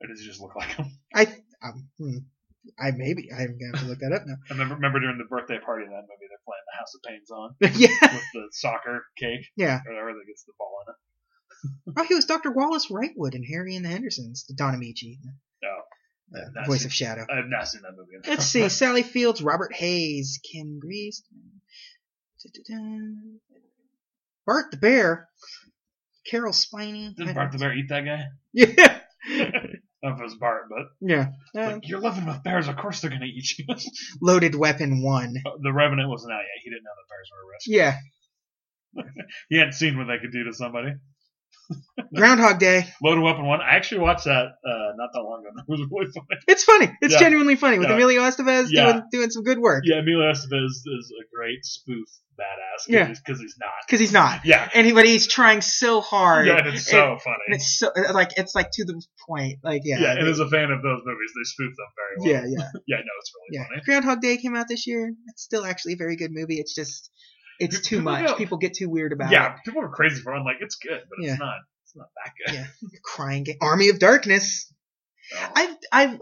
B: Or does he just look like him?
A: I um, hmm, I maybe I'm gonna have to look that up now.
B: I remember, remember during the birthday party in that movie, they're playing The House of Pains on
A: yeah,
B: with the soccer cake
A: yeah.
B: or whatever that gets the ball in it.
A: Oh, he was Dr. Wallace Wrightwood in Harry and the Hendersons, the Don Amici,
B: Oh,
A: uh,
B: that's
A: voice
B: it.
A: of Shadow.
B: I've not seen that movie.
A: Let's see, Sally Fields, Robert Hayes, Ken Greasman, da-da-da, Bart the Bear, Carol Spiney.
B: Didn't Bart the Bear eat that guy?
A: Yeah,
B: I don't know if it was Bart, but
A: yeah. Uh,
B: like, you're living with bears. Of course they're going to eat you.
A: Loaded Weapon One.
B: the Revenant wasn't out yet. He didn't know that bears were a risk.
A: Yeah,
B: He hadn't seen what they could do to somebody.
A: Groundhog Day.
B: Loaded Weapon 1. I actually watched that uh, not that long ago. It was really funny.
A: It's funny. It's
B: Yeah.
A: genuinely funny with
B: Yeah.
A: Emilio Estevez
B: Yeah.
A: doing doing some good work
B: Yeah, Emilio Estevez is a great spoof badass.
A: Yeah.
B: Because he's not.
A: because he's not.
B: Yeah.
A: And he, but he's trying so hard.
B: Yeah, and it's so funny.
A: And it's so like it's like to the point. Like yeah,
B: yeah, and as a fan of those movies, they spoof them very well.
A: yeah, yeah.
B: Yeah, no, it's really
A: yeah.
B: funny.
A: Groundhog Day came out this year. It's still actually a very good movie. It's just it's
B: People
A: too much.
B: go-
A: People get too weird about
B: Yeah, people are crazy for it. I'm like, it's good, but
A: Yeah.
B: it's not. It's not that good.
A: it. Crying Game, Army of Darkness.
B: No.
A: I I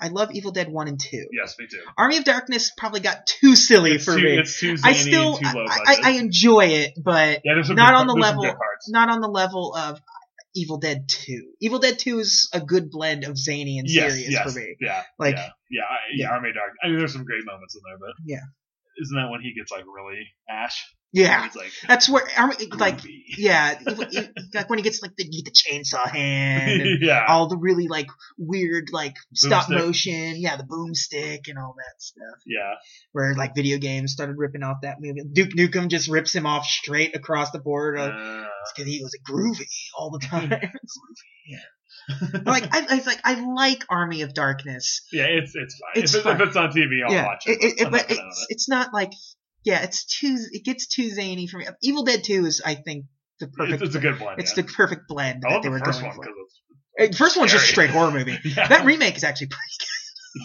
A: I love Evil Dead One and Two.
B: yes, me too.
A: Army of Darkness probably got too silly
B: It's
A: for
B: too,
A: me.
B: it's too
A: I
B: zany
A: still
B: and too low
A: I, I,
B: budget.
A: I enjoy it, but
B: yeah, there's some
A: not
B: good
A: on the
B: par- there's some
A: level-
B: good parts.
A: not on the level of Evil Dead Two. Evil Dead Two is a good blend of zany and
B: yes,
A: serious
B: yes,
A: for me.
B: Yeah,
A: Like
B: yeah, yeah, I,
A: yeah.
B: yeah. Army of Dark. I mean, there's some great moments in there, but
A: Yeah.
B: isn't that when he gets like really ash?
A: yeah,
B: He's like
A: that's where Army like
B: groovy.
A: yeah Evil- Evil- like when he gets like the, the chainsaw hand and
B: yeah,
A: all the really like weird like stop
B: Boomstick.
A: motion, yeah, the boomstick and all that stuff.
B: yeah,
A: Where like video games started ripping off that movie. Duke Nukem just rips him off straight across the board of
B: Uh,
A: because he was groovy all the time. Yeah. like I, I like I like Army of Darkness.
B: yeah. It's it's fine.
A: It's
B: if, it-
A: fine.
B: if it's on TV, I'll
A: yeah,
B: watch it.
A: it- it-
B: I'm
A: but
B: not gonna own
A: it's
B: it.
A: it's not like yeah, it's too it gets too zany for me. Evil Dead Two is I think the perfect.
B: It's, it's a good blend.
A: it's
B: yeah.
A: the perfect blend
B: I
A: that
B: love
A: they
B: the
A: were
B: first
A: going
B: one
A: for.
B: 'cause it's
A: Uh, First one's just
B: scary.
A: straight horror movie.
B: Yeah.
A: That remake is actually pretty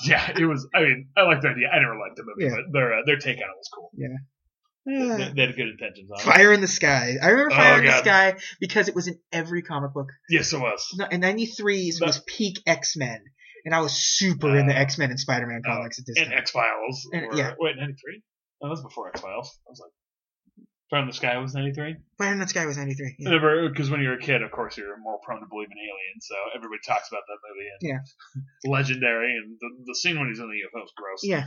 B: yeah, it was. I mean, I liked the idea. I never liked the movie,
A: Yeah.
B: but their uh, their take on it was cool.
A: good.
B: They, they had good intentions on it.
A: Fire in the Sky. I remember
B: Oh,
A: Fire in the
B: God.
A: Sky because it was in every comic book.
B: Yes, it was.
A: No, And 93's
B: That-
A: was peak X Men. And I was super into
B: Uh,
A: X Men and Spider Man
B: uh,
A: comics at this
B: And
A: time.
B: X Files.
A: And- yeah.
B: Wait, ninety three? No, that was before X Files. I was like, Fire in the Sky was ninety three.
A: Fire in the Sky was 93. yeah.
B: Remember, because when you're a kid, of course, you're more prone to believe in aliens. So everybody talks about that movie. And Legendary, and the, the scene when he's in the UFO is gross.
A: Yeah.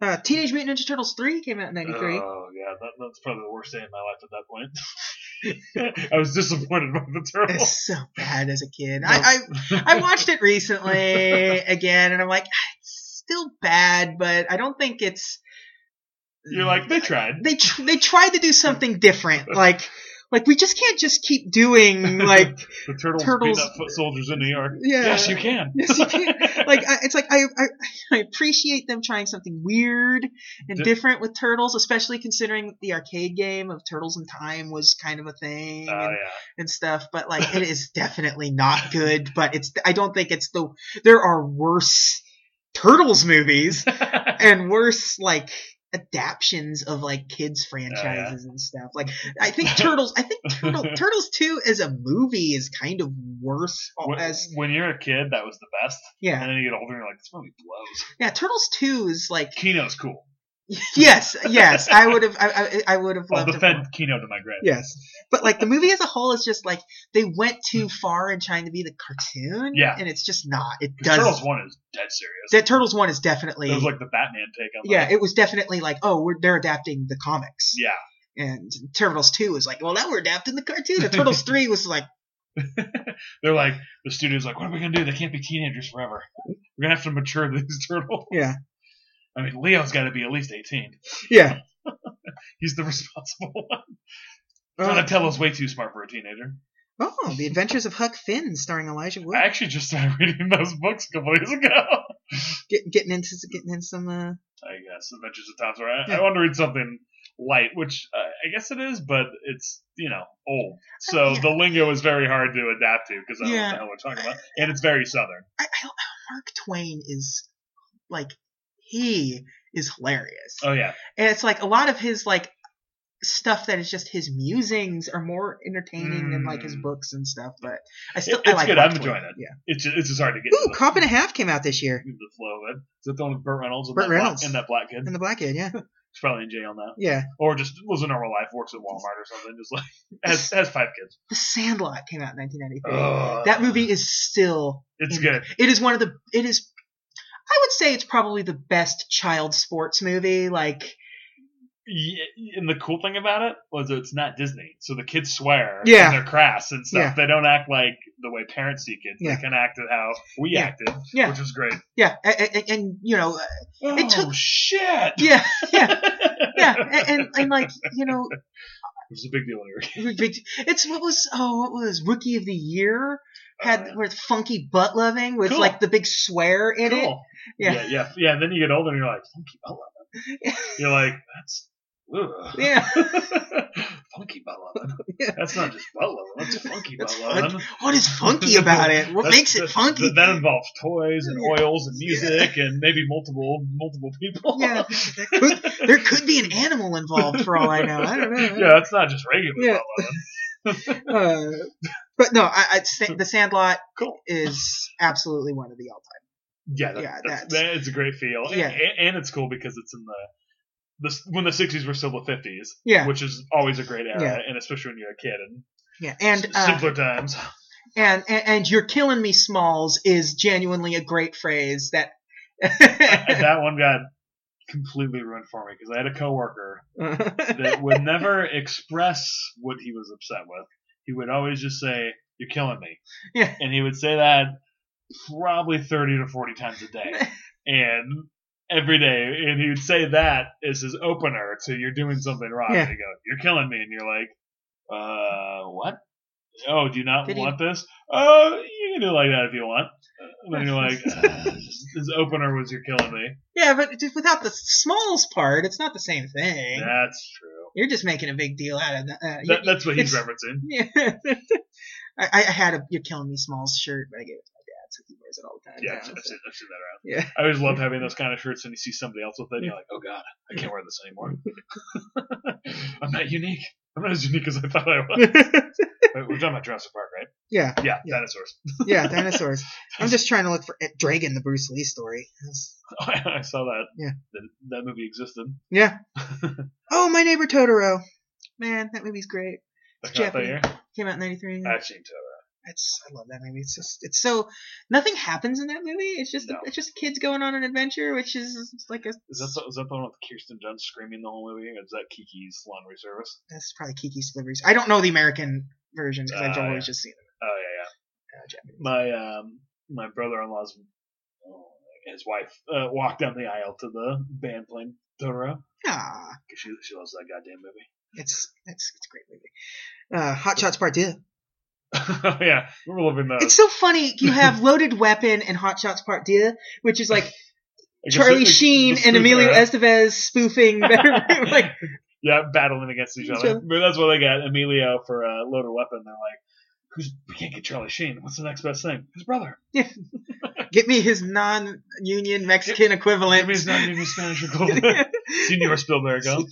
A: Uh, Teenage Mutant Ninja Turtles 3 came out in 93.
B: Oh yeah, that, that's probably the worst day of my life at that point. I was disappointed by the turtles.
A: it's so bad as a kid. I, I I watched it recently again, and I'm like, "Ah, it's still bad, but I don't think it's.
B: You're like they tried.
A: they tr- they tried to do something different. Like like we just can't just keep doing like
B: The turtles,
A: Turtles-
B: beat up foot soldiers in New York.
A: yeah.
B: Yes, you can.
A: Yes, you can. like I, it's like I, I I appreciate them trying something weird and
B: Di-
A: different with turtles, especially considering the arcade game of Turtles in Time was kind of a thing
B: Oh
A: and,
B: yeah.
A: and stuff. But like it is definitely not good. But it's I don't think it's the there are worse turtles movies and worse like adaptions of like kids
B: Oh,
A: franchises and stuff. Like I think Turtles, I think Turtle, Turtles Two as a movie is kind of worse
B: when,
A: oh, as
B: when you're a kid, that was the best.
A: yeah
B: And then you get older, and you're like, this movie blows.
A: yeah Turtles Two is like
B: Kino's cool.
A: yes yes I would have I I, I would have
B: I'll
A: loved it more.
B: defend Kino to my grave.
A: yes but like the movie as a whole is just like they went too far in trying to be the cartoon
B: Yeah.
A: and it's just not it
B: 'Cause
A: does
B: Turtles One is dead serious.
A: that Turtles One is definitely
B: it was like the Batman take on.
A: yeah
B: that.
A: it was definitely like oh we're they're adapting the comics
B: yeah.
A: And Turtles 2 was like, well, now we're adapting the cartoon. And Turtles 3 was like,
B: They're like the studio's like, what are we gonna do? They can't be teenagers forever. We're gonna have to mature these turtles.
A: yeah,
B: I mean, Leo's got to be at least eighteen.
A: yeah,
B: He's the responsible one.
A: Uh.
B: Donatello's way too smart for a teenager.
A: Oh, The Adventures of Huck Finn, starring Elijah Wood.
B: I actually just started reading those books a couple days ago.
A: Get, getting into getting in some. Uh,
B: I guess Adventures of Tom Sawyer. I,
A: Yeah.
B: I want to read something light, which uh, I guess it is, but it's you know old, so
A: Oh, yeah.
B: the lingo is very hard to adapt to because I don't know
A: Yeah.
B: what the hell we're talking about, and it's very southern.
A: I, I don't know. Mark Twain is like he is hilarious,
B: Oh yeah,
A: and it's like a lot of his like stuff that is just his musings are more entertaining than like his
B: Mm.
A: books and stuff. But I still
B: It-
A: I
B: it's
A: like
B: good.
A: Mark
B: I'm
A: Twain.
B: enjoying it.
A: Yeah.
B: it's just, it's just hard to get
A: Ooh,
B: into the,
A: Cop and a Half came out this year.
B: into the flow of it. Is that the one with Burt Reynolds and
A: Burt
B: that black-
A: Reynolds.
B: and that black kid?
A: And the Black Kid, yeah,
B: He's probably in jail now,
A: yeah.
B: or just lives a normal life, works at Walmart or something. Just like has has five kids.
A: The Sandlot came out in 1993.
B: Ugh.
A: that movie is still
B: Oh. It's good.
A: It is one of the. It is. I would say it's probably the best child sports movie. Like,
B: Yeah, and the cool thing about it was it's not Disney, so the kids swear.
A: Yeah.
B: and they're crass and stuff.
A: Yeah.
B: They don't act like the way parents see kids.
A: Yeah.
B: They can act at how we
A: Yeah.
B: acted,
A: Yeah.
B: which was great.
A: yeah, and, and, and you know, uh,
B: Oh
A: took-
B: shit!
A: yeah, yeah, yeah,
B: it
A: and, and, and like, you know,
B: was a big deal when we were kids.
A: big- it's what was oh, what was Rookie of the Year had
B: Uh,
A: with funky butt loving with
B: Cool.
A: like the big swear in it.
B: cool.
A: Yeah.
B: yeah, yeah, yeah. And then you get older, and you're like, funky butt lovin'." You're like, that's. ugh.
A: Yeah.
B: funky butt lovin'.
A: Yeah.
B: That's not just butt lovin'. That's funky butt
A: That's
B: lovin'.
A: What is funky about it? What
B: That's-
A: makes it
B: that-
A: funky?
B: That, that involves toys and
A: Yeah.
B: oils and music and maybe multiple multiple people.
A: Yeah. There could, there could be an animal involved for all I know. Oh, I don't know.
B: yeah, it's not just regular.
A: Yeah.
B: Bella.
A: Uh, but no, I, I Sa- the Sandlot
B: Cool.
A: is absolutely one of the all time.
B: Yeah, that,
A: Yeah,
B: that's,
A: that's-
B: that is a great feel.
A: Yeah.
B: And, and, and it's cool because it's in the, the s- when the 60s were still the 50s,
A: Yeah,
B: which is always a great era,
A: Yeah.
B: and especially when you're a kid and,
A: yeah, and
B: s-
A: uh,
B: simpler times.
A: and and and you're killing me, Smalls is genuinely a great phrase that.
B: And that one got completely ruined for me because I had a coworker that would never express what he was upset with. He would always just say, "You're killing me,"
A: Yeah.
B: and he would say that probably thirty to forty times a day, and every day, and he would say that as his opener to "You're doing something wrong."
A: Yeah.
B: And he go, "You're killing me," and you're like, "Uh, what?" Oh, do you not
A: Did he-
B: want this? Oh, you can do it like that if you want. And then you're like, "Ugh." his opener was "You're killing me."
A: yeah, but just without the Smalls part, it's not the same thing.
B: That's true.
A: You're just making a big deal out of that. Uh,
B: That, that's what
A: it's-
B: he's referencing.
A: you- I, I had a "You're Killing Me" Smalls shirt, but I gave it to my dad, so he wears it all the time.
B: Yeah, I've
A: now,
B: seen, I've,
A: so-
B: seen, I've seen that around.
A: Yeah.
B: I always love having those kind of shirts, and you see somebody else with it, and you're like, oh god, I can't wear this anymore. I'm not unique. I'm not as unique as I thought I was. Wait, we're talking about Jurassic Park, right?
A: yeah,
B: Yeah,
A: Yeah.
B: dinosaurs.
A: yeah, dinosaurs. I'm just trying to look for eh, Dragon, the Bruce Lee story. That's-
B: I saw that.
A: Yeah.
B: That, that movie existed.
A: Yeah. oh, my neighbor Totoro. Man, that movie's great.
B: That
A: It's
B: came out that
A: Japanese.
B: year.
A: Came out in '93.
B: I've seen Totoro.
A: It's I love that movie. It's just it's so nothing happens in that movie. It's just
B: No.
A: it's just kids going on an adventure, which is it's like a
B: Is that, the, is that the one with Kirsten Dunst screaming the whole movie? Or is that Kiki's Laundry Service?
A: that's probably Kiki's Deliveries. I don't know the American version because I've
B: Ah,
A: always
B: yeah.
A: just seen it.
B: Oh, yeah, yeah.
A: Uh, Japanese.
B: my um my brother-in-law's oh, his wife uh, walked down the aisle to the band playing Totoro
A: Ah,
B: because she she loves that goddamn
A: it's it's it's a great movie. Uh, Hot Shots Part Two.
B: movie. yeah, we were loving those.
A: It's so funny. You have Loaded Weapon and Hot Shots Part Two, which is like
B: I guess
A: Charlie
B: it's-
A: Sheen
B: the
A: and
B: spoof
A: Emilio
B: era.
A: Estevez spoofing. like
B: yeah battling against each
A: Each
B: other.
A: other.
B: But that's why they got Emilio for a uh, loaded weapon. They're like, who's we can't get Charlie Sheen? What's the next best thing? His brother.
A: Get me his non-union Mexican
B: Maybe
A: equivalent.
B: he's not even Spanish or Colombian. Senor Spielberg. huh?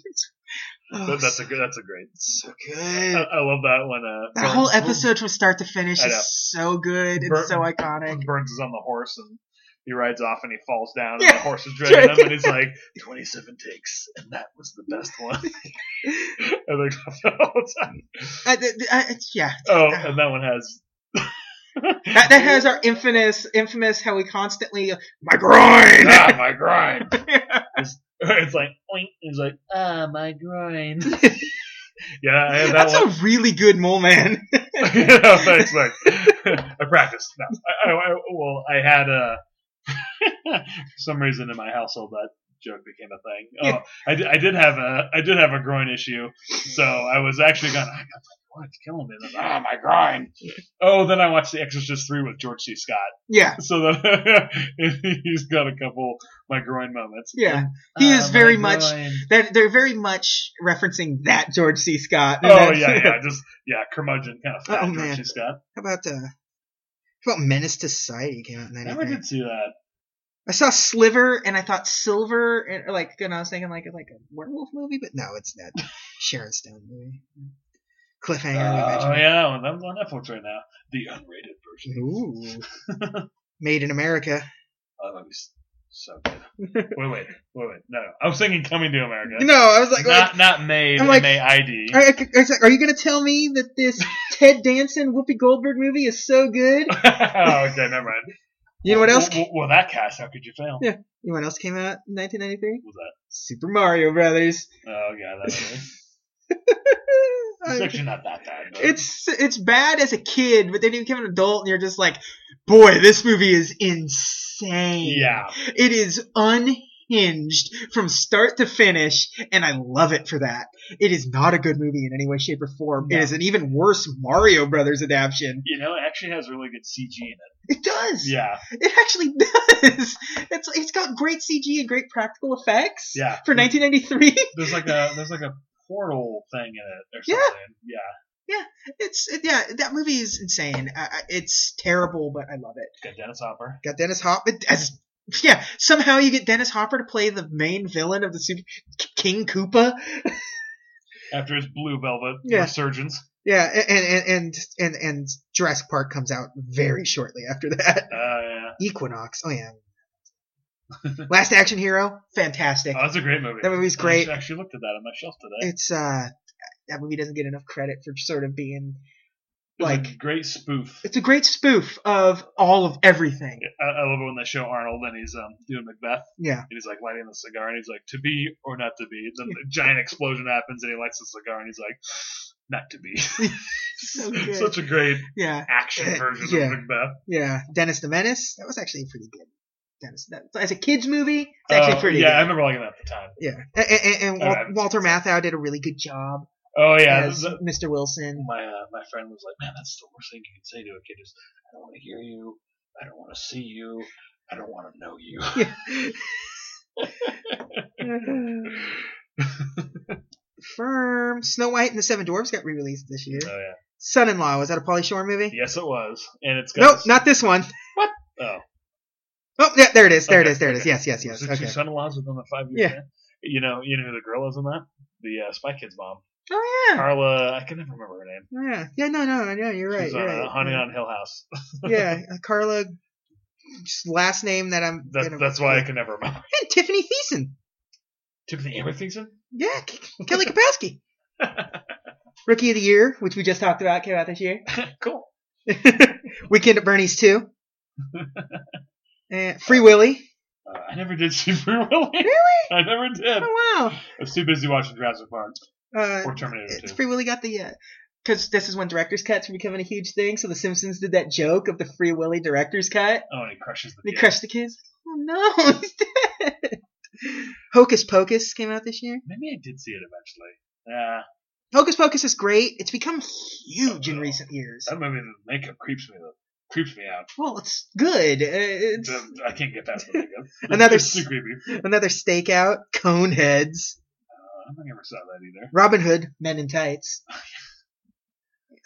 A: Oh,
B: That, that's a good. That's a great.
A: so
B: I,
A: good.
B: I love that when uh
A: That whole
B: Burns-
A: episode from start to finish
B: I know.
A: is so good. It's
B: Bur-
A: so iconic.
B: Burns is on the horse and he rides off and he falls down and
A: Yeah.
B: the horse is dragging him and he's like, 27 takes, and that was the best one. and they laugh the whole time.
A: I, Uh, th- th- I, it's- yeah,
B: Oh, and that one has.
A: that, that has our infamous, infamous how we constantly my groin.
B: ah, my groin. It's, it's like, oink. and He's like, ah, my groin. yeah, I had that
A: that's
B: one.
A: a really good mole man.
B: Yeah, thanks, Mike. I practiced. No, I, I, I- well, I had a for some reason in my household that joke became a thing. Oh, I, di- I did have a I did have a groin issue, so I was actually going. I got my groin's killing me. Then, Ah, my groin. Oh, then I watched The Exorcist three with George C. Scott,
A: Yeah,
B: so that he's got a couple my groin moments.
A: yeah. He is
B: Ah, my
A: very much-
B: groin.
A: That they're very much referencing that George C. Scott. And
B: Oh
A: that's-
B: yeah, yeah, just yeah, curmudgeon kind of fat
A: Oh,
B: George
A: man.
B: C. Scott.
A: How about uh, how about Menace to Society came out in
B: I never
A: '93.
B: did see that.
A: I saw Sliver and I thought Silver and like and I was thinking like it's like a werewolf movie, but no, it's not. Sharon Stone movie. Cliffhanger. we
B: Oh
A: mentioned.
B: yeah, that one. That one's on Netflix right now. The unrated version.
A: Ooh. Made in America. Mm-hmm.
B: Oh, that'd be s- so good. wait, wait, wait, wait. No, no. I was thinking Coming to America.
A: No, I was like,
B: not not made.
A: I'm like-
B: M A I D.
A: like, I- I- I was like, are you gonna tell me that this Ted Danson Whoopi Goldberg movie is so good?
B: Oh, okay, never mind.
A: You know what else?
B: Well, well, that cast. How could you fail?
A: Yeah. You know what else came out in 1993?
B: Was that?
A: Super Mario Brothers.
B: Oh yeah, that. movie. It's
A: I-
B: actually not that bad. But
A: Uh, It's it's bad as a kid, but then you become an adult and you're just like, boy, this movie is insane.
B: yeah.
A: It is unhinged from start to finish, and I love it for that. It is not a good movie in any way, shape, or form. It
B: No.
A: is an even worse Mario Brothers adaptation.
B: You know, it actually has really good CG in it.
A: It does.
B: Yeah,
A: It actually does. It's it's got great CG and great practical effects.
B: yeah.
A: For 1993,
B: There's like a there's like a portal thing in it or
A: Yeah.
B: something. Yeah.
A: it's it, yeah, that movie is insane. I, I- it's terrible, but I love it.
B: Got Dennis Hopper.
A: Got Dennis Hopper as yeah. Somehow you get Dennis Hopper to play the main villain of the Super King Koopa.
B: after his blue velvet
A: Yeah.
B: resurgence.
A: Yeah, a- and and and and, and Jurassic Park comes out very shortly after that.
B: Uh, yeah.
A: Equinox. Oh yeah. Last Action Hero, fantastic.
B: Oh, that's a great movie.
A: That movie's
B: I
A: great.
B: actually- actually looked at that on my shelf today.
A: It's uh that movie doesn't get enough credit for sort of being
B: It's a
A: like-
B: great spoof.
A: it's a great spoof of all of everything.
B: I, I love it when they show Arnold and he's um, doing Macbeth
A: Yeah.
B: and he's like lighting the cigar and he's like to be or not to be. Then the giant explosion happens and he lights the cigar and he's like not to be.
A: So good.
B: Such a great
A: Yeah.
B: action version
A: Yeah.
B: of Macbeth.
A: Yeah. Dennis the Menace. That was actually pretty good. Dennis that, as a kids movie, it's
B: Oh,
A: actually pretty
B: yeah, I
A: good.
B: remember liking that at the time.
A: Yeah. And, and, and Wal-
B: I haven't
A: Walter Matthau did a really good job
B: Oh yeah,
A: as
B: the-
A: Mr. Wilson.
B: my uh, my friend was like, "Man, that's the worst thing you can say to a kid is I don't want to hear you, I don't want to see you, I don't want to know you."
A: Yeah. Firm. Snow White and the Seven Dwarfs got re-released this year.
B: Oh yeah.
A: Son-in-Law was that a Polly Shore movie?
B: Yes, it was, and it's got
A: nope,
B: this-
A: not this one.
B: Oh,
A: Oh, yeah, there it is. There
B: Okay,
A: it is. There it is.
B: okay.
A: Yes, yes,
B: was
A: yes.
B: it two
A: Okay.
B: son-in-laws within the five years.
A: Yeah.
B: span? You know, you know who the girl is in that? The uh, Spy Kids mom,
A: Oh yeah.
B: Carla. I can never remember her name.
A: Oh, Yeah. Yeah. No. No. No. You're right.
B: She's
A: You're
B: on uh,
A: right.
B: Honey
A: yeah.
B: on Hill House.
A: yeah. uh, Carla. just Last name that I'm.
B: That,
A: gonna-
B: that's why I can never remember.
A: Hey, Tiffany Thiessen.
B: Tiffany Amber Thiessen.
A: Yeah. K- Kelly Kapowski. Rookie of the Year, which we just talked about, came out this year.
B: cool.
A: Weekend at Bernie's too. And Free Willy.
B: Uh, I never did see Free Willy.
A: Really?
B: I never did. I
A: Oh
B: was too busy watching Jurassic Park
A: wow. Uh,
B: or Terminator
A: It's
B: 2.
A: Free Willy got the because this is when director's cuts were becoming a huge thing. So the Simpsons did that joke of the Free Willy director's cut.
B: Oh, and he crushes the.
A: They
B: kid.
A: crushed the kids. Oh no, he's dead. Hocus Pocus came out this year.
B: Maybe I did see it eventually. Yeah,
A: Hocus Pocus is great. It's become huge
B: Oh,
A: in recent years.
B: that movie, the makeup creeps me. the- Creeps me out.
A: Well, it's good. Uh, It's
B: The- I can't get past the makeup.
A: Another
B: it's too
A: s-
B: creepy.
A: another stakeout. Coneheads.
B: Uh, I think I never saw that either.
A: Robin Hood. Men in Tights.
B: Oh,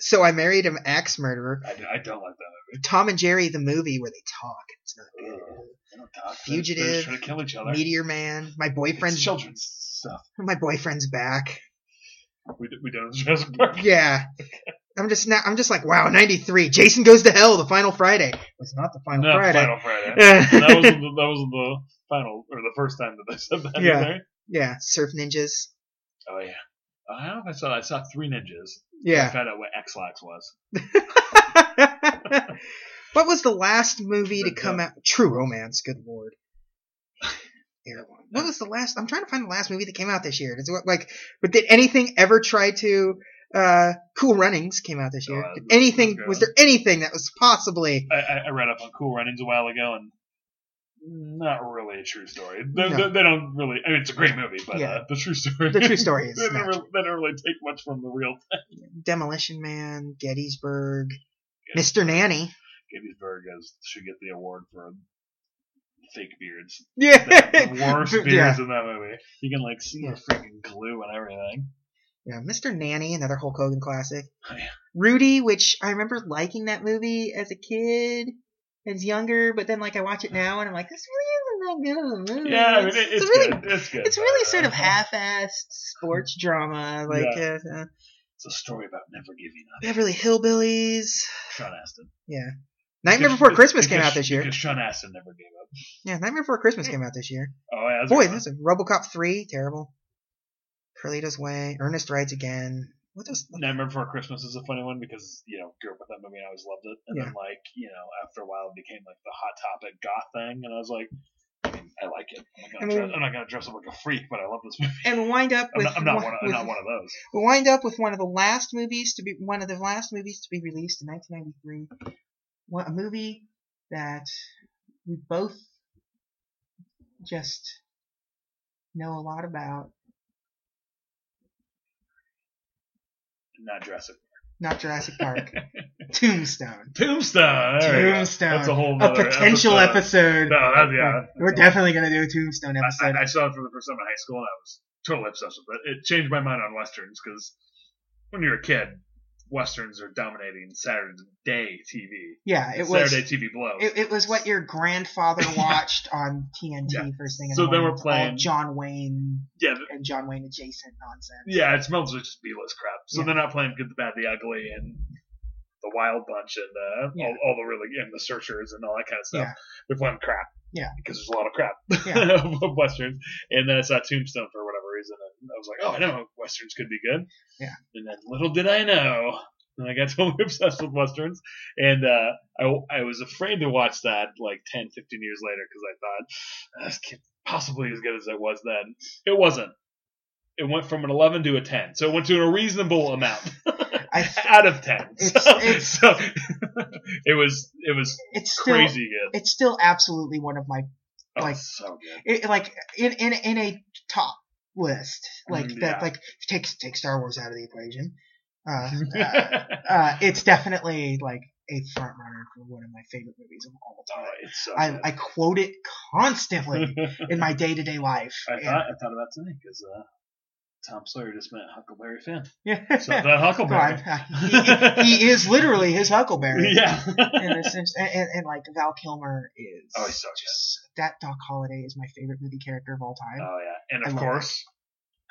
A: So I married an axe murderer.
B: I, I don't like that
A: Tom and Jerry, the movie where they talk. It's not
B: movie.
A: good.
B: Ugh, they don't talk. They're-
A: Fugitive,
B: They're just trying to kill each other.
A: Meteor Man. My
B: It's
A: boyfriend's
B: children's stuff.
A: my boyfriend's back.
B: We, d- we don't have Jurassic Park.
A: Yeah. I'm just now. I'm just like, wow, '93. Jason goes to hell. The final Friday. It's not the final
B: No,
A: Friday.
B: Final Friday. that wasn't the, that wasn't the final or the first time that they said that.
A: Yeah.
B: either.
A: yeah, surf ninjas.
B: Oh yeah. I don't know if I saw. that. I saw three ninjas. I
A: Yeah.
B: found out what X-Lax was.
A: what was the last movie to
B: Red
A: come out? True Romance. Good lord. Airborne. What was the last? I'm trying to find the last movie that came out this year. Does it, like, but did anything ever try to? uh Cool Runnings came out this year.
B: Oh,
A: Did
B: that's-
A: anything?
B: that's good.
A: Was there anything that was possibly?
B: I, I- I read up on Cool Runnings a while ago, and not really a true story.
A: No.
B: They, they, they don't really. I mean, it's a great movie, but
A: Yeah.
B: uh, the true story.
A: The true story is
B: they, don't
A: not
B: really, they don't really take much from the real thing.
A: Demolition Man, Gettysburg,
B: Yeah.
A: Mr. Nanny.
B: Gettysburg is, should get the award for fake beards.
A: Yeah.
B: The worst beards
A: yeah.
B: in that movie. You can like see
A: Yeah.
B: the freaking glue and everything.
A: Yeah, Mr. Nanny, another Hulk Hogan classic.
B: Oh, yeah.
A: Rudy, which I remember liking that movie as a kid, as younger, but then like I watch it now and I'm like, this really isn't that good of a movie.
B: Yeah, I mean,
A: Mm,
B: it,
A: it's,
B: it's,
A: it's really,
B: good. It's good.
A: it's really
B: Uh,
A: sort of half-assed sports drama, like uh, uh,
B: It's a story about never giving up.
A: Beverly Hillbillies,
B: Sean Astin.
A: Nightmare
B: Because-
A: Before Christmas came
B: because-
A: out this year.
B: Because Sean Astin never gave up.
A: Yeah, Nightmare Before Christmas came out this year.
B: Oh yeah. that's
A: Boy,
B: right.
A: that's a RoboCop three, terrible. Carlito's Way, Ernest Rides Again. What those?
B: Nightmare Before Christmas is a funny one because you know grew up with that movie and I always loved it. And then like you know after a while it became like the hot topic goth thing, and I was like, I mean, I like it. I'm not gonna,
A: I mean-
B: dress, I'm not gonna dress up like a freak, but I love this movie.
A: And we wind up
B: I'm
A: with
B: not, I'm not
A: one-
B: one. Of, I'm
A: with-
B: not one of those.
A: We wind up with one of the last movies to be one of the last movies to be released in 1993. One- A movie that we both just know a lot about.
B: Not dressing.
A: Not Jurassic Park. Tombstone.
B: Tombstone. there we go.
A: Tombstone.
B: That's a whole
A: A
B: nother
A: potential episode.
B: No, that's yeah.
A: We're definitely gonna do a Tombstone
B: I,
A: episode.
B: I- I saw it for the first time in high school, and I was totally obsessed with it. It changed my mind on westerns because when you're a kid, westerns are dominating Saturday TV.
A: yeah, it was.
B: Saturday TV blow.
A: It, it was what your grandfather
B: Yeah.
A: watched on TNT
B: Yeah.
A: first thing in
B: So
A: the
B: they
A: morning.
B: were
A: It's all
B: playing-
A: John Wayne
B: yeah,
A: and John Wayne adjacent nonsense.
B: yeah, it's mostly just B-list crap. So
A: Yeah.
B: they're not playing Good, the Bad, the Ugly, and the Wild Bunch, and uh,
A: Yeah.
B: all, all the really and the Searchers and all that kind of stuff.
A: Yeah.
B: They're playing crap.
A: Yeah.
B: because there's a lot of crap
A: Yeah.
B: of westerns. And then I saw Tombstone for whatever reason, and I was like, oh, I know westerns could be good.
A: Yeah.
B: And then little did I know. And I got totally obsessed with westerns, and uh, I, I was afraid to watch that like 10, 15 years later because I thought "Ah, this can't possibly be as good as it was then. It wasn't. It went from an 11 to a 10, so it went to a reasonable amount
A: I,
B: out of 10.
A: It's-
B: so
A: it's-
B: so it was it was
A: it's still
B: crazy good.
A: it's still absolutely one of my
B: Oh,
A: like-
B: so good.
A: it, like in in in a top list like
B: Mm,
A: that
B: yeah.
A: like take take Star Wars out of the equation. Uh, uh,
B: Oh,
A: uh, it's definitely like a front runner for one of my favorite movies of all
B: Oh,
A: time.
B: it's so good.
A: I, I quote it constantly
B: I
A: in my day to day life.
B: thought I thought about today because uh, Tom Sawyer just met Huckleberry Finn.
A: Yeah.
B: So that
A: Go on.
B: Huckleberry.
A: he, he is literally his Huckleberry.
B: yeah.
A: in the Simps- and, and, and like Val Kilmer is
B: Oh, he's so
A: just that Doc Holliday is my favorite movie character of all time.
B: Oh yeah, and
A: I
B: of
A: love
B: course,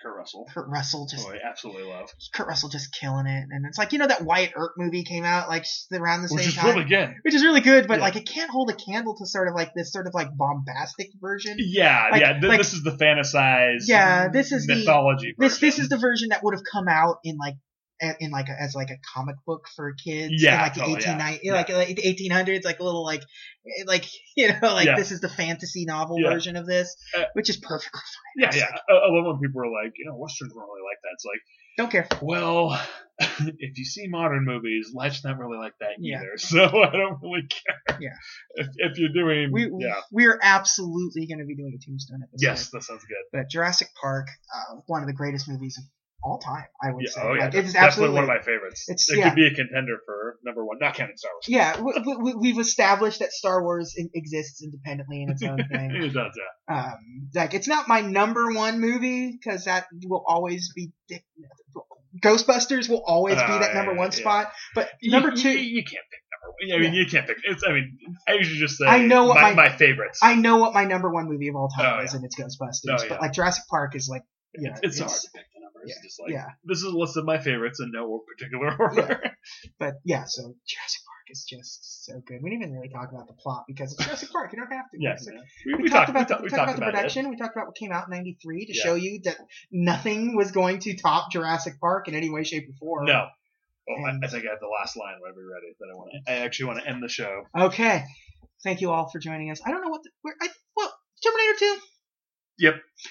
B: Kurt Russell.
A: Kurt Russell just
B: who I absolutely love.
A: Kurt Russell just killing it, and it's like you know that Wyatt Earp movie came out like s- around the same
B: Which is
A: time,
B: really good.
A: which is really good, but
B: Yeah.
A: like it can't hold a candle to sort of like this sort of like bombastic version.
B: Yeah,
A: Like-
B: yeah. Th-
A: like-
B: this is the fantasized.
A: Yeah, this is the-
B: mythology.
A: This this
B: version.
A: is the version that would have come out in like a- in like a, as like a comic book for kids in
B: Yeah,
A: like the
B: totally,
A: 18
B: yeah,
A: like
B: yeah.
A: like the 1800s like a little like eh, like you know like
B: Yeah.
A: this is the fantasy novel
B: Yeah.
A: version of this
B: Uh,
A: which is perfectly
B: Yeah, yeah. I, I love when people are like, you know, westerns weren't really like that. It's like,
A: don't care
B: well, if you see modern movies, life's not really like that
A: Yeah.
B: either. So I don't really care.
A: Yeah.
B: If, if you're doing,
A: we
B: yeah,
A: we're absolutely going to be doing a tombstone episode
B: yes, that sounds good.
A: but Jurassic Park, uh, one of the greatest movies of all time, I would
B: Yeah,
A: say.
B: oh yeah,
A: uh, Like, it is
B: definitely
A: absolutely
B: one of my favorites.
A: It's-
B: it
A: yeah.
B: could be a contender for number one, not counting Star Wars.
A: Yeah, we, we, we've established that Star Wars in, exists independently in its own thing.
B: It does, yeah.
A: Um, like, it's not my number one movie because that will always be. dic- Ghostbusters will always be
B: Uh,
A: that number
B: yeah,
A: one
B: yeah.
A: spot, but
B: You-
A: number
B: you-
A: two,
B: you, can't pick number one. I mean, you can't pick. It's. I mean, I usually just say
A: I know what
B: my,
A: my-
B: my favorites.
A: I know what my number one movie of all time
B: Oh,
A: is, and it's Ghostbusters.
B: Oh, yeah.
A: But like Jurassic Park is like, yeah,
B: it's, it's, so hard to pick the numbers.
A: yeah,
B: It's just like
A: yeah.
B: this is a list of my favorites in no particular order.
A: But yeah, so Jurassic Park is just so good. We didn't even really talk about the plot because it's Jurassic Park. You don't have to.
B: Yeah,
A: It's like-
B: we,
A: we,
B: we
A: talked,
B: we
A: about
B: talked-
A: the,
B: we
A: we talked about the
B: it.
A: production. We talked about what came out in '93 to
B: Yeah.
A: show you that nothing was going to top Jurassic Park in any way, shape, or form.
B: No. Well, I,
A: And-
B: I think I have the last line whenever you're ready. That I want to. I actually want to end the show.
A: Okay. Thank you all for joining us. I don't know what. The, where, I well, Terminator 2.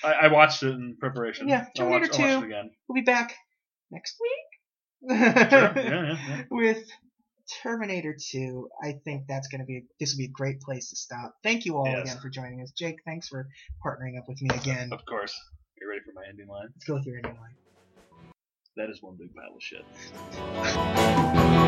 B: I, I watched it in preparation.
A: Yeah,
B: I'll watch,
A: Terminator
B: I'll watch
A: 2.
B: it again.
A: We'll be back next week
B: Sure. Yeah, yeah, yeah.
A: with Terminator 2, I think that's going to be this will be a great place to stop. Thank you all
B: Yes.
A: again for joining us, Jake. Thanks for partnering up with me again.
B: Of course. You ready for my ending line?
A: Let's go with your ending line.
B: That is one big pile of shit.